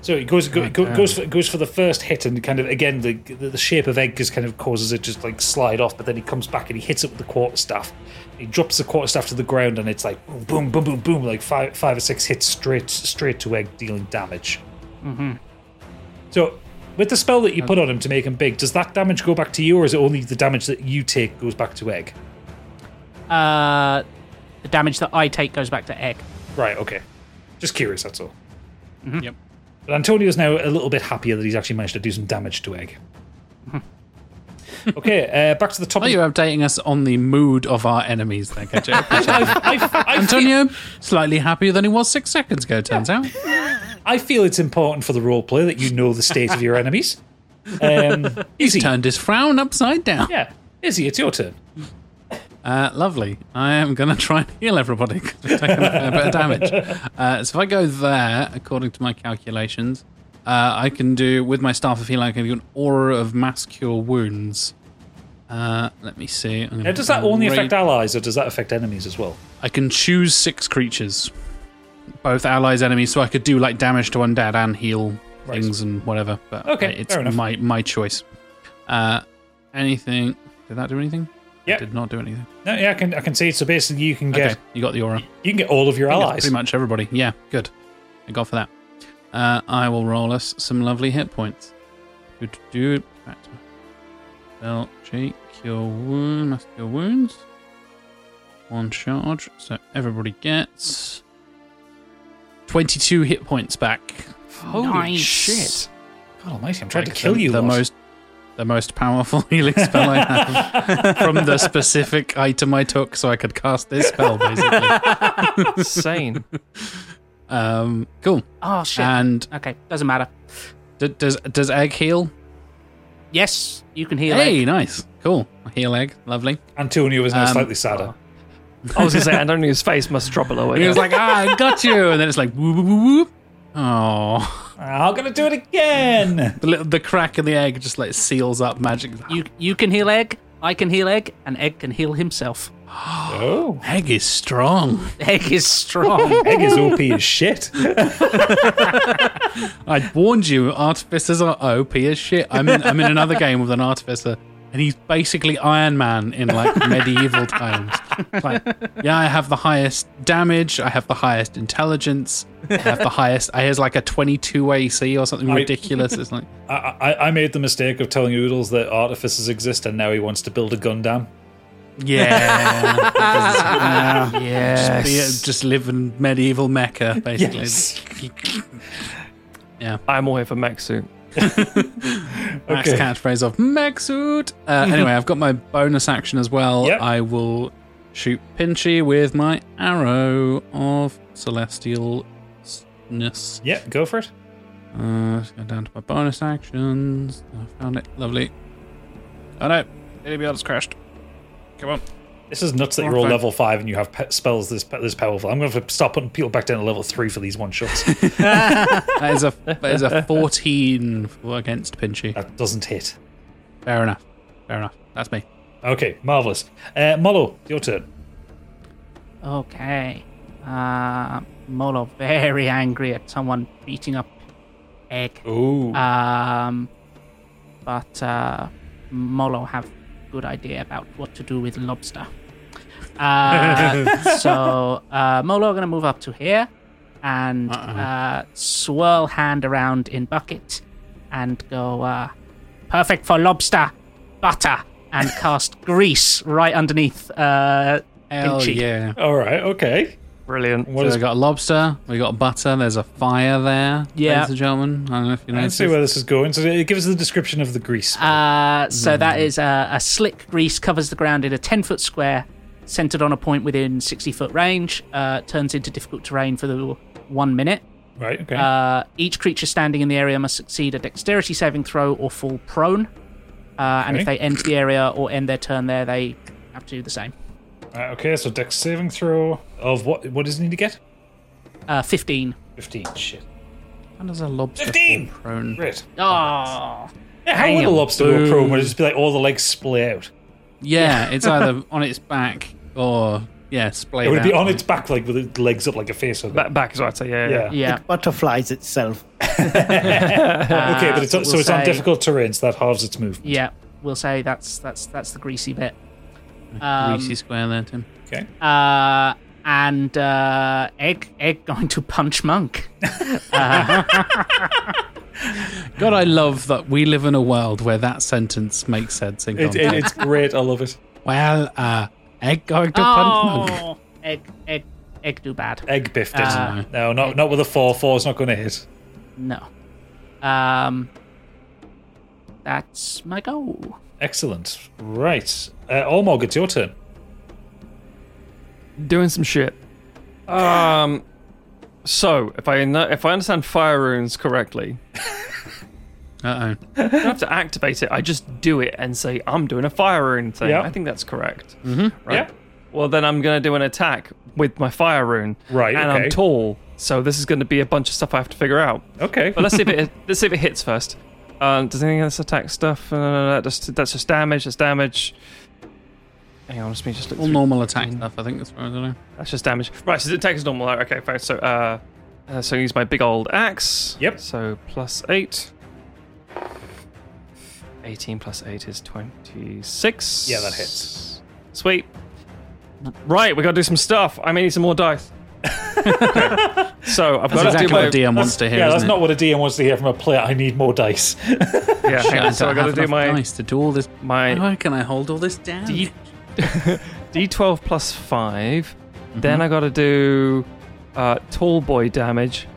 S2: So it goes go, go,
S5: Goddamn.
S2: goes for, goes for the first hit, and kind of again the the shape of egg just kind of causes it just like slide off. But then he comes back and he hits it with the quarter staff. He drops the quarter staff to the ground, and it's like boom, boom, boom, boom, boom, like five five or six hits straight straight to egg, dealing damage.
S7: Mm-hmm.
S2: So With the spell
S5: Uh-huh.
S2: that you put on him to make him big, does that damage go back to you, or is it only the damage that you take goes back to Egg?
S7: Uh, the damage that I take goes back to Egg.
S2: Right, okay. Just curious, that's all.
S7: Yep.
S2: But Antonio's now a little bit happier that he's actually managed to do some damage to Egg. okay, uh, back to the top.
S5: Are
S2: of-
S5: you updating us on the mood of our enemies there, KJ?
S2: I've- I've- I
S5: Antonio, slightly happier than he was six seconds ago, turns out.
S2: I feel it's important for the roleplay that you know the state of your enemies. Um,
S5: He's turned his frown upside down.
S2: Yeah. Izzy, it's your turn.
S5: Uh, lovely. I am going to try and heal everybody 'cause I've taken a fair bit of damage. Uh, so if I go there, according to my calculations, uh, I can do, with my Staff of Healing, I can do an Aura of Mass Cure Wounds. Uh, let me see. I'm gonna
S2: Now, does that only
S5: raid-
S2: affect allies, or does that affect enemies as well?
S5: I can choose six creatures, both allies, enemies, so I could do like damage to undead and heal things and whatever. But
S2: Okay,
S5: uh, it's
S2: fair enough.
S5: my my choice. Uh, anything? Did that do anything?
S2: Yeah.
S5: Did not do anything.
S2: No, yeah, I can I can see. So basically, you can get
S5: okay, you got the aura.
S2: you can get all of your
S5: I think that's
S2: allies.
S5: Pretty much everybody. Yeah, good. I got for that. Uh, I will roll us some lovely hit points. Good do it. Back to Spell check, cure wound, must cure wounds. One charge. So everybody gets 22 hit points back.
S2: Holy Nice. shit. God almighty, I'm trying to
S5: Like
S2: kill
S5: the,
S2: you
S5: The
S2: lot.
S5: most, the most powerful healing spell I have from the specific item I took so I could cast this spell, basically.
S6: Insane.
S5: Um, cool.
S7: Oh, shit.
S5: And
S7: okay, doesn't matter.
S5: D- does does egg heal?
S7: Yes, you can heal
S5: hey,
S7: Egg.
S5: nice, cool. I heal egg, lovely.
S2: Antonio was now
S5: Um,
S2: slightly sadder.
S6: I was going to say, Antonio's face must drop a little bit.
S5: He was like, ah, I got you, and then it's like whoop whoop whoop. whoop. Oh,
S2: I'm gonna do it again.
S5: The, little, the crack in the egg just like seals up magic.
S7: You you can heal Egg. I can heal Egg, and Egg can heal himself.
S2: Oh,
S5: egg is strong.
S7: Egg is strong.
S2: Egg is OP as shit.
S5: I warned you, artificers are OP as shit. I'm in, I'm in another game with an artificer, and he's basically Iron Man in like medieval times. Like, yeah, I have the highest damage, I have the highest intelligence, I have the highest. I has like a 22 AC or something
S2: I-
S5: ridiculous. It's like
S2: I, I I made the mistake of telling Oodles that artificers exist, and now he wants to build a gun dam.
S5: Yeah.
S2: Ah, Yes.
S5: Just, be a- just live in medieval Mecca, basically.
S2: Yes.
S5: yeah.
S6: I'm all here for mech suit.
S5: Max catchphrase of mech suit. Uh, anyway, I've got my bonus action as well.
S2: Mm-hmm. Yep.
S5: I will shoot Pinchy with my arrow of celestialness.
S2: Yeah, go for it.
S5: Uh, let's go down to my bonus actions. I found it. Lovely. Oh no, Daily Beyond crashed. Come on.
S2: This is nuts that you're all level five and you have pe- spells this pe- this powerful. I'm going to start putting people back down to level three for these one shots.
S5: That is a that is a fourteen for- against Pinchy.
S2: That doesn't hit.
S5: Fair enough. Fair enough. That's me.
S2: Okay, marvelous. Uh, Molo, your turn.
S7: Okay. Uh, Molo very angry at someone beating up Egg.
S2: Ooh.
S7: Um, but uh, Molo have good idea about what to do with lobster. Uh, so uh, Molo gonna move up to here and uh, swirl hand around in bucket and go uh, perfect for lobster butter and cast grease right underneath. Uh,
S5: Hell
S7: Pinchy.
S5: yeah.
S2: All right. Okay.
S6: Brilliant.
S5: What so we got lobster, we got butter, there's a fire there.
S7: Yeah.
S5: Ladies and gentlemen. I don't know if you
S2: Let's see
S5: know.
S2: where this is going. So it gives us the description of the grease.
S7: Uh, so
S5: Mm.
S7: that is uh, a slick grease covers the ground in a 10 foot square, centered on a point within 60 foot range, uh, turns into difficult terrain for the one minute.
S2: right. Okay.
S7: Uh, each creature standing in the area must succeed a dexterity saving throw or fall prone. Uh, and if
S2: Okay.
S7: they enter the area or end their turn there, they have to do the same.
S2: Right, okay. So dex saving throw of what? What does it need to get?
S7: Uh, 15.
S2: 15. Shit.
S5: How does a lobster
S2: 15!
S5: fall prone?
S2: Great.
S7: Oh.
S2: Yeah, how would a
S5: Damn.
S2: lobster go
S5: Boo.
S2: prone? Would it just be like all the legs splay out?
S5: Yeah, it's either on its back or yeah, splayed
S2: it would be
S5: out.
S2: on its back, like with its legs up like a face.
S6: Back, back is what I'd say, yeah.
S2: Yeah.
S7: Yeah.
S4: It butterflies itself.
S6: Uh,
S2: okay, but it's,
S7: so
S2: so,
S7: Uh, we'll
S2: it's on
S7: say-
S2: difficult terrain, so that halves its movement.
S7: Yeah, we'll say that's that's that's the greasy bit.
S5: Greasy square there, Tim.
S2: Okay.
S7: uh, and uh, egg egg going to punch monk. Uh,
S5: God, I love that we live in a world where that sentence makes sense in
S2: It-
S5: context.
S2: it- it's great. I love it.
S5: Well, uh, egg going to punt monk.
S7: Oh, egg, egg, egg, do bad.
S2: Egg biffed it.
S7: Uh,
S2: no, not not with a four. Four's not going to hit.
S7: No. Um, that's my goal.
S2: Excellent. Right. Uh, Ormog, it's your turn.
S6: Doing some shit. Um, so if I know, if I understand fire runes correctly,
S5: uh oh,
S6: I don't have to activate it. I just do it and say I'm doing a fire rune thing.
S2: Yeah.
S6: I think that's correct.
S7: Uh,
S5: Mhm.
S6: Right. Well, then I'm gonna do an attack with my fire rune.
S2: Right,
S6: And
S2: okay.
S6: I'm tall, so this is gonna be a bunch of stuff I have to figure out.
S2: Okay.
S6: But let's see if it let's see if it hits first. Um, does any of this attack stuff? Uh, no, no, no, that's, that's just damage. That's damage. Hang on, let me just look.
S5: All
S6: through. Mm.
S5: normal attack stuff. I think that's what I don't know.
S6: That's just damage. Right, so the attack is normal. Okay, fine. So, uh, uh, so I use my big old axe. Yep. So plus eight. 18 plus 8 is 26.
S2: Yeah, that hits.
S6: Sweet. Right, we gotta do some stuff. I may need some more dice. Okay. So I've
S2: That's
S6: got to do
S2: exactly
S6: my
S2: what a DM wants to hear,
S6: Yeah,
S2: Yeah,
S6: that's
S2: that's not what a DM wants to hear from a player. I need more dice.
S6: not. Yeah, hang on. So I gotta do my
S5: Nice to do all this.
S6: my
S5: How can I hold all this down?
S6: D- D12 plus 5.
S5: Mm-hmm.
S6: Then I got to do uh, tall boy damage,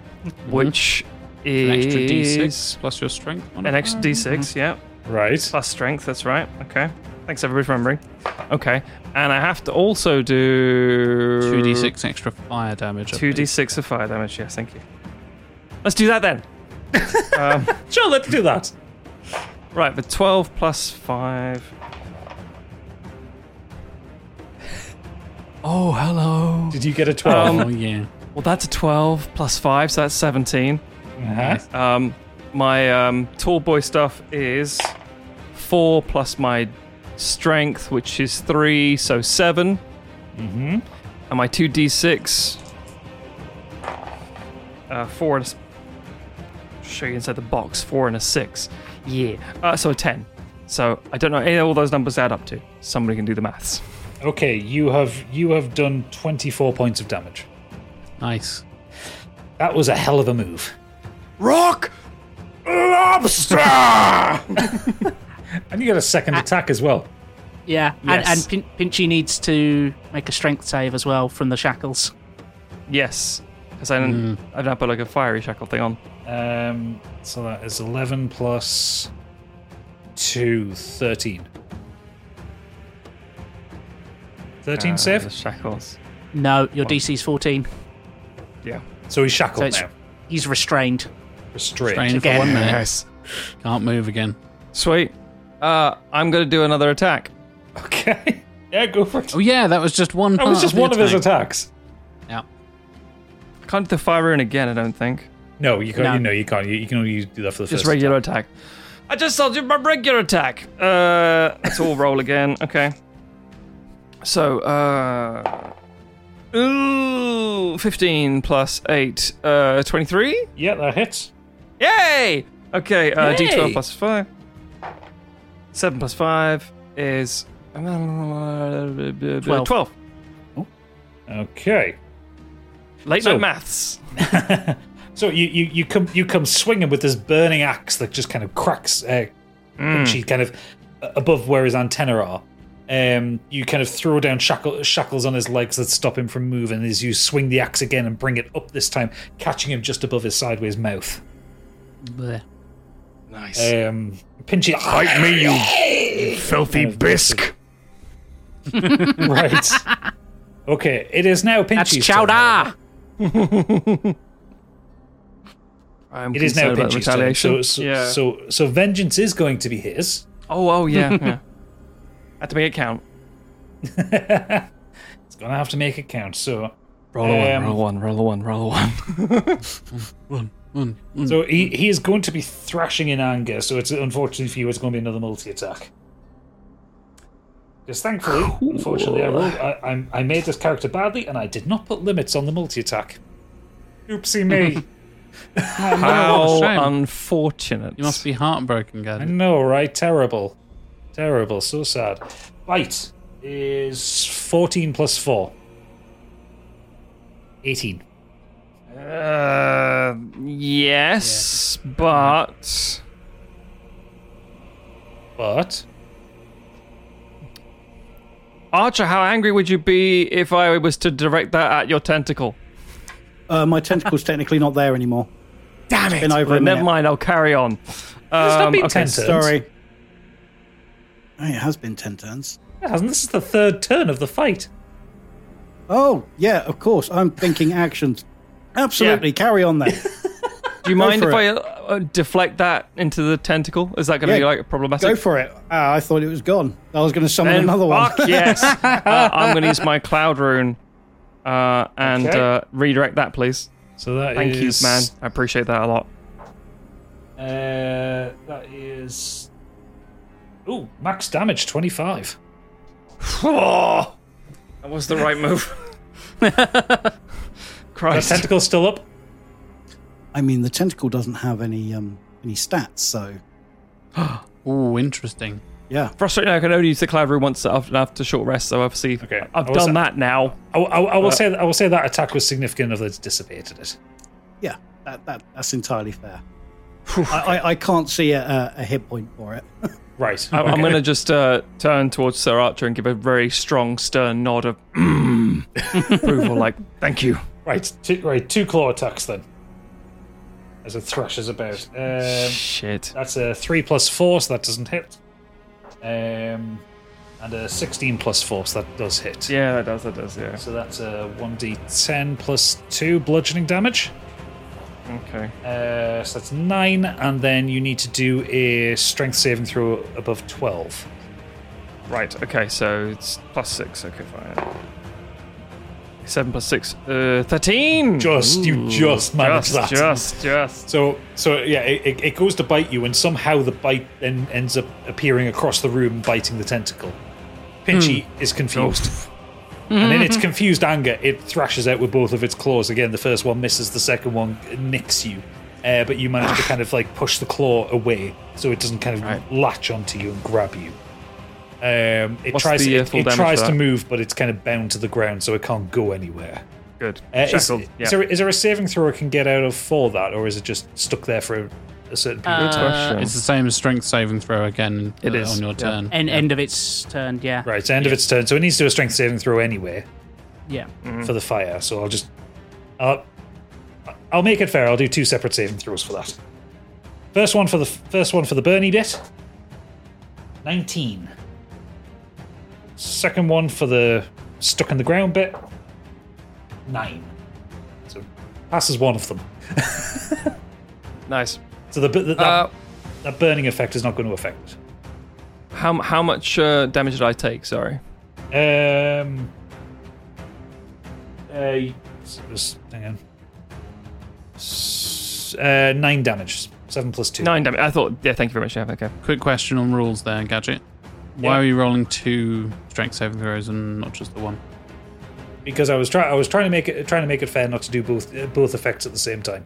S6: which
S5: Mm-hmm. An
S6: is
S5: extra D6 plus your strength.
S6: An extra D6, yeah.
S2: Right.
S6: Plus strength, that's right. Okay. Thanks everybody for remembering. Okay. And I have to also do
S5: 2d6 extra fire damage. I
S6: Two D six of fire damage. Yes, thank you. Let's do that then. um,
S2: sure, let's do that.
S6: Right, the twelve plus five. Oh, hello. Um,
S2: Did you get a
S5: 12? Oh, yeah.
S6: Well, that's a twelve plus five, so that's 17
S2: Uh-huh.
S6: Um, my um, tall boy stuff is four plus my strength, which is three, so 7
S2: Mm-hmm.
S6: And my two d6. Uh, four and a s- show you inside the box. Four and a six. Yeah. Uh, so a ten. So I don't know any of all those numbers add up to. Somebody can do the maths.
S2: Okay, you have you have done twenty four points of damage.
S5: Nice.
S2: That was a hell of a move.
S3: Rock lobster.
S2: And you got a second attack as well.
S7: Yeah,
S2: Yes.
S7: and, and Pin- Pinchy needs to make a strength save as well from the shackles.
S6: Yes, because I didn't. I didn't put like a fiery shackle thing on.
S2: Um, so that is 11 plus 2, 13. 13
S7: Uh,
S2: save?
S7: the
S6: shackles.
S7: No, your DC's 14.
S6: Yeah.
S2: So he's shackled
S7: So it's-
S2: now.
S7: He's restrained.
S2: Restrained.
S5: Strain for
S7: Again.
S5: one minute.
S7: Yes.
S5: Can't move again.
S6: Sweet. Uh, I'm gonna do another attack.
S2: Okay. Yeah, go for it.
S5: Oh yeah, that was just one.
S2: That was
S5: part
S2: just
S5: the
S2: one of his
S5: attack.
S2: attacks.
S6: I can't do the fire rune again. I don't think.
S2: No, you can't.
S6: No.
S2: You, no, you can't. You, you can only use- do that for the
S6: Just
S2: first.
S6: regular attack. I just I'll do my regular attack. Uh, let's all roll again. Okay. So, uh, ooh, 15 plus 8, uh, 23?
S2: Yeah, that hits.
S6: Yay! Okay, uh,
S3: Yay!
S6: d12 plus 5. 7 plus 5 is.
S3: Uh,
S6: 12.
S2: Oh. Okay.
S6: Late
S2: So-
S6: night maths.
S2: So you, you, you come you come swinging with this burning axe that just kind of cracks uh,
S3: Mm.
S2: Pinchy kind of uh, above where his antennae are. Um, you kind of throw down shackle, shackles on his legs that stop him from moving as you swing the axe again and bring it up this time, catching him just above his sideways mouth.
S7: Blech.
S2: Nice. Um, Pinchy,
S3: Bite me, you, you filthy bisque.
S2: right. Okay, it is now
S7: That's
S2: Pinchy's turn.
S7: Chowda!
S6: I'm
S2: It is now
S6: concerned about
S2: Pinchy's turn. So,
S6: retaliation.
S2: so,
S6: yeah.
S2: so, so vengeance is going to be his.
S6: oh, oh, yeah. yeah. Had to make it count.
S2: It's gonna have to make it count. So
S6: Roll a
S2: um,
S6: one, roll a one, roll a one, roll a one.
S2: So he, he is going to be thrashing in anger. So it's unfortunately for you, it's going to be another multi attack. Because thankfully, unfortunately, I, rolled, I, I'm- I made this character badly, and I did not put limits on the multi attack. Oopsie me! I
S5: Oh,
S6: How
S2: know.
S6: unfortunate.
S5: You must be heartbroken,
S2: I
S5: guys.
S2: know, right? Terrible, terrible. So sad. Bite is fourteen plus four. Eighteen.
S6: Uh, Uh, yes, but.
S2: But.
S6: Archer, how angry would you be if I was to direct that at your tentacle?
S4: Uh, my tentacle's technically not there anymore.
S6: Damn
S4: It's been over a
S6: never
S4: minute.
S6: mind, I'll carry on.
S4: not
S6: Um,
S4: been
S6: okay,
S4: 10 turns.
S6: Sorry.
S4: Oh, it has been 10 turns.
S2: It hasn't. This is the third turn of the fight.
S4: Oh, yeah, of course. I'm thinking actions. Absolutely. Carry on then.
S6: Do you mind
S4: for
S6: if
S4: it.
S6: I uh, uh, deflect that into the tentacle? Is that going to
S4: Yeah,
S6: be like problematic?
S4: Go for it. Ah, I thought it was gone. I was going to summon
S6: Then
S4: another one.
S6: Fuck yes. Uh, I'm going to use my cloud rune uh, and
S4: Okay.
S6: uh, redirect that, please.
S2: So that
S6: Thank
S2: is-
S6: you, man. I appreciate that a lot.
S2: Uh, that is. Ooh, max damage 25.
S6: Oh, that was the right move. Christ.
S2: That tentacle's still up.
S4: I mean, the tentacle doesn't have any um any stats, so
S5: Ooh, interesting.
S4: Yeah.
S6: Frustrating. I can only use the cloud rune once after, after short rest, so obviously okay. I've
S2: I will
S6: done
S2: say-
S6: that now.
S2: I, I- I will
S6: But-
S2: say that I will say that attack was significant. Of that's dissipated it.
S4: yeah, that, that that's entirely fair. I, I, I can't see a, a, a hit point for it.
S2: Right.
S6: I, I'm going to just uh, turn towards Sir Archer and give a very strong, stern nod of mm, approval, like, thank you.
S2: Right. Two, right. Two claw attacks then. As it thrashes about. Um,
S6: Shit.
S2: That's a three plus four, so that doesn't hit. Um, and a sixteen plus four, so that does hit.
S6: Yeah, that does. That does. Yeah.
S2: So that's a one d ten plus two bludgeoning damage.
S6: Okay.
S2: Uh, so that's nine, and then you need to do a strength saving throw above twelve.
S6: Right, okay, so it's plus six. Okay, fine. Seven plus six, uh, 13!
S2: Just you
S6: Ooh,
S2: just managed that.
S6: just, Just, just.
S2: So so yeah, it, it- it goes to bite you, and somehow the bite then ends up appearing across the room, biting the tentacle. Pinchy
S6: Hmm.
S2: is confused. And in its
S6: Mm-hmm.
S2: confused anger, it thrashes out with both of its claws. Again, the first one misses, the second one nicks you. Uh, but you manage to kind of like push the claw away so it doesn't kind of latch onto you and grab you. Um, it
S6: What's
S2: tries,
S6: the, uh,
S2: it,
S6: full
S2: it
S6: damage
S2: tries
S6: for
S2: to
S6: that?
S2: move, but it's kind of bound to the ground so it can't go anywhere.
S6: Good.
S2: Uh, is,
S6: Shackled, yeah.
S2: is, there, is there a saving throw it can get out of for that, or is it just stuck there for a, a certain period of time?
S5: It's the same as strength saving throw again
S2: It
S5: uh,
S2: is,
S5: on your
S2: yeah.
S5: turn.
S7: And end of its turn, yeah.
S2: Right, so end of its turn, so it needs to do a strength saving throw anyway
S7: Yeah.
S2: for the fire. So I'll just, I'll, I'll make it fair. I'll do two separate saving throws for that. First one for the first one for the Bernie bit. Nineteen. Second one for the stuck in the ground bit. Nine. So passes one of them.
S6: nice.
S2: So the, the that,
S6: Uh,
S2: that burning effect is not going to affect
S6: How, how much uh, damage did I take? Sorry.
S2: it. Um. Uh, it was, hang on. S- uh, nine damage. Seven plus two.
S6: Nine damage. I thought, yeah, thank you very much, yeah, okay.
S5: Quick question on rules there, Gadget. Why
S2: Yeah.
S5: are you rolling two strength saving throws and not just the one?
S2: because I was trying I was trying to make it trying to make it fair not to do both uh, both effects at the same time.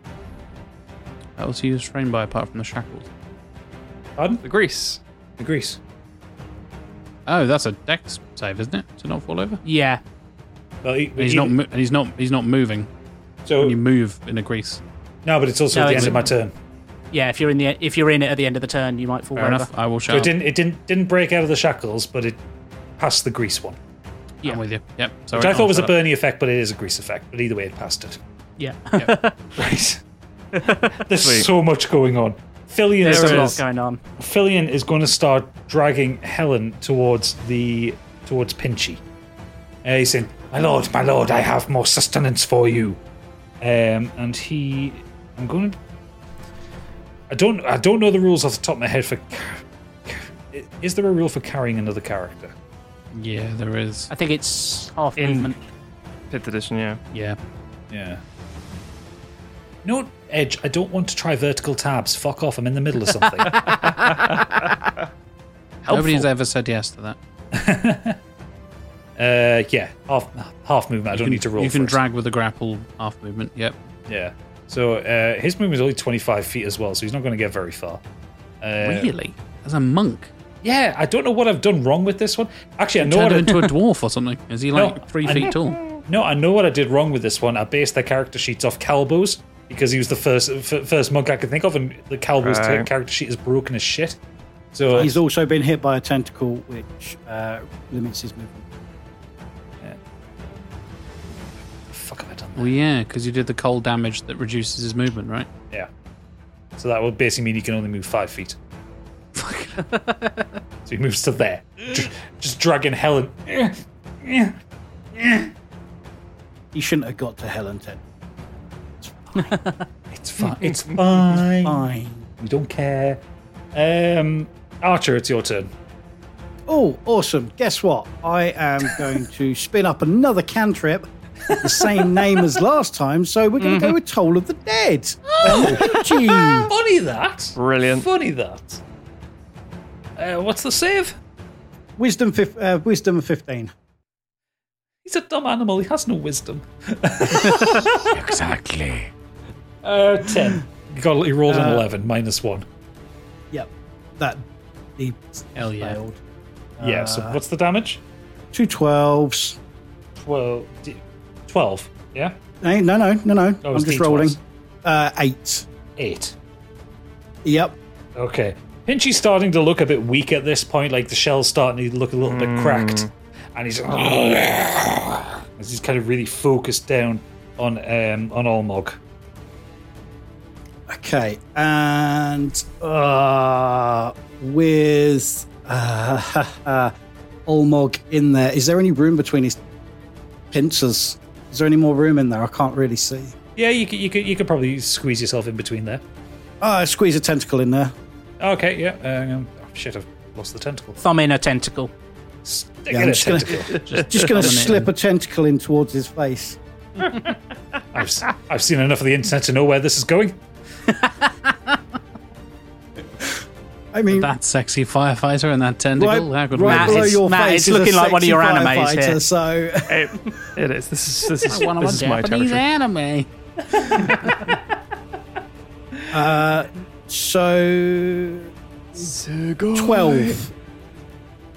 S5: That was used framed by apart from the shackles.
S2: Pardon?
S6: The grease.
S2: The grease.
S5: Oh, that's a dex save, isn't it? To not fall over.
S7: Yeah.
S2: Well, he-
S5: And he's
S2: he-
S5: not. mo- And he's not. He's not moving.
S2: So
S5: when you move in a grease.
S2: No, but it's also
S7: No,
S2: at the
S7: it's-
S2: end of my turn.
S7: Yeah, if you're in the if you're in it at the end of the turn, you might fall over.
S5: I will
S2: So it didn't it didn't didn't break out of the shackles, but it passed the grease one,
S5: Yeah. I'm with you. Yep. Sorry.
S2: which I
S5: I'll
S2: thought was a
S5: shut up.
S2: Bernie effect, but it is a grease effect. But either way, it passed it.
S7: Yeah.
S2: Right. There's so much going on. Fillion
S7: There
S2: is
S7: is a lot going on.
S2: Fillion is going to start dragging Helen towards the towards Pinchy. Uh, he's saying, "My lord, my lord, I have more sustenance for you." Um, and he, I'm going. to I don't. I don't know the rules off the top of my head for. ca- ca- Is there a rule for carrying another character?
S5: Yeah, there is.
S7: I think it's half
S6: In-
S7: movement.
S6: Fifth edition, yeah.
S5: Yeah.
S2: Yeah. No, Edge. I don't want to try vertical tabs. Fuck off. I'm in the middle of something.
S5: Nobody's ever said yes to that.
S2: Uh, yeah, half half movement. I don't
S5: you can,
S2: need to roll.
S5: You can
S2: for it.
S5: drag with a grapple half movement. Yep.
S2: Yeah. So uh, his movement is only 25 feet as well, so he's not going to get very far. Uh,
S5: really? As a monk?
S2: Yeah, I don't know what I've done wrong with this one. Actually, I
S5: You
S2: know
S5: turned him
S2: what I-
S5: into a dwarf or something. Is he like three
S2: I-
S5: feet tall?
S2: No, I know what I did wrong with this one. I based their character sheets off Calbo's, because he was the first f- first monk I could think of, and the Cowboys
S4: Right.
S2: character sheet is broken as shit. So
S4: He's also been hit by a tentacle, which uh, limits his movement.
S5: Well, yeah, because you did the cold damage that reduces his movement, right?
S2: yeah, so that would basically mean he can only move five feet. so he moves to there, Dr- just dragging Helen.
S4: He shouldn't have got to Helen Ten.
S2: It's fine. It's fine. We don't care. Um, Archer, it's your turn.
S4: Oh, awesome. Guess what? I am going to spin up another cantrip with the same name as last time, so we're going to go
S2: Mm-hmm.
S6: Mhm.
S4: with Toll of the Dead.
S2: Oh. Funny that.
S6: Brilliant.
S2: Funny that. Uh, what's the save?
S4: Wisdom, fif- uh, wisdom 15.
S2: He's a dumb animal. He has no wisdom.
S11: Exactly.
S2: Uh, ten. You got you rolled an
S4: Uh,
S2: eleven minus one.
S4: Yep. That he
S5: Hell yeah.
S4: failed.
S2: yeah. So
S4: Uh,
S2: what's the damage?
S4: Two 12s.
S2: Twelve. d- Twelve. Yeah.
S4: No, no, no, no. no.
S2: Oh,
S4: I'm
S2: it's
S4: just
S2: D12s.
S4: rolling. Uh, eight.
S2: Eight.
S4: Yep.
S2: Okay. Pinchy's starting to look a bit weak at this point. Like the shell's starting to look a little bit cracked, and he's as he's kind of really focused down on um, on Olmog.
S4: Okay, and uh, with uh, Olmog in there, is there any room between his pincers? Is there any more room in there? I can't really see.
S2: Yeah, you could, you could you could probably squeeze yourself in between there.
S4: Ah, squeeze a tentacle in there.
S2: Okay. Yeah. Um, oh, shit, I've lost the tentacle.
S7: Thumb in a tentacle.
S2: Stick
S4: Yeah,
S2: in
S4: I'm
S2: a
S4: just gonna-
S2: tentacle.
S4: Just going to slip a tentacle in towards his face.
S2: I've, s- I've seen enough of the internet to know where this is going.
S4: I mean,
S5: that sexy firefighter and that tentacle.
S4: right
S5: how could
S4: right
S5: we-
S4: below your face. is a sexy
S5: animes
S4: firefighter, So
S6: it is. This is this is,
S5: One of
S6: this
S5: my
S6: is my
S5: Japanese
S6: territory.
S5: anime.
S4: Uh, so twelve.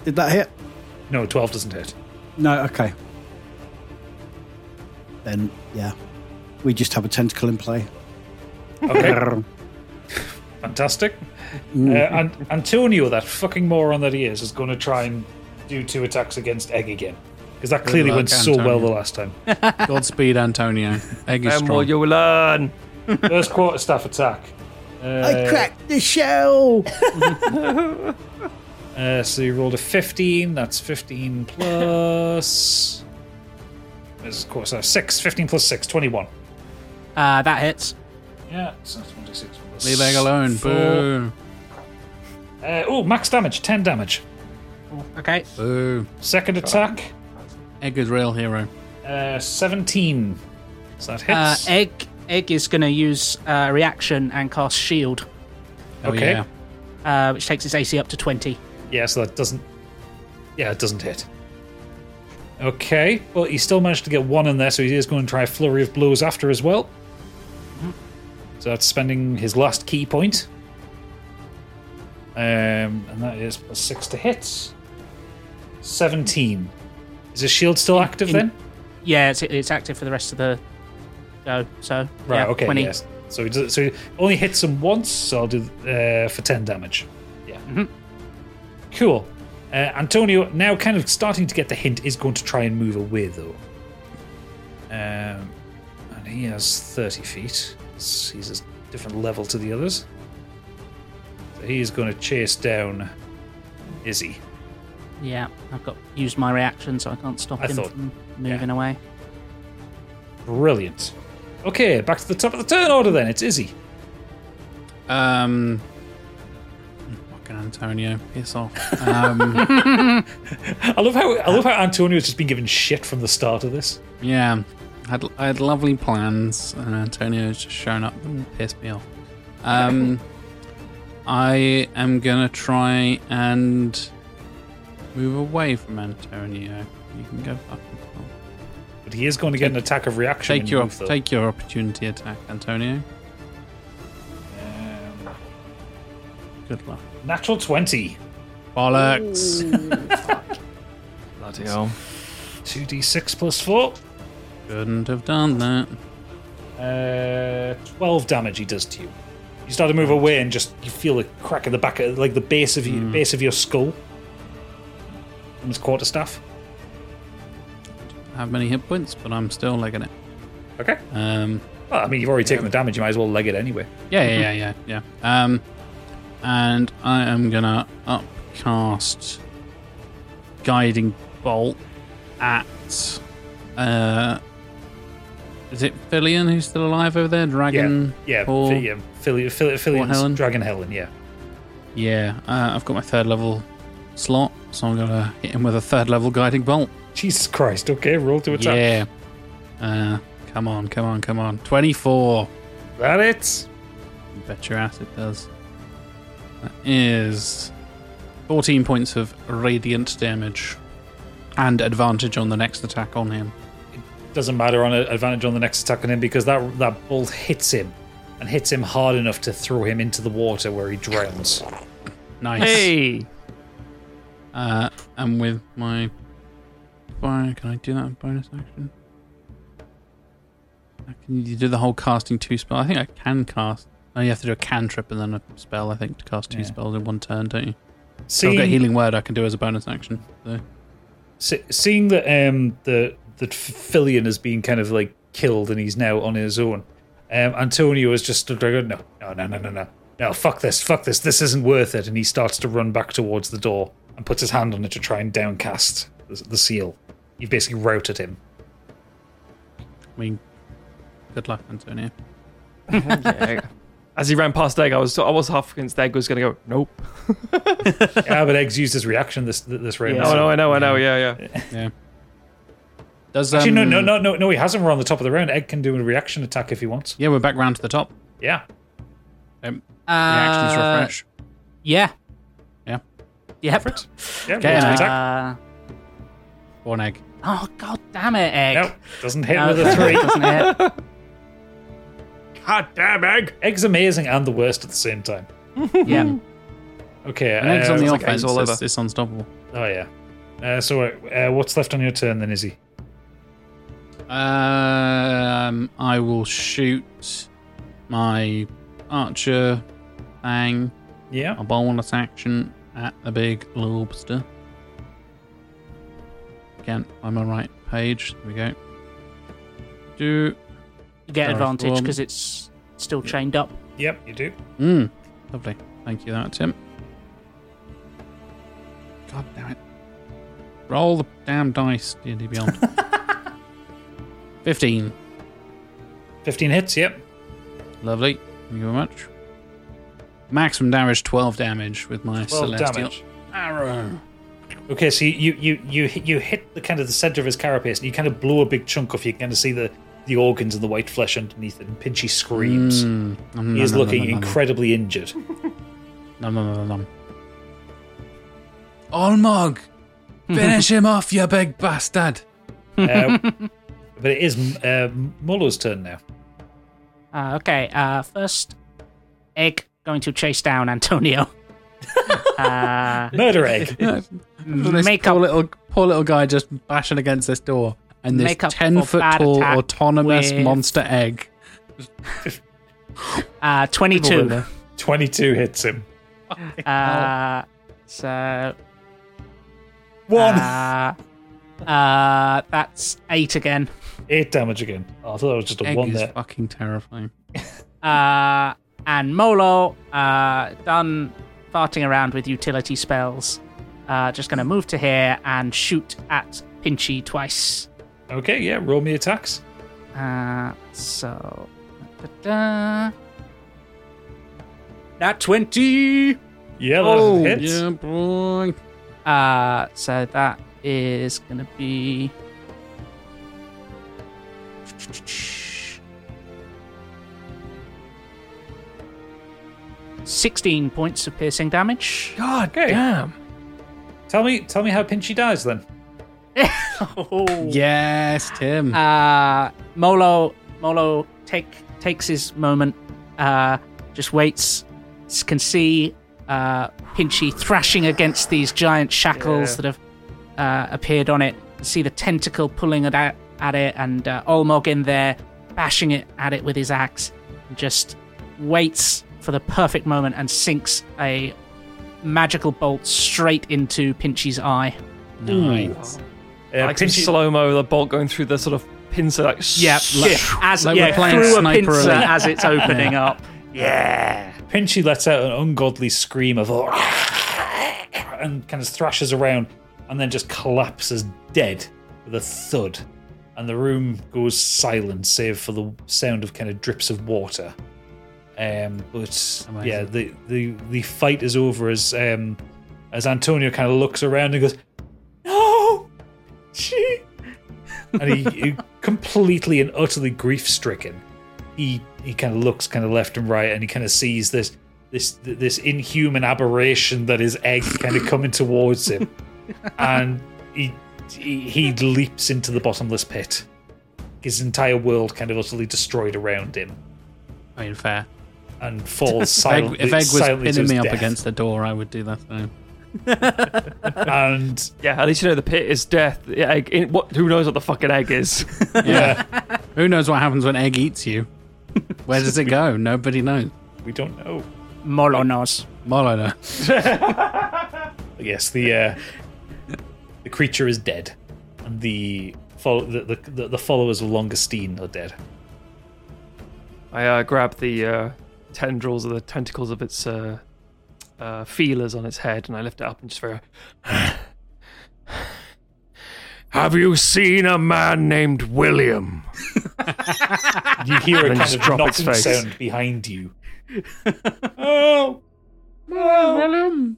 S4: Did that hit?
S2: No, twelve doesn't hit.
S4: No. Okay. Then yeah, we just have a tentacle in play.
S2: Okay. Fantastic. Uh, and Antonio, that fucking moron that he is, is going to try and do two attacks against Egg again. Because that
S5: Good
S2: clearly
S5: luck,
S2: went so well
S5: Antonio.
S2: the last time.
S5: Godspeed, Antonio. Egg is
S2: And
S5: strong.
S2: will
S6: you learn?
S2: First quarter staff attack. Uh,
S4: the shell.
S2: Uh, so you rolled a 15. That's 15 plus. There's, of course, uh, 6. 15 plus 6, 21.
S7: Uh, that hits.
S2: Yeah, so that's 1d6 plus
S5: Leave Egg alone.
S2: four.
S5: Boo.
S2: Uh, oh, max damage, 10 damage.
S7: Okay.
S5: Boo.
S2: Second attack,
S5: Egg is real hero.
S2: uh, 17. So that
S7: Uh,
S2: hits.
S7: egg. Egg is going to use uh, reaction and cast shield,
S5: Oh,
S2: okay.
S5: yeah.
S7: uh, which takes its AC up to twenty.
S2: Yeah, so that doesn't. Yeah, it doesn't hit. Okay, well, he still managed to get one in there, so he is going to try a flurry of blows after as well. So that's spending his last key point. Um, and that is plus six to hit. 17. Is his shield still active
S7: in-
S2: then?
S7: Yeah, it's, it's active for the rest of the go. So
S2: Right,
S7: yeah,
S2: okay,
S7: 20.
S2: yes. So he, does, so he only hits him once, so I'll do uh, for 10 damage. Yeah. Mm-hmm. Cool. Uh, Antonio, now kind of starting to get the hint, is going to try and move away, though. Um, and he has 30 feet. S- He's a different level to the others. So he's going to chase down Izzy.
S7: Yeah, I've got used my reaction, so I can't stop
S2: I
S7: him
S2: thought-
S7: from moving away.
S2: Brilliant. Okay, back to the top of the turn order then. It's Izzy.
S5: Um. Fucking Antonio. Piss off. Um.
S2: I love how I love how Antonio's just been given shit from the start of this.
S5: Yeah, I had, I had lovely plans, and Antonio's just shown up and pissed me off. Um, I am gonna try and move away from Antonio. You can go fuck yourself.
S2: But he is going to get an attack of reaction. when
S5: Take
S2: you
S5: your
S2: move, though.
S5: take your opportunity attack, Antonio.
S2: Um,
S5: Good luck.
S2: natural twenty.
S5: Bollocks. Mm.
S6: Bloody hell.
S2: Two d six plus four.
S5: Couldn't have done that.
S2: Uh, 12 damage he does to you. You start to move away and just you feel a crack at the back of like the base of
S5: Hmm.
S2: your base of your skull. From his quarterstaff.
S5: I have many hit points, but I'm still legging it.
S2: Okay.
S5: Um,
S2: well, I mean, you've already taken the damage. You might as well leg it anyway.
S5: Yeah, yeah, yeah, yeah, yeah. Um, and I am gonna upcast guiding bolt at. Uh, is it Fillion who's still alive over there? Dragon.
S2: Yeah,
S5: Paul?
S2: yeah, yeah. Philly, Philly,
S5: Helen?
S2: Dragon Helen, yeah.
S5: Yeah, uh, I've got my third level slot, so I'm gonna hit him with a third level guiding bolt.
S2: Jesus Christ! Okay, roll to attack.
S5: Yeah. Uh, come on, come on, come on. Twenty-four.
S2: That it.
S5: You bet your ass it does. That is fourteen points of radiant damage, and advantage on the next attack on him.
S2: Doesn't matter on a, advantage on the next attack on him because that that bolt hits him and hits him hard enough to throw him into the water where he drowns.
S5: Nice. Hey. Uh, and with my fire, can I do that in bonus action? I can you do the whole casting two spell? I think I can cast. No, you have to do a cantrip and then a spell. I think to cast two
S2: Yeah.
S5: spells in one turn, don't you? So I've got
S2: Seeing-
S5: healing word I can do as a bonus action. So.
S2: Se- seeing that um the that Fillion has been kind of like killed and he's now on his own, um, Antonio has just stood there going, no, no, no, no, no, no, no, fuck this, fuck this, this isn't worth it, and he starts to run back towards the door and puts his hand on it to try and downcast the, the seal. You've basically routed him.
S5: I mean, good luck, Antonio.
S6: Yeah. As he ran past Egg, I was I was half convinced Egg was going to go, nope.
S2: yeah, but Egg's used his reaction this this round.
S6: Yeah. Oh, no, I know, I know, yeah, yeah.
S5: Yeah. Does
S2: Actually, no,
S5: um,
S2: no, no, no, no, he hasn't. We're on the top of the round. Egg can do a reaction attack if he wants.
S5: Yeah, we're back round to the top.
S2: Yeah.
S5: Um,
S2: Reactions
S7: Uh,
S2: refresh.
S7: Yeah.
S5: Yeah.
S7: Yep.
S2: Yeah,
S7: Okay,
S2: roll to
S7: uh,
S2: attack.
S5: One egg.
S7: Oh god damn it, egg.
S2: No, doesn't hit
S7: No,
S2: with a
S7: doesn't-
S2: three.
S7: doesn't hit.
S2: Hot damn egg! Egg's amazing and the worst at the same time.
S7: yeah.
S2: Okay,
S5: An egg's
S2: uh,
S5: on the
S2: it's like
S5: offense.
S2: eggs all
S5: it's,
S2: over.
S5: it's unstoppable.
S2: Oh yeah. Uh, so uh, uh, what's left on your turn then, Izzy?
S5: Um, I will shoot my archer thing.
S2: Yeah.
S5: A bonus action at the big lobster. Again, I'm on right page. There we go. Do
S7: You get
S5: Sorry,
S7: advantage
S5: um,
S7: because it's still chained up.
S2: Yep, you do.
S5: Mm. Lovely. Thank you, that Tim. God damn it. Roll the damn dice, D&D Beyond. 15.
S2: 15 hits, yep.
S5: Lovely. Thank you very much. Maximum damage, 12 damage with my
S2: 12
S5: Celestial
S2: damage.
S5: Arrow.
S2: Okay, so you you you hit- you hit the kind of the center of his carapace, and you kind of blow a big chunk off. You can kind of see the the organs and the white flesh underneath it, and Pinchy screams.
S5: Mm. Nom,
S2: he is
S5: nom, nom,
S2: looking
S5: nom, nom, nom.
S2: incredibly injured.
S5: Nom, nom, nom, nom. Olmog! Finish him off, you big bastard!
S2: Uh, but it is uh, Molo's turn now.
S7: Uh, okay, uh, first, Egg going to chase down Antonio. uh,
S2: Murder egg.
S5: This poor little poor little guy just bashing against this door, and this
S7: Make up
S5: ten
S7: for
S5: foot
S7: bad
S5: tall
S7: attack
S5: autonomous
S7: with-
S5: monster egg.
S7: uh, 22.
S2: 22 hits him.
S7: Uh, so.
S2: One.
S7: Uh, uh, that's eight again.
S2: Eight damage again. Oh, I thought that was just a
S5: Egg
S2: one
S5: is
S2: there.
S5: fucking terrifying.
S7: Uh, and Molo, uh, done farting around with utility spells, uh, just going to move to here and shoot at Pinchy twice.
S2: Okay, yeah, roll me attacks.
S7: Uh, so. da-da. That 20!
S2: Yeah, that
S7: Oh,
S2: hits.
S7: yeah,
S5: boy.
S7: Uh, so that is going to be. Sixteen points of piercing damage.
S6: God
S2: damn! Tell me, tell me how Pinchy dies then.
S5: Yes, Tim.
S7: Oh. Uh, Molo, Molo take takes his moment. Uh, just waits. s- Can see uh, Pinchy thrashing against these giant shackles
S9: Yeah.
S7: that have uh, appeared on it. See the tentacle pulling at at it, and uh, Olmog in there, bashing it at it with his axe, and just waits for the perfect moment and sinks a magical bolt straight into Pinchy's eye.
S6: Nice. I
S2: Uh,
S6: like some slow mo, the bolt going through the sort of pincer, like
S7: Yeah, like- as- Like we're yeah, playing through a Sniper pincer Elite. as it's opening Yeah. up.
S2: Yeah. Pinchy lets out an ungodly scream of and kind of thrashes around and then just collapses dead with a thud. And the room goes silent, save for the sound of kind of drips of water. Um, but yeah, the, the the fight is over as um, as Antonio kind of looks around and goes, No! She. and he, he completely and utterly grief stricken. He he kind of looks kind of left and right, and he kind of sees this this this inhuman aberration that is Egg kind of coming towards him, and he, he he leaps into the bottomless pit. His entire world kind of utterly destroyed around him.
S5: I mean, fair.
S2: And falls
S5: If Egg-
S2: silently.
S5: If Egg was
S2: silently to
S5: pinning
S2: his
S5: me up
S2: death.
S5: against the door, I would do that. Thing.
S2: and
S6: yeah, at least you know the pit is death. The egg, in, what? Who knows what the fucking egg is?
S5: Yeah. Who knows what happens when Egg eats you? Where does it go? Nobody knows.
S2: We don't know.
S7: Molonos.
S5: Molonos.
S2: yes, the uh, the creature is dead, and the follow the, the the followers of Longestine are dead.
S6: I uh, grab the uh, tendrils or the tentacles of its uh, uh, feelers on its head and I lift it up and just very.
S8: Have you seen a man named William?
S2: You hear a
S8: Then
S2: kind
S8: just
S2: of
S8: drop its
S2: knocking
S8: face.
S2: sound behind you.
S8: Oh,
S3: Willem.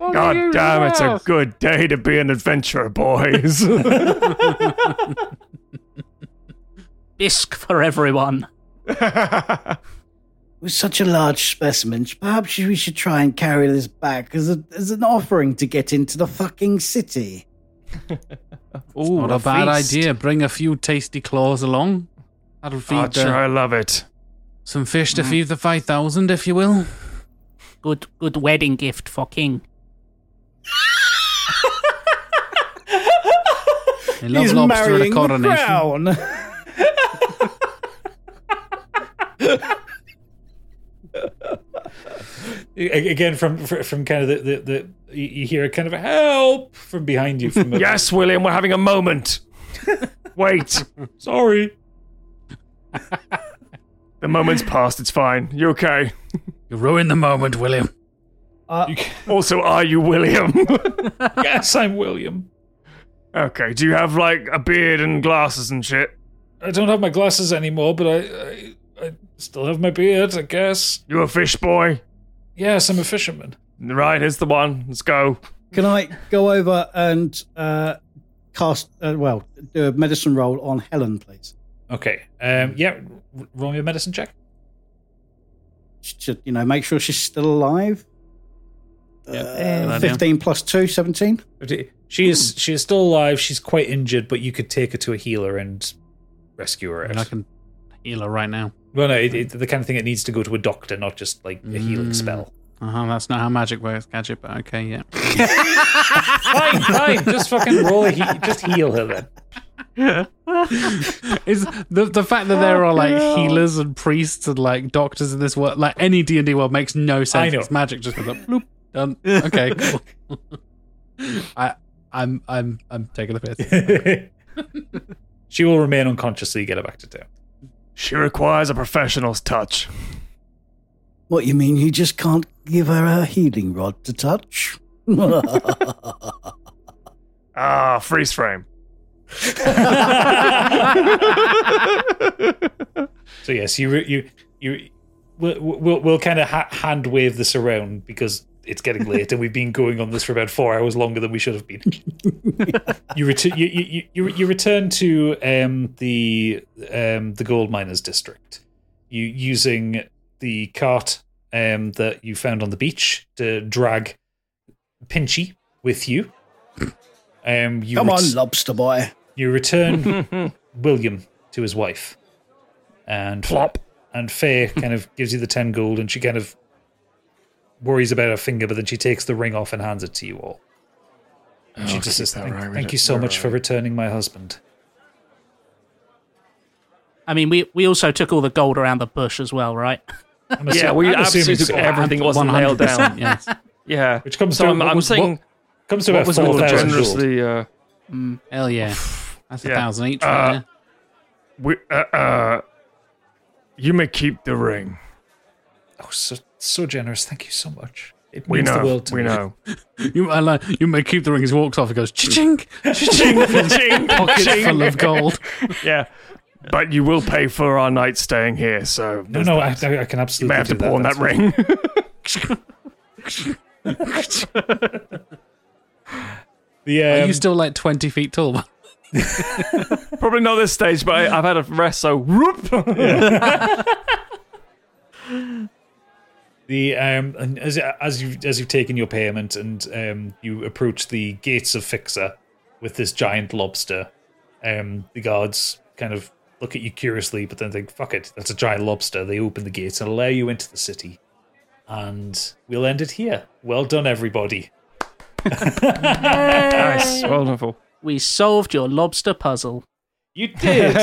S2: Oh,
S8: God damn, it's a good day to be an adventurer, boys.
S7: Bisque for everyone.
S4: With such a large specimen, perhaps we should try and carry this back as, a, as an offering to get into the fucking city.
S5: Ooh, not a,
S4: a
S5: bad
S4: feast.
S5: idea. Bring a few tasty claws along. That'll feed
S8: Archer,
S5: the-
S8: I love it. Mm.
S5: some fish to feed the five thousand, if you will.
S7: Good, good wedding gift for King.
S5: He loves lobster at a coronation.
S2: A- Again, from fr- from kind of the, the, the you you hear a kind of help from behind you. From
S8: yes, William, we're having a moment. Wait.
S2: Sorry.
S8: The moment's passed. It's fine. You're okay.
S5: You ruined the moment, William.
S8: also, are you William?
S2: Uh, yes, I'm William.
S8: Okay. Do you have like a beard and glasses and shit?
S2: I don't have my glasses anymore, but I, I I still have my beard. I guess
S8: you a fish boy.
S2: Yes, I'm a fisherman.
S8: Right, here's the one. Let's go.
S4: Can I go over and uh, cast, uh, well, do a medicine roll on Helen, please?
S2: Okay. Um. Yeah. r- Roll me a medicine check.
S4: Should, you know, make sure she's still alive.
S2: Good
S4: Uh,
S2: idea.
S4: 15 plus 2, 17.
S2: She is she is still alive. She's quite injured, but you could take her to a healer and rescue her.
S5: And I can heal her right now.
S2: Well, no, it, it, the kind of thing it needs to go to a doctor, not just like a healing spell.
S5: Uh huh. That's not how magic works, gadget. But okay, yeah.
S2: fine, fine. Just fucking roll. A he- just heal her then.
S5: Is the the fact that there are like healers and priests and like doctors in this world, like any D and D world, makes no sense.
S2: know.
S5: It's magic just goes up, bloop, done. Okay, cool. I I'm I'm I'm taking the piss.
S2: She will remain unconscious, so you get her back to town.
S8: She requires a professional's touch.
S4: What you mean? You just can't give her a healing rod to touch?
S8: Ah, freeze frame.
S2: So yes, you you you we'll we'll, we'll kind of ha- hand wave this around because it's getting late and we've been going on this for about four hours longer than we should have been. you return you, you, you- you you return to um the um the gold miners district. You using the cart um that you found on the beach to drag Pinchy with you. Um, you
S4: Come on,
S2: ret-
S4: lobster boy.
S2: you return William to his wife, and flop, and Faye kind of gives you the ten gold, and she kind of worries about her finger, but then she takes the ring off and hands it to you all. And she
S8: Oh,
S2: just
S8: keep
S2: says,
S8: that
S2: "Thank,
S8: right, we
S2: thank
S8: don't-
S2: you so
S8: we're
S2: much for returning my husband."
S7: I mean, we we also took all the gold around the bush as well, right?
S6: I'm assu- Yeah, we I'm absolutely assuming took so. everything that wasn't nailed down. 100%, yes. Yeah.
S2: Which comes
S6: So
S2: to
S6: I'm- I'm
S2: what-
S6: saying-
S2: what- comes to
S6: what
S2: about
S6: was
S2: four
S6: more
S2: thousand
S6: generously, uh,
S7: Mm, hell yeah, that's a
S8: Yeah.
S7: thousand each.
S8: Uh,
S7: right there.
S8: We, uh, uh, you may keep the ring.
S2: Oh, so, so generous. Thank you so much. It
S8: We
S2: means
S8: know,
S2: the world to
S8: we
S2: me.
S8: know.
S5: You, I like, you may keep the ring. He walks off and goes, ching,
S8: Ching, ching,
S5: Pockets
S8: ching.
S5: full of gold.
S8: yeah, but you will pay for our night staying here. So
S2: No, no, I, I I can absolutely.
S8: You may have
S2: do
S8: to pawn that, ring.
S2: that's fine.
S5: Are
S2: um,
S5: you still like 20 feet tall?
S6: Probably not this stage, but I, I've had a rest, so whoop.
S2: The um and as as you as you've taken your payment and um you approach the gates of Fixer with this giant lobster, um the guards kind of look at you curiously, but then think, "Fuck it, that's a giant lobster." They open the gates and allow you into the city, and we'll end it here. Well done, everybody.
S6: nice, wonderful.
S7: We solved your lobster puzzle.
S2: You did.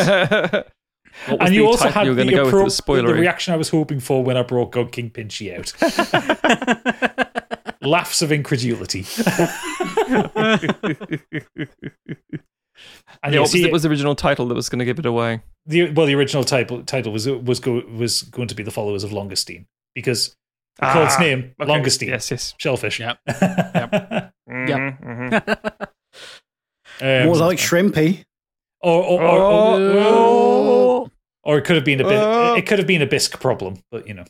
S6: What was
S2: and
S6: the
S2: you also
S6: title
S2: had
S6: you were
S2: the,
S6: gonna go with? It
S2: appro-
S6: was
S2: the
S6: spoilery.
S2: reaction I was hoping for when I brought God King Pinchy out. Laughs of incredulity.
S6: yeah,
S2: And
S6: what
S2: you
S6: was,
S2: see
S6: the,
S2: it-
S6: was the original title that was going to give it away?
S2: the well, the original title title was was go, was going to be the followers of Longestein because the
S6: Ah,
S2: cult's name
S6: okay.
S2: Longestein.
S6: Yes, yes.
S2: Shellfish. Yep.
S6: Yep.
S4: More like shrimpy.
S2: Or um, or, or, or,
S6: Oh,
S2: or it could have been a bit.
S4: Oh.
S2: It could have been a bisque problem, but you know.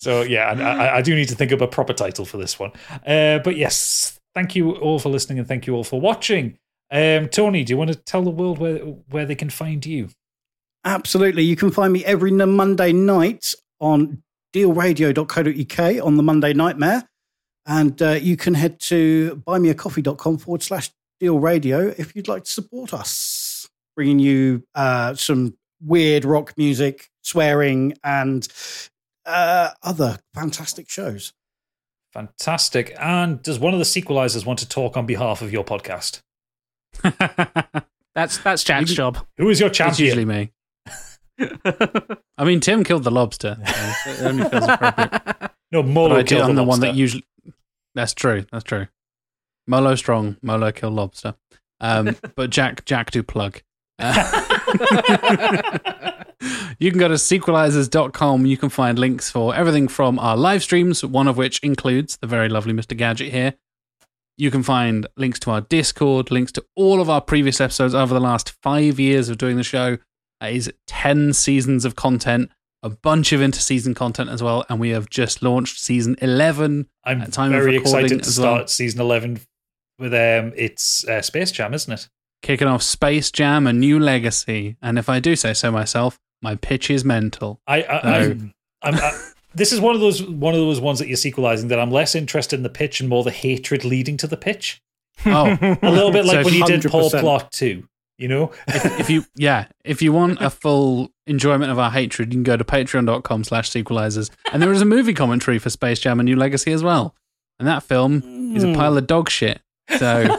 S2: So yeah, and I, I do need to think of a proper title for this one. Uh, but yes, thank you all for listening and thank you all for watching. Um, Tony, do you want to tell the world where where they can find you?
S4: Absolutely. You can find me every n- Monday night on dealradio.co.uk on the Monday Nightmare. And uh, you can head to buymeacoffee.com forward slash deal radio if you'd like to support us, bringing you uh, some weird rock music, swearing, and uh, other fantastic shows.
S2: Fantastic. And does one of the sequelizers want to talk on behalf of your podcast?
S7: That's that's Jack's job.
S2: Who is your
S5: It's
S2: champion?
S5: usually me. I mean, Tim killed the lobster. so it only feels appropriate.
S2: No, Molo
S5: But I
S2: killed the
S5: I'm the one that
S2: lobster.
S5: usually. That's true. That's true. Molo strong. Molo kill lobster. Um, but Jack, Jack do plug. Uh, You can go to sequelizers.com. You can find links for everything from our live streams, one of which includes the very lovely Mr. Gadget here. You can find links to our Discord, links to all of our previous episodes over the last five years of doing the show. That is 10 seasons of content, a bunch of interseason content as well. And we have just launched season 11.
S2: I'm
S5: at time of
S2: Very
S5: recording
S2: excited to
S5: as well.
S2: start season eleven with um, it's uh, Space Jam, isn't it?
S5: Kicking off Space Jam, a new legacy. And if I do say so myself, my pitch is mental.
S2: I, I,
S5: So-
S2: I I'm, I, this is one of those one of those ones that you're sequelizing that I'm less interested in the pitch and more the hatred leading to the pitch.
S5: Oh.
S2: a little bit like
S5: So
S2: when you did Paul
S5: 100%.
S2: Plot Two. You know,
S5: if you yeah if you want a full enjoyment of our hatred you can go to patreon.com slash sequelizers and there is a movie commentary for space jam a new legacy as well and that film is a pile of dog shit so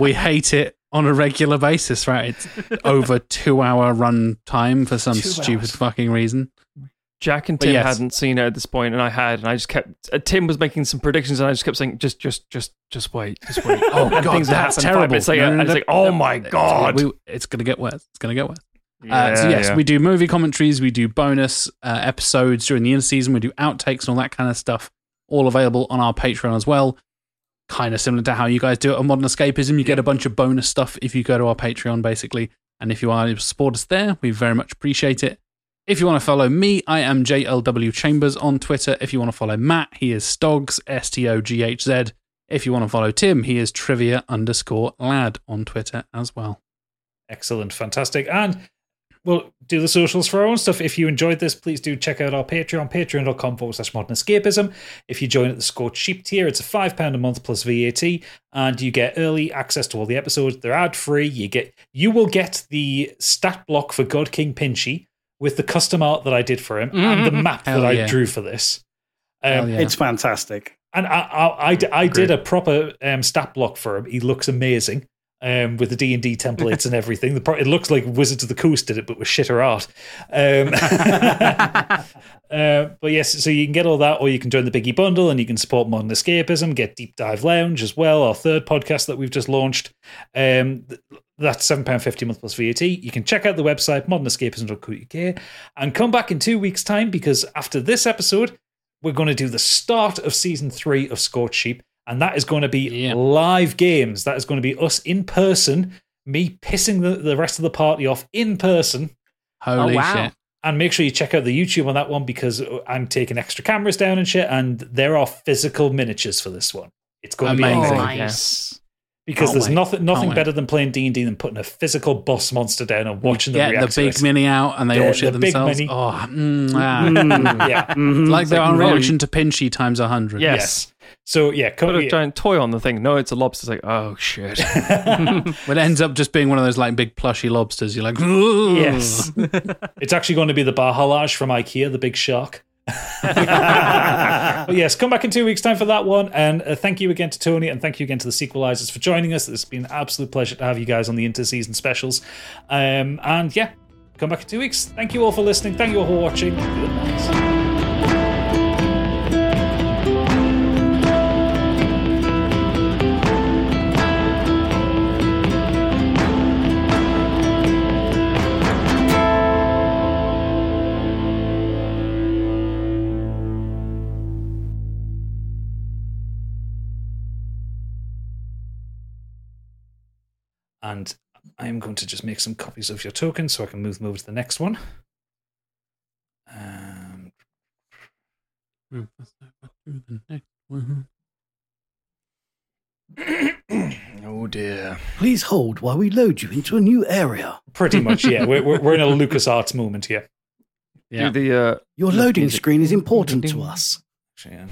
S5: we hate it on a regular basis right it's over two hour run time for some
S6: Two
S5: stupid fucking reason
S6: Jack and
S5: But
S6: Tim
S5: yes.
S6: hadn't seen it at this point, and I had, and I just kept. Uh, Tim was making some predictions, and I just kept saying, "Just, just, just, just wait, just wait."
S5: oh
S6: and
S5: god
S6: things
S5: that's
S6: happened five
S5: terrible
S6: minutes later,
S5: No, no,
S6: and
S5: no,
S6: it's like,
S5: no,
S6: "Oh
S5: no,
S6: my
S5: it's gonna-
S6: god!"
S5: we- it's gonna get worse it's gonna get worse uh, so
S6: Yeah,
S5: yes,
S6: yeah.
S5: we do movie commentaries, we do bonus uh, episodes during the interseason, we do outtakes and all that kind of stuff. All available on our Patreon as well. Kind of similar to how you guys do it on Modern Escapism. You get a bunch of bonus stuff if you go to our Patreon, basically. And if you are to support us there, we very much appreciate it. If you want to follow me, I am JLW Chambers on Twitter. If you want to follow Matt, he is Stogs, S T O G H Z. If you want to follow Tim, he is Trivia underscore lad on Twitter as well.
S2: Excellent, fantastic. And we'll do the socials for our own stuff. If you enjoyed this, please do check out our Patreon, patreon.com forward slash modern escapism. If you join at the Scorched Sheep tier, it's a £5 a month plus VAT, and you get early access to all the episodes. They're ad free. You get you will get the stat block for God King Pinchy with the custom art that I did for him and the map
S4: Mm-hmm. Hell
S2: that I
S4: yeah.
S2: drew for this.
S4: Hell
S2: Um,
S4: yeah. It's fantastic.
S2: And I, I, I, I did a proper um, stat block for him. He looks amazing. um, with the D and D templates and everything. The pro- it looks like Wizards of the Coast did it, but with shitter art. Um, uh, but yes, so you can get all that, or you can join the Biggie Bundle and you can support Modern Escapism, get Deep Dive Lounge as well, our third podcast that we've just launched. Um, th- that's seven pound fifty a month plus VAT. You can check out the website modernescapism.co.uk and come back in two weeks' time because after this episode, we're going to do the start of season three of Scorched Sheep, and that is going to be live games. That is going to be us in person, me pissing the, the rest of the party off in person.
S5: Holy Oh, wow. shit.
S2: And make sure you check out the YouTube on that one because I'm taking extra cameras down and shit, and there are physical miniatures for this one. It's going to be
S5: Amazing.
S2: amazing.
S5: Oh, Nice.
S2: Because
S5: Can't
S2: there's
S5: wait.
S2: nothing
S5: Can't
S2: nothing
S5: wait.
S2: better than playing D and D than putting a physical boss monster down and watching them
S5: Get
S2: react
S5: the
S2: to
S5: big
S2: it.
S5: mini out and they
S2: Yeah,
S5: all shit
S2: the big
S5: themselves.
S2: mini.
S5: Oh, mm, ah.
S2: Mm, yeah.
S5: It's like
S2: It's
S5: they're
S2: like
S5: on
S2: really-
S5: reaction to Pinchy times a hundred.
S2: Yes. So yeah,
S5: come-
S6: put a
S5: yeah.
S6: giant toy on the thing. No, it's a lobster. It's like, oh shit.
S5: but it ends up just being one of those like big plushy lobsters. You're like, "Ooh."
S2: Yes. it's actually going to be the Bahalaj from IKEA, the big shark. but yes, come back in two weeks' time for that one. And uh, thank you again to Tony, and thank you again to the sequelizers for joining us. It's been an absolute pleasure to have you guys on the interseason specials. Um, and yeah, come back in two weeks. Thank you all for listening. Thank you all for watching. Good night. And I am going to just make some copies of your tokens so I can move them over to the next one. Um, Mm-hmm.
S8: Mm-hmm. Oh dear.
S4: Please hold while we load you into a new area.
S2: pretty much, yeah. We're, we're, we're in a LucasArts moment here.
S8: Do the uh,
S4: Your loading screen is important to us.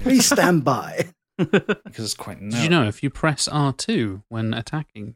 S4: Please stand by.
S2: because it's quite
S5: Did you know if you press R2 when attacking?